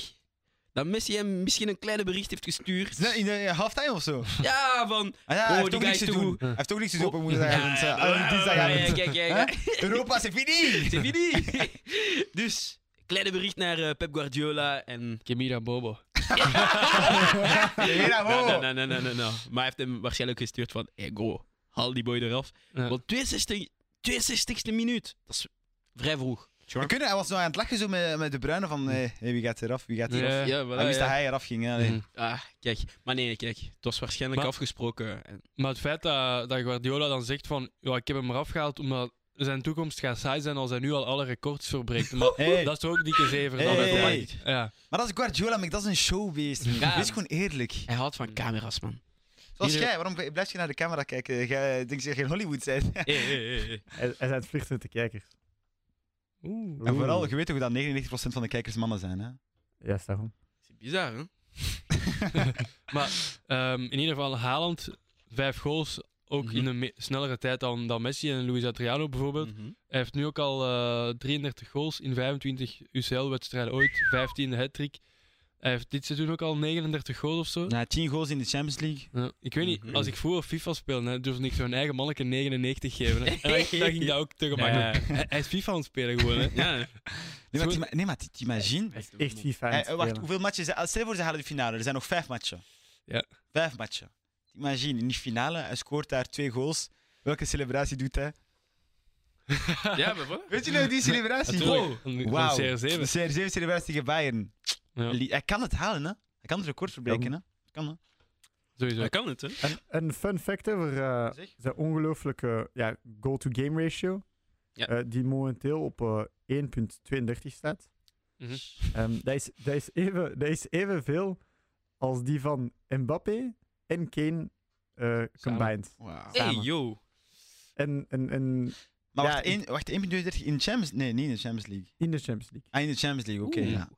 [SPEAKER 3] dat Messi hem misschien een kleine bericht heeft
[SPEAKER 2] Is
[SPEAKER 3] gestuurd.
[SPEAKER 2] dat in de halftime of zo?
[SPEAKER 3] Ja, van...
[SPEAKER 2] Ah, ja,
[SPEAKER 3] Oh,
[SPEAKER 2] hij heeft
[SPEAKER 3] die
[SPEAKER 2] ook
[SPEAKER 3] guy
[SPEAKER 2] niks te
[SPEAKER 3] is te
[SPEAKER 2] doen.
[SPEAKER 3] goed.
[SPEAKER 2] Hij heeft ook niks te doen op een woensdagavond.
[SPEAKER 3] Ja,
[SPEAKER 2] eh, ah,
[SPEAKER 3] ja, ja,
[SPEAKER 2] Dinsdagavond.
[SPEAKER 3] kijk, kijk, kijk.
[SPEAKER 2] Europa, c'est fini!
[SPEAKER 3] C'est fini. dus, kleine bericht naar eh, Pep Guardiola en...
[SPEAKER 1] Kimira Bobo.
[SPEAKER 2] Nee, nou,
[SPEAKER 3] Nee,
[SPEAKER 2] oh.
[SPEAKER 3] nee, nee, nee, nee, nee. Maar hij heeft hem waarschijnlijk gestuurd van... Hey, go, haal die boy eraf.
[SPEAKER 1] Ja.
[SPEAKER 3] Want 62, 62e minuut. Dat is vrij vroeg.
[SPEAKER 2] We kunnen, hij was nog aan het lachen zo met, met de bruine van eh, hey, wie gaat eraf, wie gaat eraf.
[SPEAKER 1] Ja.
[SPEAKER 3] Ja, voilà,
[SPEAKER 2] Hij wist
[SPEAKER 3] ja.
[SPEAKER 2] dat hij eraf ging. hè, allee.
[SPEAKER 1] Mhm.
[SPEAKER 3] Ah, kijk. Maar nee, kijk. Het was waarschijnlijk
[SPEAKER 1] Maar-
[SPEAKER 3] afgesproken. En,
[SPEAKER 1] Maar het feit dat, dat Guardiola dan zegt van. Ja, ik heb hem eraf gehaald omdat zijn toekomst gaat saai zijn als hij nu al alle records verbreekt. Maar
[SPEAKER 2] Hey.
[SPEAKER 1] dat is toch ook dikke zever. dan
[SPEAKER 2] Hey,
[SPEAKER 1] met de
[SPEAKER 2] hey,
[SPEAKER 1] bank. Ja.
[SPEAKER 2] Maar dat is Guardiola, maar dat is een showbeest.
[SPEAKER 3] Ja.
[SPEAKER 2] Wees gewoon eerlijk.
[SPEAKER 3] hij houdt van camera's, man.
[SPEAKER 2] Zoals
[SPEAKER 1] Ieder-
[SPEAKER 2] jij, waarom bl- blijf je naar de camera kijken? Jij denkt dat je geen Hollywood bent.
[SPEAKER 3] Hey, hey, hey, hey.
[SPEAKER 4] Hij, hij zijn het vliegtuig de kijkers.
[SPEAKER 1] Oeh.
[SPEAKER 2] En vooral, je weet toch dat 99% van de kijkers mannen zijn, hè?
[SPEAKER 4] Ja, is daarom.
[SPEAKER 3] Dat is bizar, hè?
[SPEAKER 1] Ehm, in ieder geval Haaland, vijf goals. Ook
[SPEAKER 3] Mhm.
[SPEAKER 1] in een me- snellere tijd dan, dan Messi en Luis Adriano bijvoorbeeld.
[SPEAKER 3] Mhm.
[SPEAKER 1] Hij heeft nu ook al eh, 33 goals in 25 UCL-wedstrijden ooit. 15e hat-trick. Hij heeft dit seizoen ook al 39 goals of zo.
[SPEAKER 2] Na 10 goals in de Champions League.
[SPEAKER 1] Ja, ik weet niet,
[SPEAKER 3] Mhm.
[SPEAKER 1] als ik vroeger FIFA speelde, hè, durfde ik zo'n eigen manneke 99 geven. Hè. En dan, dan ging dat ook te gemakkelijk.
[SPEAKER 3] Ja.
[SPEAKER 1] Hij, hij is FIFA aan het spelen gewoon. Hè.
[SPEAKER 3] Ja,
[SPEAKER 2] Nee, maar,
[SPEAKER 1] Zo-
[SPEAKER 2] t'ima- nee, maar t- t'imagine.
[SPEAKER 4] Echt FIFA aan het
[SPEAKER 2] Eh, eh, wacht,
[SPEAKER 4] spelen.
[SPEAKER 2] hoeveel matchen? zijn- Stel voor, ze halen de finale. Er zijn nog vijf matchen.
[SPEAKER 1] Ja.
[SPEAKER 2] Vijf matchen. Imagine, in die finale, hij scoort daar twee goals. Welke celebratie doet hij?
[SPEAKER 3] Ja, maar wat?
[SPEAKER 2] Weet je nou die celebratie?
[SPEAKER 1] Natuurlijk, van- van
[SPEAKER 2] Wauw.
[SPEAKER 1] CR7.
[SPEAKER 2] De CR7-celebratie tegen Bayern.
[SPEAKER 1] Ja,
[SPEAKER 2] Li- Hij kan het halen, hè? Hij kan het record verbreken, hè? Kan, hè?
[SPEAKER 1] sowieso.
[SPEAKER 3] Dat kan het, hè?
[SPEAKER 4] Een fun fact over eh,
[SPEAKER 2] Zeg.
[SPEAKER 4] zijn ongelooflijke ja, goal-to-game ratio.
[SPEAKER 3] Ja.
[SPEAKER 4] eh, die momenteel op eh, 1,32 staat.
[SPEAKER 1] Mhm.
[SPEAKER 4] Ehm, dat, is, dat, is even, dat is evenveel als die van Mbappé en Kane eh, combined.
[SPEAKER 2] Wauw.
[SPEAKER 3] Hey,
[SPEAKER 4] Samen.
[SPEAKER 3] yo.
[SPEAKER 4] En, en, en
[SPEAKER 2] Maar
[SPEAKER 4] Ja,
[SPEAKER 2] wacht,
[SPEAKER 4] ik-
[SPEAKER 2] één- wacht, 1 minuut 30 in de Champions Nee, niet in de Champions League.
[SPEAKER 4] in de Champions League.
[SPEAKER 2] Ah, in de Champions League, oké.
[SPEAKER 3] Oeh.
[SPEAKER 2] ja.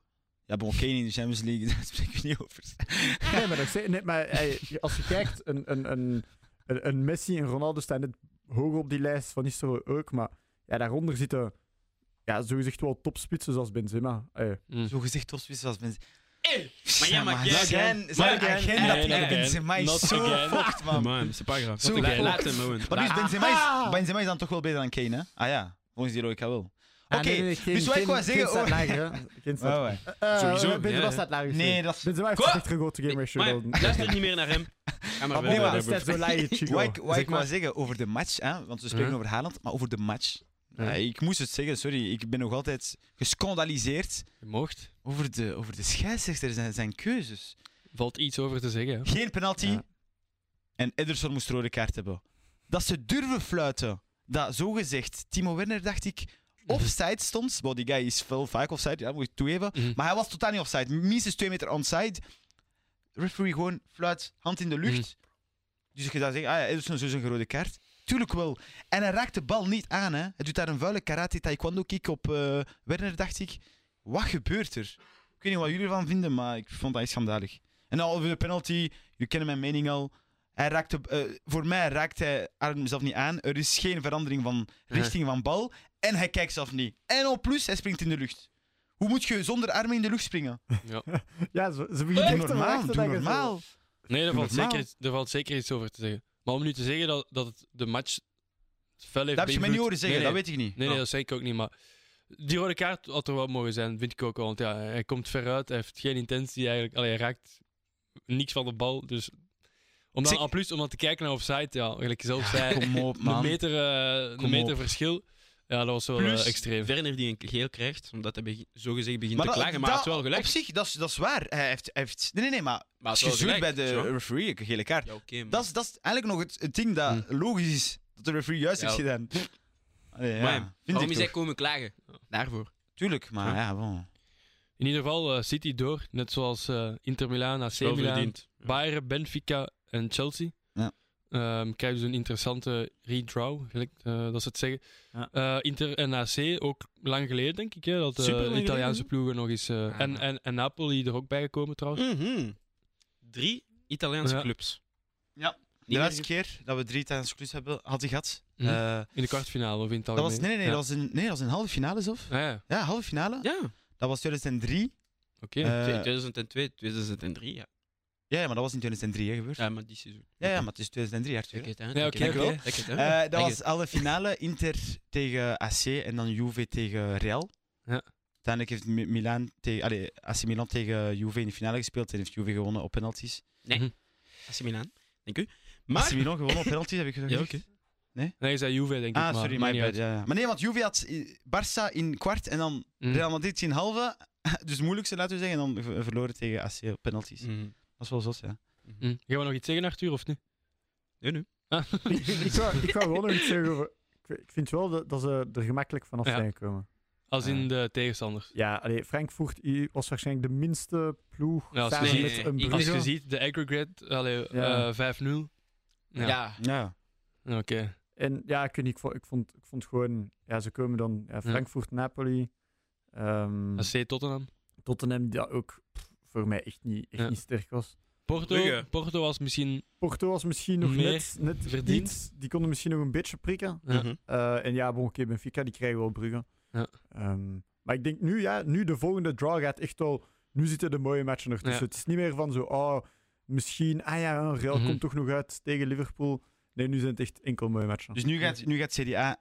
[SPEAKER 2] Ja, bon, Kane in de Champions League, daar spreken we niet over.
[SPEAKER 4] Nee, maar, nog steeds- nee, maar hey, als je kijkt, een, een, een, een, een Messi en Ronaldo staan net hoog op die lijst van Nistelrooy ook. Maar ja, daaronder zitten ja, zogezegd wel topspitsen zoals Benzema. Hey.
[SPEAKER 1] Mm.
[SPEAKER 2] Zo gezegd topspits als mensen.
[SPEAKER 5] Maar ja, maar
[SPEAKER 2] zijn,
[SPEAKER 5] again,
[SPEAKER 2] zijn,
[SPEAKER 1] maar
[SPEAKER 2] agenda
[SPEAKER 5] again,
[SPEAKER 2] tegen
[SPEAKER 1] again,
[SPEAKER 2] Benzema is
[SPEAKER 1] not
[SPEAKER 2] zo
[SPEAKER 1] again.
[SPEAKER 2] vocht, man.
[SPEAKER 5] Man, c'est pas grave.
[SPEAKER 2] Zo
[SPEAKER 5] La-
[SPEAKER 2] goed.
[SPEAKER 5] Laat hem, Owen.
[SPEAKER 2] Maar
[SPEAKER 5] Laat-
[SPEAKER 3] Ah.
[SPEAKER 2] dus Benzema is, Benzema is dan toch wel beter dan Kane, hè? Ah ja, volgens die logica wel.
[SPEAKER 4] Ah,
[SPEAKER 2] Oké, dus wat ik wou zeggen,
[SPEAKER 4] Geen staat
[SPEAKER 2] oh-
[SPEAKER 4] lager, hè. Geen staat-
[SPEAKER 2] Oh, ouais.
[SPEAKER 4] Eh,
[SPEAKER 5] Sowieso,
[SPEAKER 4] Benzema
[SPEAKER 5] ja, ja.
[SPEAKER 4] staat lager.
[SPEAKER 2] Nee, dat is...
[SPEAKER 4] Benzema heeft
[SPEAKER 5] Quoi?
[SPEAKER 4] echt een grote game ratio.
[SPEAKER 5] Maar
[SPEAKER 4] dan.
[SPEAKER 5] luister niet meer naar hem. Ga maar
[SPEAKER 4] Ah,
[SPEAKER 5] verder,
[SPEAKER 4] nee, maar
[SPEAKER 5] Robert.
[SPEAKER 4] is dat zo laag, Chico?
[SPEAKER 2] Wat ik, wat
[SPEAKER 4] Zeg
[SPEAKER 2] ik wou
[SPEAKER 4] maar.
[SPEAKER 2] zeggen over de match, hè? want we spreken
[SPEAKER 1] Ja.
[SPEAKER 2] over Haaland, maar over de match.
[SPEAKER 1] Ja.
[SPEAKER 2] Eh, ik moest het zeggen, sorry, ik ben nog altijd gescandaliseerd
[SPEAKER 1] Je mocht.
[SPEAKER 2] over de, over de scheidsrechter en zijn keuzes.
[SPEAKER 1] Valt iets over te zeggen. hè.
[SPEAKER 2] Geen penalty
[SPEAKER 4] Ja.
[SPEAKER 2] en Ederson moest rode kaart hebben. Dat ze durven fluiten, dat zogezegd Timo Werner, dacht ik, offside stond. Wel, die guy is veel vaak offside, ja, moet ik toegeven.
[SPEAKER 1] Mhm.
[SPEAKER 2] Maar hij was totaal niet offside. Minstens twee meter onside. Referee gewoon fluit, hand in de lucht.
[SPEAKER 1] Mhm.
[SPEAKER 2] Dus je zou zeggen, ah ja, Ederson is dus een rode kaart. Tuurlijk wel. En hij raakt de bal niet aan. Hè. Hij doet daar een vuile karate taekwondo kick op eh, Werner, dacht ik. Wat gebeurt er? Ik weet niet wat jullie ervan vinden, maar ik vond dat echt schandalig. En dan over de penalty, jullie kennen mijn mening al. Hij raakte, eh, voor mij raakt hij arm zelf niet aan. Er is geen verandering van richting van bal. En hij kijkt zelf niet. En op plus, hij springt in de lucht. Hoe moet je zonder armen in de lucht springen?
[SPEAKER 4] Ja, ze, ze
[SPEAKER 2] Doe
[SPEAKER 4] beginnen echt te
[SPEAKER 2] normaal,
[SPEAKER 4] wachten
[SPEAKER 2] doe
[SPEAKER 4] dat je zo-
[SPEAKER 2] normaal.
[SPEAKER 1] Nee, er
[SPEAKER 2] Doe
[SPEAKER 1] valt,
[SPEAKER 2] normaal.
[SPEAKER 1] zeker, iets- er valt zeker iets over te zeggen. Maar om nu te zeggen dat, dat het de match fel heeft
[SPEAKER 2] Dat heb je mij niet
[SPEAKER 1] beïnvloed-
[SPEAKER 2] horen zeggen,
[SPEAKER 1] Nee,
[SPEAKER 2] dat
[SPEAKER 1] nee.
[SPEAKER 2] weet ik niet.
[SPEAKER 1] Nee, nee, dat zei ik ook niet. Maar die rode kaart had er wel mogen zijn, vind ik ook wel. Want ja, hij komt veruit, hij heeft geen intentie eigenlijk. Allee, hij raakt niks van de bal. Dus om dan,
[SPEAKER 2] Zeg-
[SPEAKER 1] aan plus om dan te kijken naar offside, ja, eigenlijk zelf zei,
[SPEAKER 2] Kom op,
[SPEAKER 1] een
[SPEAKER 2] man.
[SPEAKER 1] meter, eh,
[SPEAKER 2] Kom
[SPEAKER 1] een meter
[SPEAKER 2] op.
[SPEAKER 1] verschil. Ja, dat was wel
[SPEAKER 2] Plus-
[SPEAKER 1] eh, extreem.
[SPEAKER 5] Werner die een geel krijgt, omdat hij begi- zogezegd begint
[SPEAKER 2] Maar
[SPEAKER 5] te
[SPEAKER 2] dat-
[SPEAKER 5] klagen, maar
[SPEAKER 2] dat-
[SPEAKER 5] hij had wel
[SPEAKER 2] Op
[SPEAKER 5] gelijk.
[SPEAKER 2] zich, dat is, dat is waar. Hij heeft, hij heeft... Nee, nee, nee, maar
[SPEAKER 5] Maar
[SPEAKER 2] als
[SPEAKER 5] Ah, het
[SPEAKER 2] je
[SPEAKER 5] was
[SPEAKER 2] zuurt bij
[SPEAKER 5] gelijk,
[SPEAKER 2] de
[SPEAKER 5] zo.
[SPEAKER 2] referee, een gele kaart.
[SPEAKER 5] Ja, oké, man.
[SPEAKER 2] Dat is, dat is eigenlijk nog het, het ding dat logisch is dat de referee juist
[SPEAKER 5] Hm. Ja.
[SPEAKER 2] heeft gedaan. Allee, ja.
[SPEAKER 5] Maar ja,
[SPEAKER 2] Vind
[SPEAKER 5] Waarom
[SPEAKER 2] ik
[SPEAKER 5] is hij
[SPEAKER 2] toch.
[SPEAKER 5] komen klagen? Daarvoor.
[SPEAKER 2] Tuurlijk,
[SPEAKER 5] Ja.
[SPEAKER 2] maar ja, bon.
[SPEAKER 1] In ieder geval eh, City door, net zoals eh, Inter Milan, AC
[SPEAKER 5] Wel
[SPEAKER 1] Milan,
[SPEAKER 5] verdiend. Ja.
[SPEAKER 1] Bayern, Benfica en Chelsea.
[SPEAKER 2] Ja.
[SPEAKER 1] Ehm, krijgen dus een interessante redraw, gelijk, eh, dat ze het zeggen.
[SPEAKER 4] Ja.
[SPEAKER 1] Eh, Inter en AC, ook lang geleden denk ik, hè, dat
[SPEAKER 5] Super lang
[SPEAKER 1] de
[SPEAKER 5] geleden,
[SPEAKER 1] Italiaanse
[SPEAKER 5] hè?
[SPEAKER 1] ploegen nog eens... eh,
[SPEAKER 5] Ja.
[SPEAKER 1] en, en, en Napoli er ook bij gekomen trouwens.
[SPEAKER 5] Mhm. Drie Italiaanse
[SPEAKER 1] Ja.
[SPEAKER 5] clubs.
[SPEAKER 2] Ja.
[SPEAKER 5] Niet
[SPEAKER 2] De
[SPEAKER 5] meer-
[SPEAKER 2] laatste keer dat we drie tijdens clubs hebben, had hij gehad.
[SPEAKER 1] Mhm.
[SPEAKER 2] Eh,
[SPEAKER 5] Mm.
[SPEAKER 1] In de kwartfinale of in het
[SPEAKER 2] dat was,
[SPEAKER 1] algemeen.
[SPEAKER 2] nee, nee, nee,
[SPEAKER 1] Ja.
[SPEAKER 2] dat was een, nee, dat was een halve finale, zelf.
[SPEAKER 1] Ah, ja,
[SPEAKER 2] Ja, halve finale.
[SPEAKER 5] Ja,
[SPEAKER 2] Dat was 2003.
[SPEAKER 1] oké.
[SPEAKER 2] Eh,
[SPEAKER 5] Twee- 2002, 2003, ja.
[SPEAKER 2] ja, ja, maar dat was in 2003 hè, gebeurd. Ja.
[SPEAKER 5] Ja, maar die seizoen.
[SPEAKER 2] Ja, maar het is 2003, Arthur.
[SPEAKER 5] Check it, hè.
[SPEAKER 1] Ja,
[SPEAKER 5] Check
[SPEAKER 1] oké,
[SPEAKER 5] it, hè.
[SPEAKER 1] oké.
[SPEAKER 5] Check it, hè.
[SPEAKER 2] Eh, dat
[SPEAKER 5] Denk
[SPEAKER 2] was alle finale. Inter tegen AC en dan Juve tegen Real.
[SPEAKER 1] Ja.
[SPEAKER 2] Uiteindelijk heeft Mi- Milan tegen, allee, AC Milan tegen Juve in de finale gespeeld en heeft Juve gewonnen op penalties.
[SPEAKER 5] AC Milan, dank u. Maar...
[SPEAKER 2] AC Milan gewonnen op penalties, heb ik gezegd.
[SPEAKER 5] Ja, oké.
[SPEAKER 1] Nee, je zei Juve denk ik.
[SPEAKER 2] Ah,
[SPEAKER 1] maar
[SPEAKER 2] sorry,
[SPEAKER 1] maakt
[SPEAKER 2] my
[SPEAKER 1] niet
[SPEAKER 2] bad.
[SPEAKER 1] uit.
[SPEAKER 2] Ja. ja. Maar nee, want Juve had eh, Barça in kwart en dan
[SPEAKER 1] Mm.
[SPEAKER 2] Real Madrid in halve. Dus het moeilijkste, laten we zeggen. En dan v- verloren tegen AC op penalties.
[SPEAKER 3] Hm.
[SPEAKER 5] Mhm.
[SPEAKER 2] Dat is wel zot, ja.
[SPEAKER 1] Mm. Gaan we nog iets zeggen, Arthur, of niet?
[SPEAKER 5] Nee, nee.
[SPEAKER 1] Ah.
[SPEAKER 4] Ik, ik, wou, ik wou wel nog iets zeggen over... Ik, vind- ik vind wel dat, dat ze er gemakkelijk vanaf
[SPEAKER 1] Ja.
[SPEAKER 4] zijn gekomen.
[SPEAKER 1] Als
[SPEAKER 2] Eh.
[SPEAKER 1] in de tegenstanders.
[SPEAKER 4] Ja, allee, Frankfurt i- was waarschijnlijk de minste ploeg
[SPEAKER 1] Ja, als
[SPEAKER 4] samen
[SPEAKER 1] je-
[SPEAKER 4] met een
[SPEAKER 5] nee,
[SPEAKER 1] Als je
[SPEAKER 4] Brugge.
[SPEAKER 1] ziet, de aggregate, allee,
[SPEAKER 4] Ja.
[SPEAKER 1] eh, 5-0. Ja.
[SPEAKER 5] Ja.
[SPEAKER 2] Ja,
[SPEAKER 1] Oké.
[SPEAKER 4] En ja, ik, weet niet, ik, vond, ik, vond, ik vond gewoon... Ja, ze komen dan ja, Frankfurt, Napoli, ehm,
[SPEAKER 1] AC Tottenham.
[SPEAKER 4] Tottenham, die dat ook pff, voor mij echt niet, echt
[SPEAKER 1] Ja.
[SPEAKER 4] niet sterk was.
[SPEAKER 1] Porto,
[SPEAKER 5] Brugge.
[SPEAKER 1] Porto was misschien.
[SPEAKER 4] Porto was misschien nog
[SPEAKER 1] Meer
[SPEAKER 4] net, net
[SPEAKER 1] verdiend.
[SPEAKER 4] iets. Die konden misschien nog een beetje prikken.
[SPEAKER 1] Ja.
[SPEAKER 5] Mhm.
[SPEAKER 4] Eh, en ja, bon, oké, Benfica, die krijgen wel Brugge.
[SPEAKER 1] Ja.
[SPEAKER 4] Ehm, maar ik denk nu, ja, nu de volgende draw gaat echt wel... Nu zitten de mooie matchen ertussen.
[SPEAKER 1] Ja.
[SPEAKER 4] Het is niet meer van zo, oh, misschien... Ah ja, een Real
[SPEAKER 1] Mhm.
[SPEAKER 4] komt toch nog uit tegen Liverpool. Nee, nu zijn het echt enkel mooie matchen.
[SPEAKER 2] dus nu gaat, nu gaat CDA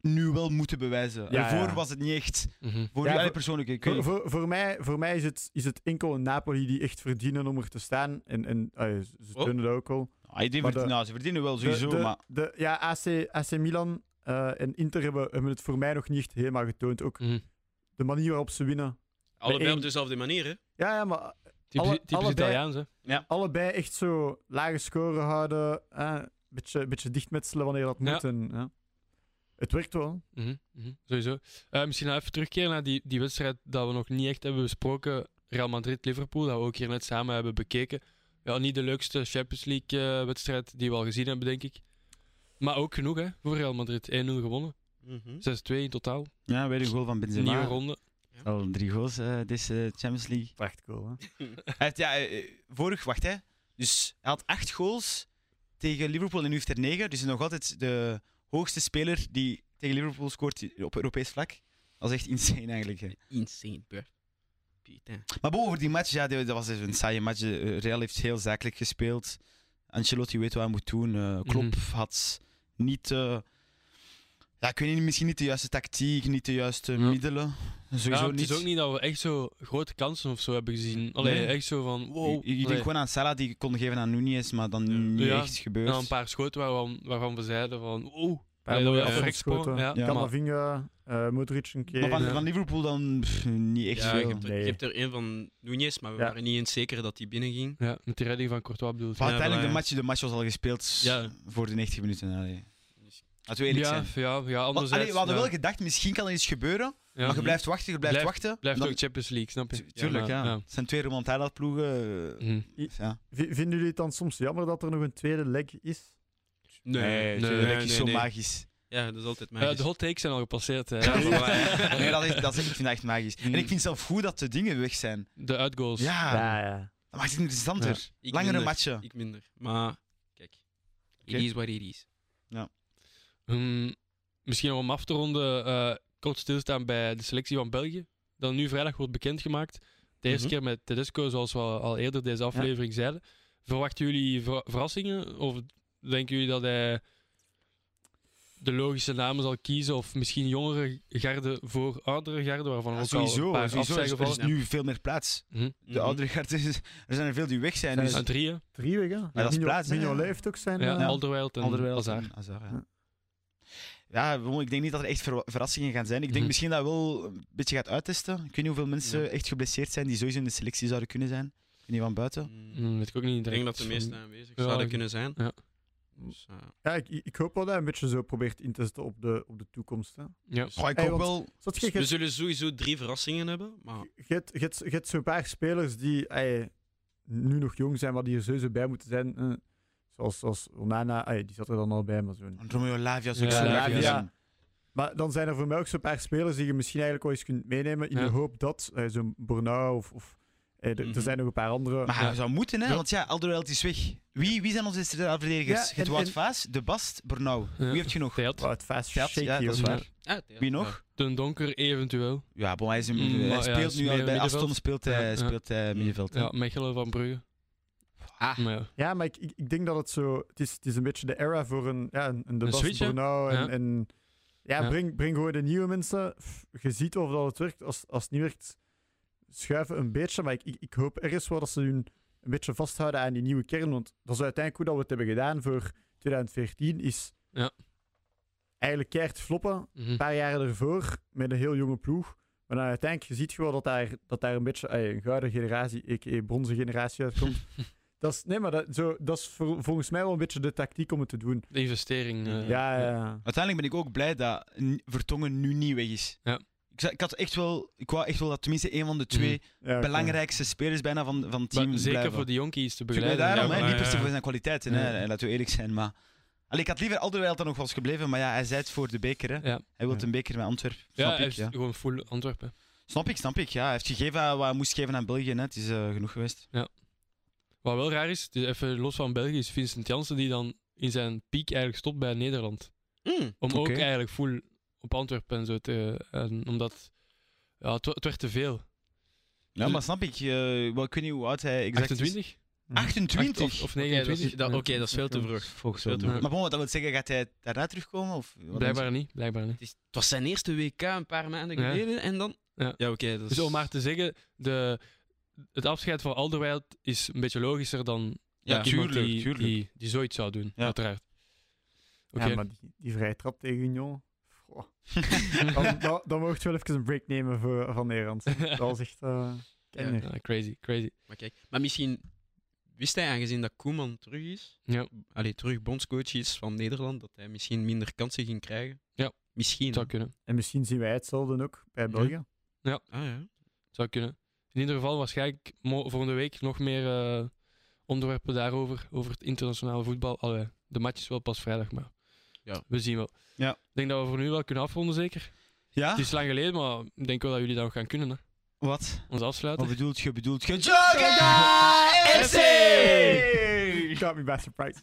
[SPEAKER 2] nu wel moeten bewijzen.
[SPEAKER 4] Ja,
[SPEAKER 2] Daarvoor
[SPEAKER 4] ja.
[SPEAKER 2] was het niet echt.
[SPEAKER 1] Mhm.
[SPEAKER 2] Voor
[SPEAKER 4] Ja,
[SPEAKER 2] jullie
[SPEAKER 4] voor-
[SPEAKER 2] persoonlijk, ik weet
[SPEAKER 4] Voor,
[SPEAKER 2] niet.
[SPEAKER 4] voor, voor mij, voor mij is, het, is het enkel een Napoli die echt verdienen om er te staan. En, en ah ja, ze ze
[SPEAKER 5] Oh.
[SPEAKER 4] kunnen dat ook al.
[SPEAKER 2] Ah, die
[SPEAKER 4] Maar
[SPEAKER 2] verdienen-
[SPEAKER 4] de-
[SPEAKER 2] nou, ze verdienen wel
[SPEAKER 4] De-
[SPEAKER 2] sowieso,
[SPEAKER 4] de,
[SPEAKER 2] maar...
[SPEAKER 4] de- ja, AC, AC Milan eh, en Inter hebben, hebben het voor mij nog niet echt helemaal getoond. Ook
[SPEAKER 1] Mhm.
[SPEAKER 4] de manier waarop ze winnen.
[SPEAKER 5] Allebei
[SPEAKER 4] één-
[SPEAKER 5] op dezelfde manier, hè.
[SPEAKER 4] Ja, ja maar
[SPEAKER 1] Typisch,
[SPEAKER 4] Alle-
[SPEAKER 1] typisch
[SPEAKER 4] allebei-
[SPEAKER 1] Italiaans, hè?
[SPEAKER 4] allebei echt zo lage scoren houden. Een beetje, beetje dichtmetselen wanneer dat
[SPEAKER 1] Ja.
[SPEAKER 4] moet. En, ja. Het werkt wel.
[SPEAKER 1] Mhm, mhm, Sowieso. Eh, misschien nog even terugkeren naar die, die wedstrijd dat we nog niet echt hebben besproken. Real Madrid-Liverpool, dat we ook hier net samen hebben bekeken. Ja, niet de leukste Champions League-wedstrijd die we al gezien hebben, denk ik. Maar ook genoeg,
[SPEAKER 5] Mhm.
[SPEAKER 1] hè, voor Real Madrid. 1-0 gewonnen. 6-2 in totaal.
[SPEAKER 2] Ja, weer een goal van Benzema.
[SPEAKER 1] Nieuwe ronde.
[SPEAKER 2] Al drie goals eh, deze Champions League.
[SPEAKER 4] Echt cool, hè?
[SPEAKER 2] Hij heeft, ja, eh, vorig, wacht hè. Dus hij had acht goals tegen Liverpool en nu heeft hij er negen. Dus hij is nog altijd de hoogste speler die tegen Liverpool scoort op Europees vlak. Dat is echt insane eigenlijk. hè.
[SPEAKER 5] Insane, bro. Pieter.
[SPEAKER 2] Maar boven over die match, ja, die- dat was dus een saaie match. Eh, Real heeft heel zakelijk gespeeld. Ancelotti weet wat hij moet doen. Eh
[SPEAKER 1] Mhm.
[SPEAKER 2] Klopp had niet, eh, ja, ik weet niet, misschien niet de juiste tactiek, niet de juiste
[SPEAKER 1] Ja.
[SPEAKER 2] middelen. Sowieso
[SPEAKER 1] Ja, het
[SPEAKER 2] niet.
[SPEAKER 1] is ook niet dat we echt zo grote kansen of zo hebben gezien. Alleen
[SPEAKER 2] Nee.
[SPEAKER 1] echt zo van wow.
[SPEAKER 2] Je, je denkt
[SPEAKER 1] Allee.
[SPEAKER 2] gewoon aan Salah die kon geven aan Nunez, maar dan niet
[SPEAKER 1] Ja.
[SPEAKER 2] echt
[SPEAKER 1] En
[SPEAKER 2] gebeurd.
[SPEAKER 1] dan een paar schoten waarvan, waarvan we zeiden van wow.
[SPEAKER 4] Paar
[SPEAKER 1] Allee, dat
[SPEAKER 4] mooie
[SPEAKER 1] we
[SPEAKER 4] afstands
[SPEAKER 1] afrekspo-
[SPEAKER 4] schoten.
[SPEAKER 1] ja,
[SPEAKER 2] Ja.
[SPEAKER 1] maar-
[SPEAKER 4] Camavinga, eh, Modric een keer.
[SPEAKER 2] Maar van,
[SPEAKER 1] Ja.
[SPEAKER 2] van Liverpool dan pff, niet echt
[SPEAKER 5] Ja, je
[SPEAKER 2] veel.
[SPEAKER 5] hebt, er,
[SPEAKER 4] Nee.
[SPEAKER 5] je hebt er een van Nunez, maar we
[SPEAKER 4] Ja.
[SPEAKER 5] waren niet eens zeker dat die binnenging.
[SPEAKER 1] Ja, met die redding van Courtois bedoeld.
[SPEAKER 2] Maar
[SPEAKER 1] Ja,
[SPEAKER 2] uiteindelijk, de
[SPEAKER 1] voilà,
[SPEAKER 2] match, de match was al gespeeld
[SPEAKER 5] Ja.
[SPEAKER 2] voor de 90 minuten. Allee.
[SPEAKER 5] Dus-
[SPEAKER 2] Laten we eerlijk
[SPEAKER 1] ja,
[SPEAKER 2] zijn.
[SPEAKER 1] ja, ja,
[SPEAKER 2] Want,
[SPEAKER 1] anderzijds.
[SPEAKER 2] allee, we hadden
[SPEAKER 1] ja.
[SPEAKER 2] wel gedacht, misschien kan er iets gebeuren.
[SPEAKER 1] Ja.
[SPEAKER 2] Maar je blijft wachten, je blijft
[SPEAKER 1] Blijf-
[SPEAKER 2] wachten.
[SPEAKER 1] Blijft
[SPEAKER 2] Dan-
[SPEAKER 1] ook Champions League, snap je?
[SPEAKER 2] Tu- tuurlijk, ja.
[SPEAKER 1] maar-
[SPEAKER 2] Het zijn twee remontada-ploegen. eh,
[SPEAKER 1] Mhm.
[SPEAKER 2] ja.
[SPEAKER 4] V- Vinden jullie het dan soms jammer dat er nog een tweede leg is?
[SPEAKER 5] Nee,
[SPEAKER 2] tuurlijk,
[SPEAKER 5] nee,
[SPEAKER 2] is
[SPEAKER 5] nee,
[SPEAKER 2] zo
[SPEAKER 5] nee.
[SPEAKER 2] magisch.
[SPEAKER 5] Ja, dat is altijd
[SPEAKER 1] Eh,
[SPEAKER 5] mijn.
[SPEAKER 1] de hot takes zijn al gepasseerd. hè.
[SPEAKER 2] Ja,
[SPEAKER 1] Ja.
[SPEAKER 2] nee, dat is, dat is, ik vind dat echt magisch. En
[SPEAKER 1] Mm.
[SPEAKER 2] ik vind het zelf goed dat de dingen weg zijn.
[SPEAKER 1] De uitgoals.
[SPEAKER 2] Ja,
[SPEAKER 4] ja.
[SPEAKER 2] dat maakt het interessanter.
[SPEAKER 5] Ik
[SPEAKER 2] Langere
[SPEAKER 5] minder,
[SPEAKER 2] matchen.
[SPEAKER 5] Ik minder. Maar kijk,
[SPEAKER 2] Oké.
[SPEAKER 5] it is what it is.
[SPEAKER 1] Hmm, misschien nog om af te ronden, eh, kort stilstaan bij de selectie van België. Dat nu vrijdag wordt bekendgemaakt. De eerste
[SPEAKER 5] Mhm.
[SPEAKER 1] keer met Tedesco, zoals we al al eerder deze aflevering zeiden. Verwachten jullie ver- verrassingen? Of denken jullie dat hij de logische namen zal kiezen? Of misschien jongere garde voor oudere garde, waarvan
[SPEAKER 2] Ja,
[SPEAKER 1] ook al
[SPEAKER 2] sowieso,
[SPEAKER 1] een paar af
[SPEAKER 2] sowieso
[SPEAKER 1] zijn
[SPEAKER 2] is, er is
[SPEAKER 1] gevallen?
[SPEAKER 2] nu veel meer plaats.
[SPEAKER 1] Mhm.
[SPEAKER 2] De oudere garden, er zijn er veel die weg zijn.
[SPEAKER 4] Zijn
[SPEAKER 2] Dus,
[SPEAKER 4] er-
[SPEAKER 1] Aan drieën,
[SPEAKER 4] Drie weken.
[SPEAKER 2] dat is plaats, hè.
[SPEAKER 4] Mignolet heeft ook zijn...
[SPEAKER 1] ja,
[SPEAKER 4] eh,
[SPEAKER 1] Alderweireld en
[SPEAKER 2] Alderwijl
[SPEAKER 1] Hazard.
[SPEAKER 2] en Hazard, ja.
[SPEAKER 4] Ja.
[SPEAKER 2] Ja, gewoon, ik denk niet dat er echt ver- verrassingen gaan zijn. Ik denk
[SPEAKER 1] Mhm.
[SPEAKER 2] misschien dat hij wel een beetje gaat uittesten. Ik weet niet hoeveel mensen echt geblesseerd zijn die sowieso in de selectie zouden kunnen zijn. Ik weet niet van buiten.
[SPEAKER 5] Mm,
[SPEAKER 1] Hmm, weet ik ook niet.
[SPEAKER 5] Ik denk dat de
[SPEAKER 1] direct.
[SPEAKER 5] meesten aanwezig
[SPEAKER 1] Ja,
[SPEAKER 5] zouden
[SPEAKER 1] ik-
[SPEAKER 5] kunnen zijn.
[SPEAKER 1] ja.
[SPEAKER 5] Dus, eh,
[SPEAKER 4] Ja, ik, ik hoop wel dat hij een beetje zo probeert in te zetten op de, op de toekomst. Hè.
[SPEAKER 1] Ja.
[SPEAKER 2] Goh, ik
[SPEAKER 4] Hey,
[SPEAKER 2] hoop
[SPEAKER 4] want-
[SPEAKER 2] wel...
[SPEAKER 4] Zodat je,
[SPEAKER 5] dus we
[SPEAKER 4] je,
[SPEAKER 5] zullen sowieso drie verrassingen hebben, maar
[SPEAKER 4] Dus je, je, je hebt zo'n paar spelers die ey, nu nog jong zijn, maar die er sowieso bij moeten zijn. eh. zoals, zoals Onana, ey, die zat er dan al bij, maar zo'n...
[SPEAKER 2] Romeo Lavia
[SPEAKER 1] Ja,
[SPEAKER 2] zou ik zo graag
[SPEAKER 1] Lavia.
[SPEAKER 2] willen zien.
[SPEAKER 4] Maar dan zijn er voor mij ook zo'n paar spelers die je misschien eigenlijk wel eens kunt meenemen. In
[SPEAKER 1] Ja.
[SPEAKER 4] de hoop dat eh, zo'n Bornau of. of eh, de-
[SPEAKER 5] Mhm.
[SPEAKER 4] Er zijn nog een paar andere.
[SPEAKER 2] Maar hij
[SPEAKER 1] Ja.
[SPEAKER 2] zou moeten, hè?
[SPEAKER 1] Ja.
[SPEAKER 2] Want ja, Alderweireld is weg. Wie, wie zijn onze centrale verdedigers?
[SPEAKER 4] Ja,
[SPEAKER 2] Je hebt
[SPEAKER 4] en-
[SPEAKER 2] Wout
[SPEAKER 4] en-
[SPEAKER 2] Vaas, De Bast, Bernau.
[SPEAKER 1] Ja.
[SPEAKER 2] Wie heeft je nog?
[SPEAKER 1] Hij had
[SPEAKER 4] Wow, het fast
[SPEAKER 2] Veld,
[SPEAKER 4] shaky
[SPEAKER 2] ja, dat is
[SPEAKER 4] ook.
[SPEAKER 2] waar. Wie nog?
[SPEAKER 1] Den Donker eventueel.
[SPEAKER 2] Ja, bon, hij, is een-
[SPEAKER 1] Mm, maar
[SPEAKER 2] hij
[SPEAKER 1] ja,
[SPEAKER 2] speelt
[SPEAKER 1] is
[SPEAKER 2] nu al
[SPEAKER 1] meer
[SPEAKER 2] bij
[SPEAKER 1] middenveld.
[SPEAKER 2] Aston, speelt hij,
[SPEAKER 1] Ja. Mm,
[SPEAKER 2] speelt hij middenveld. hè.
[SPEAKER 1] Ja, Mechelen van Brugge.
[SPEAKER 5] Ah.
[SPEAKER 1] Maar ja.
[SPEAKER 4] Ja, maar ik, ik, ik denk dat het zo. Het is, het is een beetje de era voor een. Ja, een, een, de
[SPEAKER 1] Een
[SPEAKER 4] Bas
[SPEAKER 1] switch, hè?
[SPEAKER 4] Bornau En,
[SPEAKER 1] Ja.
[SPEAKER 4] en, ja,
[SPEAKER 1] Ja.
[SPEAKER 4] Breng, breng gewoon de nieuwe mensen. F- Je ziet of dat het werkt. Als, als het niet werkt, schuiven een beetje. Maar ik, ik, ik hoop ergens wel dat ze hun een beetje vasthouden aan die nieuwe kern. Want dat is uiteindelijk hoe dat we het hebben gedaan voor 2014. Is
[SPEAKER 1] Ja.
[SPEAKER 4] eigenlijk keihard floppen.
[SPEAKER 1] Mhm.
[SPEAKER 4] een paar jaren ervoor met een heel jonge ploeg. Maar dan uiteindelijk je ziet je wel dat daar, dat daar een beetje eh, een gouden generatie, a.k.a. bronzen generatie uitkomt. dat is, nee, maar dat, zo, dat is vol- volgens mij wel een beetje de tactiek om het te doen.
[SPEAKER 1] De investering. eh,
[SPEAKER 4] ja, ja, ja.
[SPEAKER 2] Uiteindelijk ben ik ook blij dat N- Vertongen nu niet weg is.
[SPEAKER 1] Ja.
[SPEAKER 2] Ik, zou- ik, had echt wel, ik wou echt wel dat tenminste een van de twee
[SPEAKER 4] oké.
[SPEAKER 2] belangrijkste spelers bijna van, van het
[SPEAKER 1] Maar
[SPEAKER 2] team
[SPEAKER 1] zeker
[SPEAKER 2] blijven.
[SPEAKER 1] voor de jonkies te
[SPEAKER 2] Ik ben
[SPEAKER 1] begeleiden.
[SPEAKER 2] daarom,
[SPEAKER 1] Ja,
[SPEAKER 2] hè,
[SPEAKER 1] maar-
[SPEAKER 2] niet per se voor zijn kwaliteiten, hè, eh,
[SPEAKER 1] Ja.
[SPEAKER 2] laten we eerlijk zijn. Maar... Allee, ik had liever Alderweireld dan nog was gebleven, maar ja, hij zei het voor de beker. Hè.
[SPEAKER 1] Ja.
[SPEAKER 2] Hij wil
[SPEAKER 4] Ja.
[SPEAKER 2] een beker met Antwerpen.
[SPEAKER 1] eh, Ja,
[SPEAKER 2] Snap
[SPEAKER 1] hij
[SPEAKER 2] ik,
[SPEAKER 1] is
[SPEAKER 2] ja.
[SPEAKER 1] gewoon full Antwerpen.
[SPEAKER 2] Snap ik, snap ik. Ja. Hij heeft gegeven wat hij moest geven aan België. Hè. Het is eh, genoeg geweest.
[SPEAKER 1] Wat wel raar is, dus even los van België, is Vincent Janssen die dan in zijn piek eigenlijk stopt bij Nederland.
[SPEAKER 5] Mm.
[SPEAKER 1] Om ook
[SPEAKER 2] Oké.
[SPEAKER 1] eigenlijk full op Antwerpen en zo te... En omdat... Ja, het, wa- het werd te veel.
[SPEAKER 2] Ja,
[SPEAKER 1] Dus-
[SPEAKER 2] maar snap ik. eh, wel, ik weet niet hoe oud hij exact
[SPEAKER 1] 28?
[SPEAKER 2] is. Hm. 28?
[SPEAKER 1] Acht- of, of
[SPEAKER 5] Oké, dat
[SPEAKER 1] 29?
[SPEAKER 5] is- dat-
[SPEAKER 1] Ja.
[SPEAKER 5] oké, dat is veel te vroeg.
[SPEAKER 2] Volgens
[SPEAKER 5] wel,
[SPEAKER 1] maar-
[SPEAKER 2] Maar bon, wat dat wil zeggen, gaat hij daaruit terugkomen? Of wat
[SPEAKER 1] Blijkbaar niet, blijkbaar niet.
[SPEAKER 5] Het, is, het was zijn eerste WK een paar maanden
[SPEAKER 1] Ja.
[SPEAKER 5] geleden en dan.
[SPEAKER 1] Ja.
[SPEAKER 5] oké. dat is
[SPEAKER 1] Dus om maar te zeggen, de, het afscheid van Alderweireld is een beetje logischer dan
[SPEAKER 2] Ja,
[SPEAKER 1] ja, iemand
[SPEAKER 2] tuurlijk.
[SPEAKER 1] die,
[SPEAKER 2] tuurlijk.
[SPEAKER 1] Die, die zoiets zou doen,
[SPEAKER 2] Ja.
[SPEAKER 1] uiteraard. Oké,
[SPEAKER 4] Ja, maar die, die vrije trap tegen Union. Goh. dan, dan, dan mocht je wel even een break nemen voor, van Nederland. Dat was echt... eh kenner.
[SPEAKER 1] Ja, crazy, crazy.
[SPEAKER 5] Maar kijk, maar misschien wist hij, aangezien dat Koeman terug is,
[SPEAKER 1] Ja.
[SPEAKER 5] allee, terug bondscoach is van Nederland, dat hij misschien minder kansen ging krijgen.
[SPEAKER 1] Ja.
[SPEAKER 5] Misschien.
[SPEAKER 1] Het zou kunnen.
[SPEAKER 4] En misschien zien wij hetzelfde ook bij België.
[SPEAKER 5] hè. Ah, ja.
[SPEAKER 1] Het zou kunnen. In ieder geval waarschijnlijk mo- volgende week nog meer eh, onderwerpen daarover. Over het internationale voetbal. Allee, de match is wel pas vrijdag, maar
[SPEAKER 5] Ja.
[SPEAKER 1] we zien wel.
[SPEAKER 2] Ja. Ah.
[SPEAKER 1] Ik denk dat we voor nu wel kunnen afronden, zeker?
[SPEAKER 2] Ja?
[SPEAKER 1] Het is lang geleden, maar ik denk wel dat jullie dat nog gaan kunnen. Hè.
[SPEAKER 2] Wat?
[SPEAKER 1] Ons afsluiten.
[SPEAKER 2] Wat bedoelt je? Bedoelt je?
[SPEAKER 4] Joga
[SPEAKER 2] Joga FC!
[SPEAKER 4] You got me by surprise.